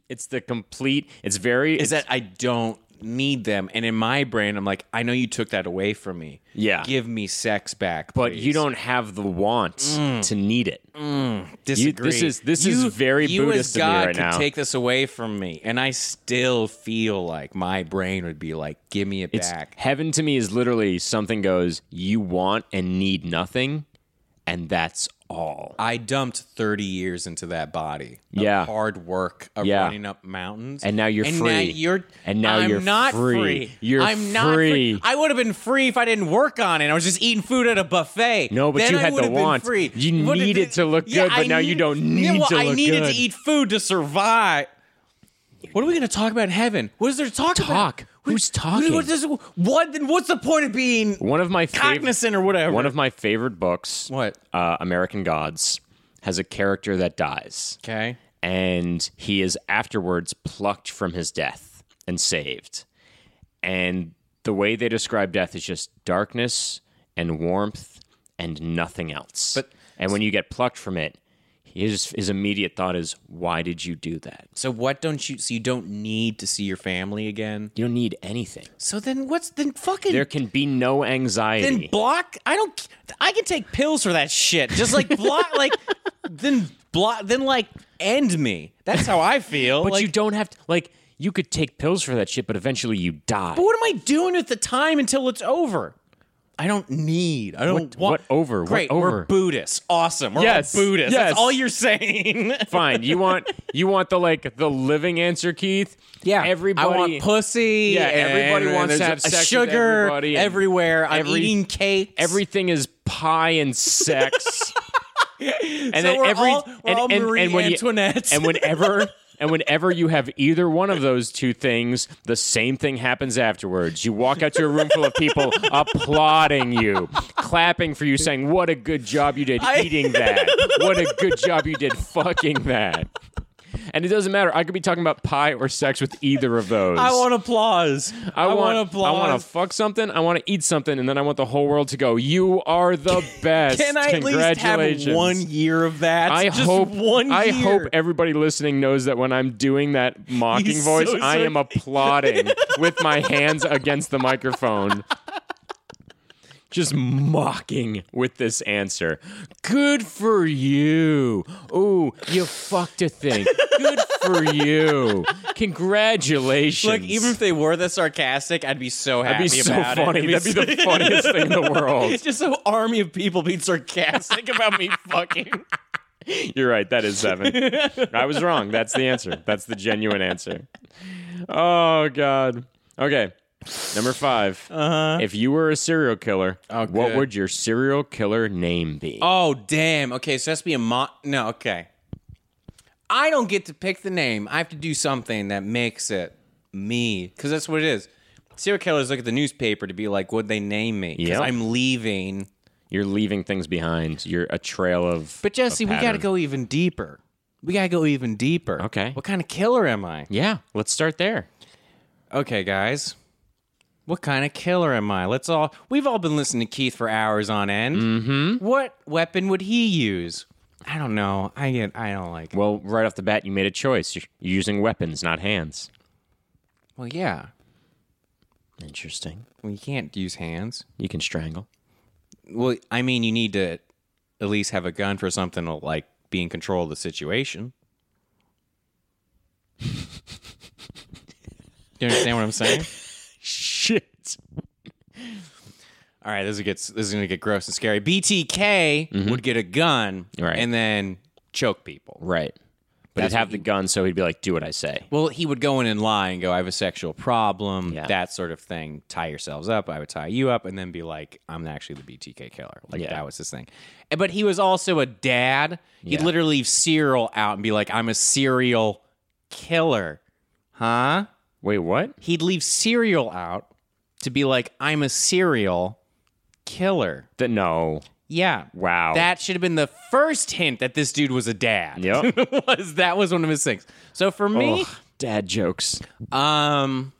[SPEAKER 2] It's the complete, it's very.
[SPEAKER 1] Is that I don't need them, and in my brain, I'm like, I know you took that away from me.
[SPEAKER 2] Yeah.
[SPEAKER 1] give me sex back,
[SPEAKER 2] but
[SPEAKER 1] please.
[SPEAKER 2] you don't have the want
[SPEAKER 1] Mm.
[SPEAKER 2] to need it.
[SPEAKER 1] disagree.
[SPEAKER 2] this is- this is very
[SPEAKER 1] you as
[SPEAKER 2] Buddhist of me
[SPEAKER 1] God
[SPEAKER 2] right
[SPEAKER 1] could
[SPEAKER 2] now.
[SPEAKER 1] Take this away from me, and I still feel like my brain would be like, give me it
[SPEAKER 2] It's-
[SPEAKER 1] back.
[SPEAKER 2] Heaven to me is literally something goes, you want and need nothing, and that's all.
[SPEAKER 1] I dumped 30 years into that body. of
[SPEAKER 2] Yeah.
[SPEAKER 1] Hard work of
[SPEAKER 2] Yeah.
[SPEAKER 1] running up mountains.
[SPEAKER 2] And now you're
[SPEAKER 1] and Now
[SPEAKER 2] free.
[SPEAKER 1] you're,
[SPEAKER 2] And now
[SPEAKER 1] I'm
[SPEAKER 2] you're
[SPEAKER 1] not
[SPEAKER 2] free.
[SPEAKER 1] free.
[SPEAKER 2] You're
[SPEAKER 1] I'm not free.
[SPEAKER 2] free.
[SPEAKER 1] I would have been free if I didn't work on it. I was just eating food at a buffet.
[SPEAKER 2] No, but
[SPEAKER 1] Then
[SPEAKER 2] you
[SPEAKER 1] I
[SPEAKER 2] had
[SPEAKER 1] would
[SPEAKER 2] the
[SPEAKER 1] have been
[SPEAKER 2] want.
[SPEAKER 1] Free.
[SPEAKER 2] You
[SPEAKER 1] Would have
[SPEAKER 2] needed
[SPEAKER 1] been-
[SPEAKER 2] to look
[SPEAKER 1] Yeah,
[SPEAKER 2] good, but
[SPEAKER 1] I
[SPEAKER 2] now you
[SPEAKER 1] need-
[SPEAKER 2] don't
[SPEAKER 1] yeah,
[SPEAKER 2] need
[SPEAKER 1] well,
[SPEAKER 2] to
[SPEAKER 1] I
[SPEAKER 2] look
[SPEAKER 1] needed to
[SPEAKER 2] good.
[SPEAKER 1] eat food to survive. What are we going to talk about in heaven? What is there to talk,
[SPEAKER 2] Talk.
[SPEAKER 1] about?
[SPEAKER 2] Who's
[SPEAKER 1] What-
[SPEAKER 2] talking?
[SPEAKER 1] What, does- what- then what's the point of being
[SPEAKER 2] One of my favorite
[SPEAKER 1] cognizant or whatever?
[SPEAKER 2] one of my favorite books,
[SPEAKER 1] What?
[SPEAKER 2] Uh, American Gods, has a character that dies,
[SPEAKER 1] okay.
[SPEAKER 2] and he is afterwards plucked from his death and saved. And the way they describe death is just darkness and warmth and nothing else.
[SPEAKER 1] But-
[SPEAKER 2] and when you get plucked from it, his his immediate thought is, "Why did you do that?
[SPEAKER 1] So what don't you? So you don't need to see your family again.
[SPEAKER 2] You don't need anything.
[SPEAKER 1] So then what's then fucking
[SPEAKER 2] There can be no anxiety."
[SPEAKER 1] then block? I don't. I can take pills for that shit. Just like block, like then block, then like end me. That's how I feel.
[SPEAKER 2] But
[SPEAKER 1] like,
[SPEAKER 2] you don't have to like you could take pills for that shit, but eventually you die.
[SPEAKER 1] But what am I doing with the time until it's over? I don't need. I don't
[SPEAKER 2] What-
[SPEAKER 1] want.
[SPEAKER 2] what over? What
[SPEAKER 1] Great. We're
[SPEAKER 2] over?
[SPEAKER 1] Buddhists. Awesome. We're all
[SPEAKER 2] Yes,
[SPEAKER 1] Buddhists. That's
[SPEAKER 2] yes.
[SPEAKER 1] all you're saying.
[SPEAKER 2] Fine. You want you want the like the living answer, Keith? Everybody
[SPEAKER 1] I want pussy.
[SPEAKER 2] Yeah,
[SPEAKER 1] and-
[SPEAKER 2] everybody
[SPEAKER 1] and
[SPEAKER 2] wants to
[SPEAKER 1] there's
[SPEAKER 2] have
[SPEAKER 1] a
[SPEAKER 2] sex with
[SPEAKER 1] Sugar
[SPEAKER 2] everybody and
[SPEAKER 1] everywhere. I'm
[SPEAKER 2] every-
[SPEAKER 1] eating cake.
[SPEAKER 2] Everything is pie and sex. and
[SPEAKER 1] So we're all- we're all Marie Antoinette.
[SPEAKER 2] and whenever and whenever you have either one of those two things, the same thing happens afterwards. You walk out to a room full of people applauding you, clapping for you, saying, "What a good job you did eating that! What a good job you did fucking that!" And it doesn't matter. I could be talking about pie or sex with either of those.
[SPEAKER 1] I want applause.
[SPEAKER 2] I want,
[SPEAKER 1] applause.
[SPEAKER 2] I want to fuck something. I want to eat something, and then I want the whole world to go. You are the best.
[SPEAKER 1] Can I at least
[SPEAKER 2] Congratulations.
[SPEAKER 1] have one year of that?
[SPEAKER 2] I
[SPEAKER 1] Just
[SPEAKER 2] hope.
[SPEAKER 1] one.
[SPEAKER 2] I
[SPEAKER 1] year.
[SPEAKER 2] hope everybody listening knows that when I'm doing that mocking
[SPEAKER 1] He's
[SPEAKER 2] voice,
[SPEAKER 1] so
[SPEAKER 2] I am applauding with my hands against the microphone. Just mocking with this answer. Good for you. Ooh, you fucked a thing. Good for you. Congratulations.
[SPEAKER 1] Look, even if they were that sarcastic, I'd be so happy
[SPEAKER 2] That'd be so
[SPEAKER 1] about
[SPEAKER 2] funny.
[SPEAKER 1] it. It'd
[SPEAKER 2] That'd be the funniest thing in the world.
[SPEAKER 1] It's just an army of people being sarcastic about me fucking.
[SPEAKER 2] You're right. That is seven. I was wrong. That's the answer. That's the genuine answer. Oh God. Okay. Number 5 Uh-huh. Oh, If you were a serial killer, what
[SPEAKER 1] good.
[SPEAKER 2] would your serial killer name be?
[SPEAKER 1] Oh damn. Okay, so it has to be a mo. No, okay. I don't get to pick the name. I have to do something that makes it me, because that's what it is. Serial killers look at the newspaper to be like, "Would they name me?" Because
[SPEAKER 2] Yep.
[SPEAKER 1] I'm leaving.
[SPEAKER 2] You're leaving things behind. You're a trail of.
[SPEAKER 1] But Jesse,
[SPEAKER 2] of
[SPEAKER 1] we got to
[SPEAKER 2] pattern.
[SPEAKER 1] go even deeper. We got to go even deeper.
[SPEAKER 2] Okay.
[SPEAKER 1] What kind of killer am I?
[SPEAKER 2] Yeah. Let's start there.
[SPEAKER 1] Okay, guys. What kind of killer am I? Let's all. We've all been listening to Keith for hours on end. Mm-hmm. What weapon would he use? I don't know. I get. I don't like. It.
[SPEAKER 2] Well, right off the bat, you made a choice. You're you're using weapons, not hands.
[SPEAKER 1] Well, yeah.
[SPEAKER 2] Interesting.
[SPEAKER 1] Well, you can't use hands.
[SPEAKER 2] You can strangle.
[SPEAKER 1] Well, I mean, you need to at least have a gun for something to like be in control of the situation. Do you understand what I'm saying?
[SPEAKER 2] Shit.
[SPEAKER 1] All right, this is gets this is gonna get gross and scary. BTK would get a gun
[SPEAKER 2] Right.
[SPEAKER 1] and then choke people.
[SPEAKER 2] Right. But he'd have the gun, so he'd be like, "Do what I say."
[SPEAKER 1] Well, he would go in and lie and go, "I have a sexual problem,"
[SPEAKER 2] Yeah.
[SPEAKER 1] that sort of thing. Tie yourselves up. I would tie you up, and then be like, "I'm actually the BTK killer." Like
[SPEAKER 2] Yeah.
[SPEAKER 1] that was his thing. And- But he was also a dad. He'd
[SPEAKER 2] Yeah.
[SPEAKER 1] literally leave cereal out and be like, "I'm a serial killer," huh?
[SPEAKER 2] Wait, what?
[SPEAKER 1] He'd leave cereal out to be like, "I'm a serial killer."
[SPEAKER 2] That no.
[SPEAKER 1] Yeah.
[SPEAKER 2] Wow.
[SPEAKER 1] That should have been the first hint that this dude was a dad.
[SPEAKER 2] Yep. Oh.
[SPEAKER 1] was that was one of his things. So for me,
[SPEAKER 2] Ugh, dad jokes.
[SPEAKER 1] um,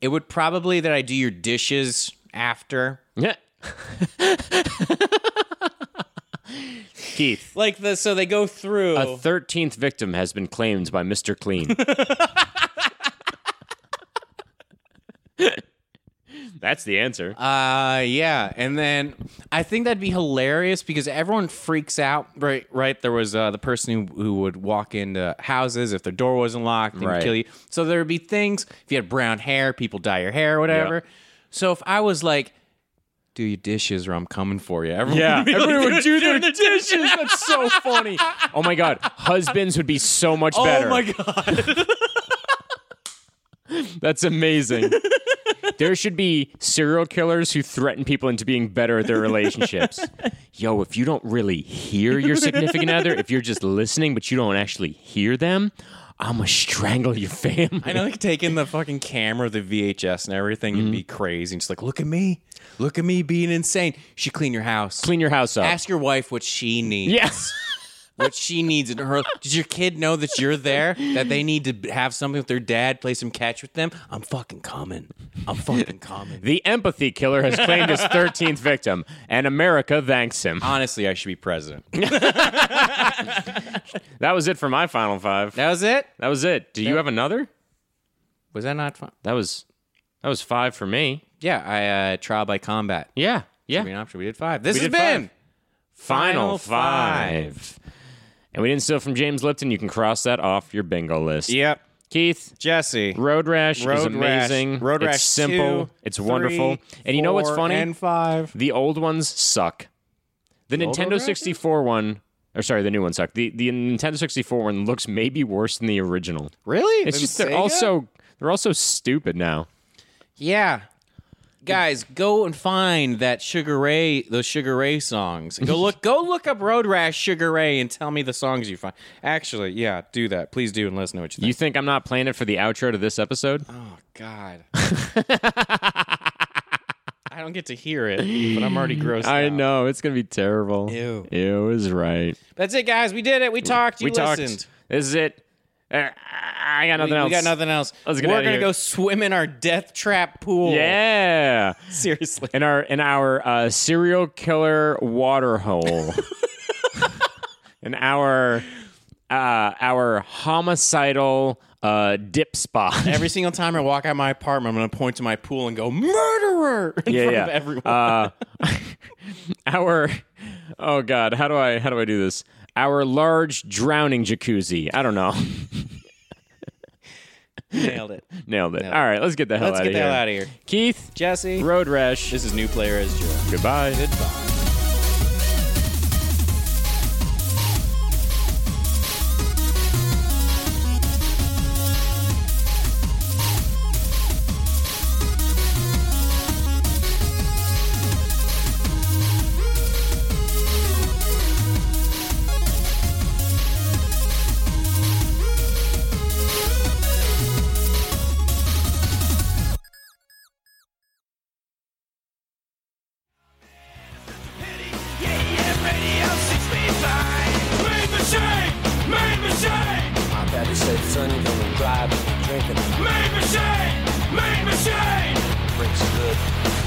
[SPEAKER 1] it would probably that I do your dishes after,
[SPEAKER 2] Keith,
[SPEAKER 1] like the so they go through.
[SPEAKER 2] a thirteenth victim has been claimed by Mister Clean. That's the answer.
[SPEAKER 1] Uh yeah, and then I think that'd be hilarious because everyone freaks out. Right, right. There was uh, the person who, who would walk into houses if their door wasn't locked and
[SPEAKER 2] Right.
[SPEAKER 1] kill you. So there would be things. If you had brown hair, people dye your hair, or whatever. So if I was like, "Do your dishes, or I'm coming for you," everyone
[SPEAKER 2] yeah,
[SPEAKER 1] would be
[SPEAKER 2] everyone
[SPEAKER 1] like,
[SPEAKER 2] would do their dishes. That's so funny. Oh my god, husbands would be so much better.
[SPEAKER 1] Oh my god!
[SPEAKER 2] That's amazing. there should be serial killers who threaten people into being better at their relationships. Yo, if you don't really hear your significant other, if you're just listening but you don't actually hear them, I'm gonna strangle your family.
[SPEAKER 1] I know, like taking the fucking camera, the VHS, and everything, you'd be
[SPEAKER 2] Mm-hmm.
[SPEAKER 1] crazy. And just like, look at me, look at me being insane. You should clean your house.
[SPEAKER 2] Clean your house up.
[SPEAKER 1] Ask your wife what she needs.
[SPEAKER 2] Yes.
[SPEAKER 1] What she needs in her. Does your kid know that you're there? That they need to b- have something with their dad, play some catch with them? I'm fucking coming. I'm fucking coming.
[SPEAKER 2] The empathy killer has claimed his 13th victim, and America thanks him.
[SPEAKER 1] Honestly, I should be president.
[SPEAKER 2] That was it for my final five.
[SPEAKER 1] That was it.
[SPEAKER 2] That was it. Do you have another?
[SPEAKER 1] Was that not fun?
[SPEAKER 2] That was that was five for me.
[SPEAKER 1] Yeah, I uh, trial by combat.
[SPEAKER 2] Yeah. Yeah.
[SPEAKER 1] I mean, option. We did five. This
[SPEAKER 2] We
[SPEAKER 1] has
[SPEAKER 2] did five.
[SPEAKER 1] been
[SPEAKER 2] Final
[SPEAKER 1] Final five.
[SPEAKER 2] five. And we didn't steal from James Lipton. You can cross that off your bingo list.
[SPEAKER 1] Yep,
[SPEAKER 2] Keith,
[SPEAKER 1] Jesse.
[SPEAKER 2] Road Rash is
[SPEAKER 1] Road Rash.
[SPEAKER 2] amazing.
[SPEAKER 1] Road Rash
[SPEAKER 2] it's simple.
[SPEAKER 1] two,
[SPEAKER 2] it's wonderful.
[SPEAKER 1] three,
[SPEAKER 2] And you know what's
[SPEAKER 1] four,
[SPEAKER 2] funny?
[SPEAKER 1] And five.
[SPEAKER 2] the old ones suck. The
[SPEAKER 1] old Road
[SPEAKER 2] Nintendo
[SPEAKER 1] Rashes?
[SPEAKER 2] 64 one, or sorry, the new one sucked. The the Nintendo 64 one looks maybe worse than the original.
[SPEAKER 1] Really?
[SPEAKER 2] It's just they're also they're also stupid now.
[SPEAKER 1] yeah. Guys, go and find that Sugar Ray, those Sugar Ray songs. Go look, go look up Road Rash Sugar Ray and tell me the songs you find. Actually, yeah, do that. Please do and let us know what you think.
[SPEAKER 2] You think I'm not playing it for the outro to this episode?
[SPEAKER 1] oh God. I don't get to hear it, but I'm already grossed
[SPEAKER 2] I
[SPEAKER 1] out.
[SPEAKER 2] know it's gonna be terrible.
[SPEAKER 1] Ew.
[SPEAKER 2] Ew is right.
[SPEAKER 1] That's it, guys. We did it. We talked. You
[SPEAKER 2] we talked.
[SPEAKER 1] listened.
[SPEAKER 2] This is it. Uh, I got nothing
[SPEAKER 1] We-
[SPEAKER 2] else.
[SPEAKER 1] We got nothing else.
[SPEAKER 2] Let's get
[SPEAKER 1] We're
[SPEAKER 2] outta
[SPEAKER 1] gonna
[SPEAKER 2] here.
[SPEAKER 1] go swim in our death trap pool.
[SPEAKER 2] Yeah.
[SPEAKER 1] seriously.
[SPEAKER 2] In our in our uh, serial killer water hole. in our uh, our homicidal uh, dip spot.
[SPEAKER 1] Every single time I walk out my apartment, I'm gonna point to my pool and go murderer in
[SPEAKER 2] yeah,
[SPEAKER 1] front
[SPEAKER 2] yeah.
[SPEAKER 1] of everyone.
[SPEAKER 2] Uh, our oh god, how do I how do I do this? Our large drowning jacuzzi. I don't know.
[SPEAKER 1] Nailed it.
[SPEAKER 2] Nailed it. All right, let's get the hell
[SPEAKER 1] Let's
[SPEAKER 2] out
[SPEAKER 1] get
[SPEAKER 2] of
[SPEAKER 1] the
[SPEAKER 2] here.
[SPEAKER 1] hell out of here.
[SPEAKER 2] Keith,
[SPEAKER 1] Jesse,
[SPEAKER 2] Road Rash.
[SPEAKER 1] this is new player as Joe.
[SPEAKER 2] Goodbye.
[SPEAKER 1] Goodbye.
[SPEAKER 3] My daddy said, son, you're gonna drive and drink and
[SPEAKER 4] Made machine, made machine,
[SPEAKER 3] drinks good.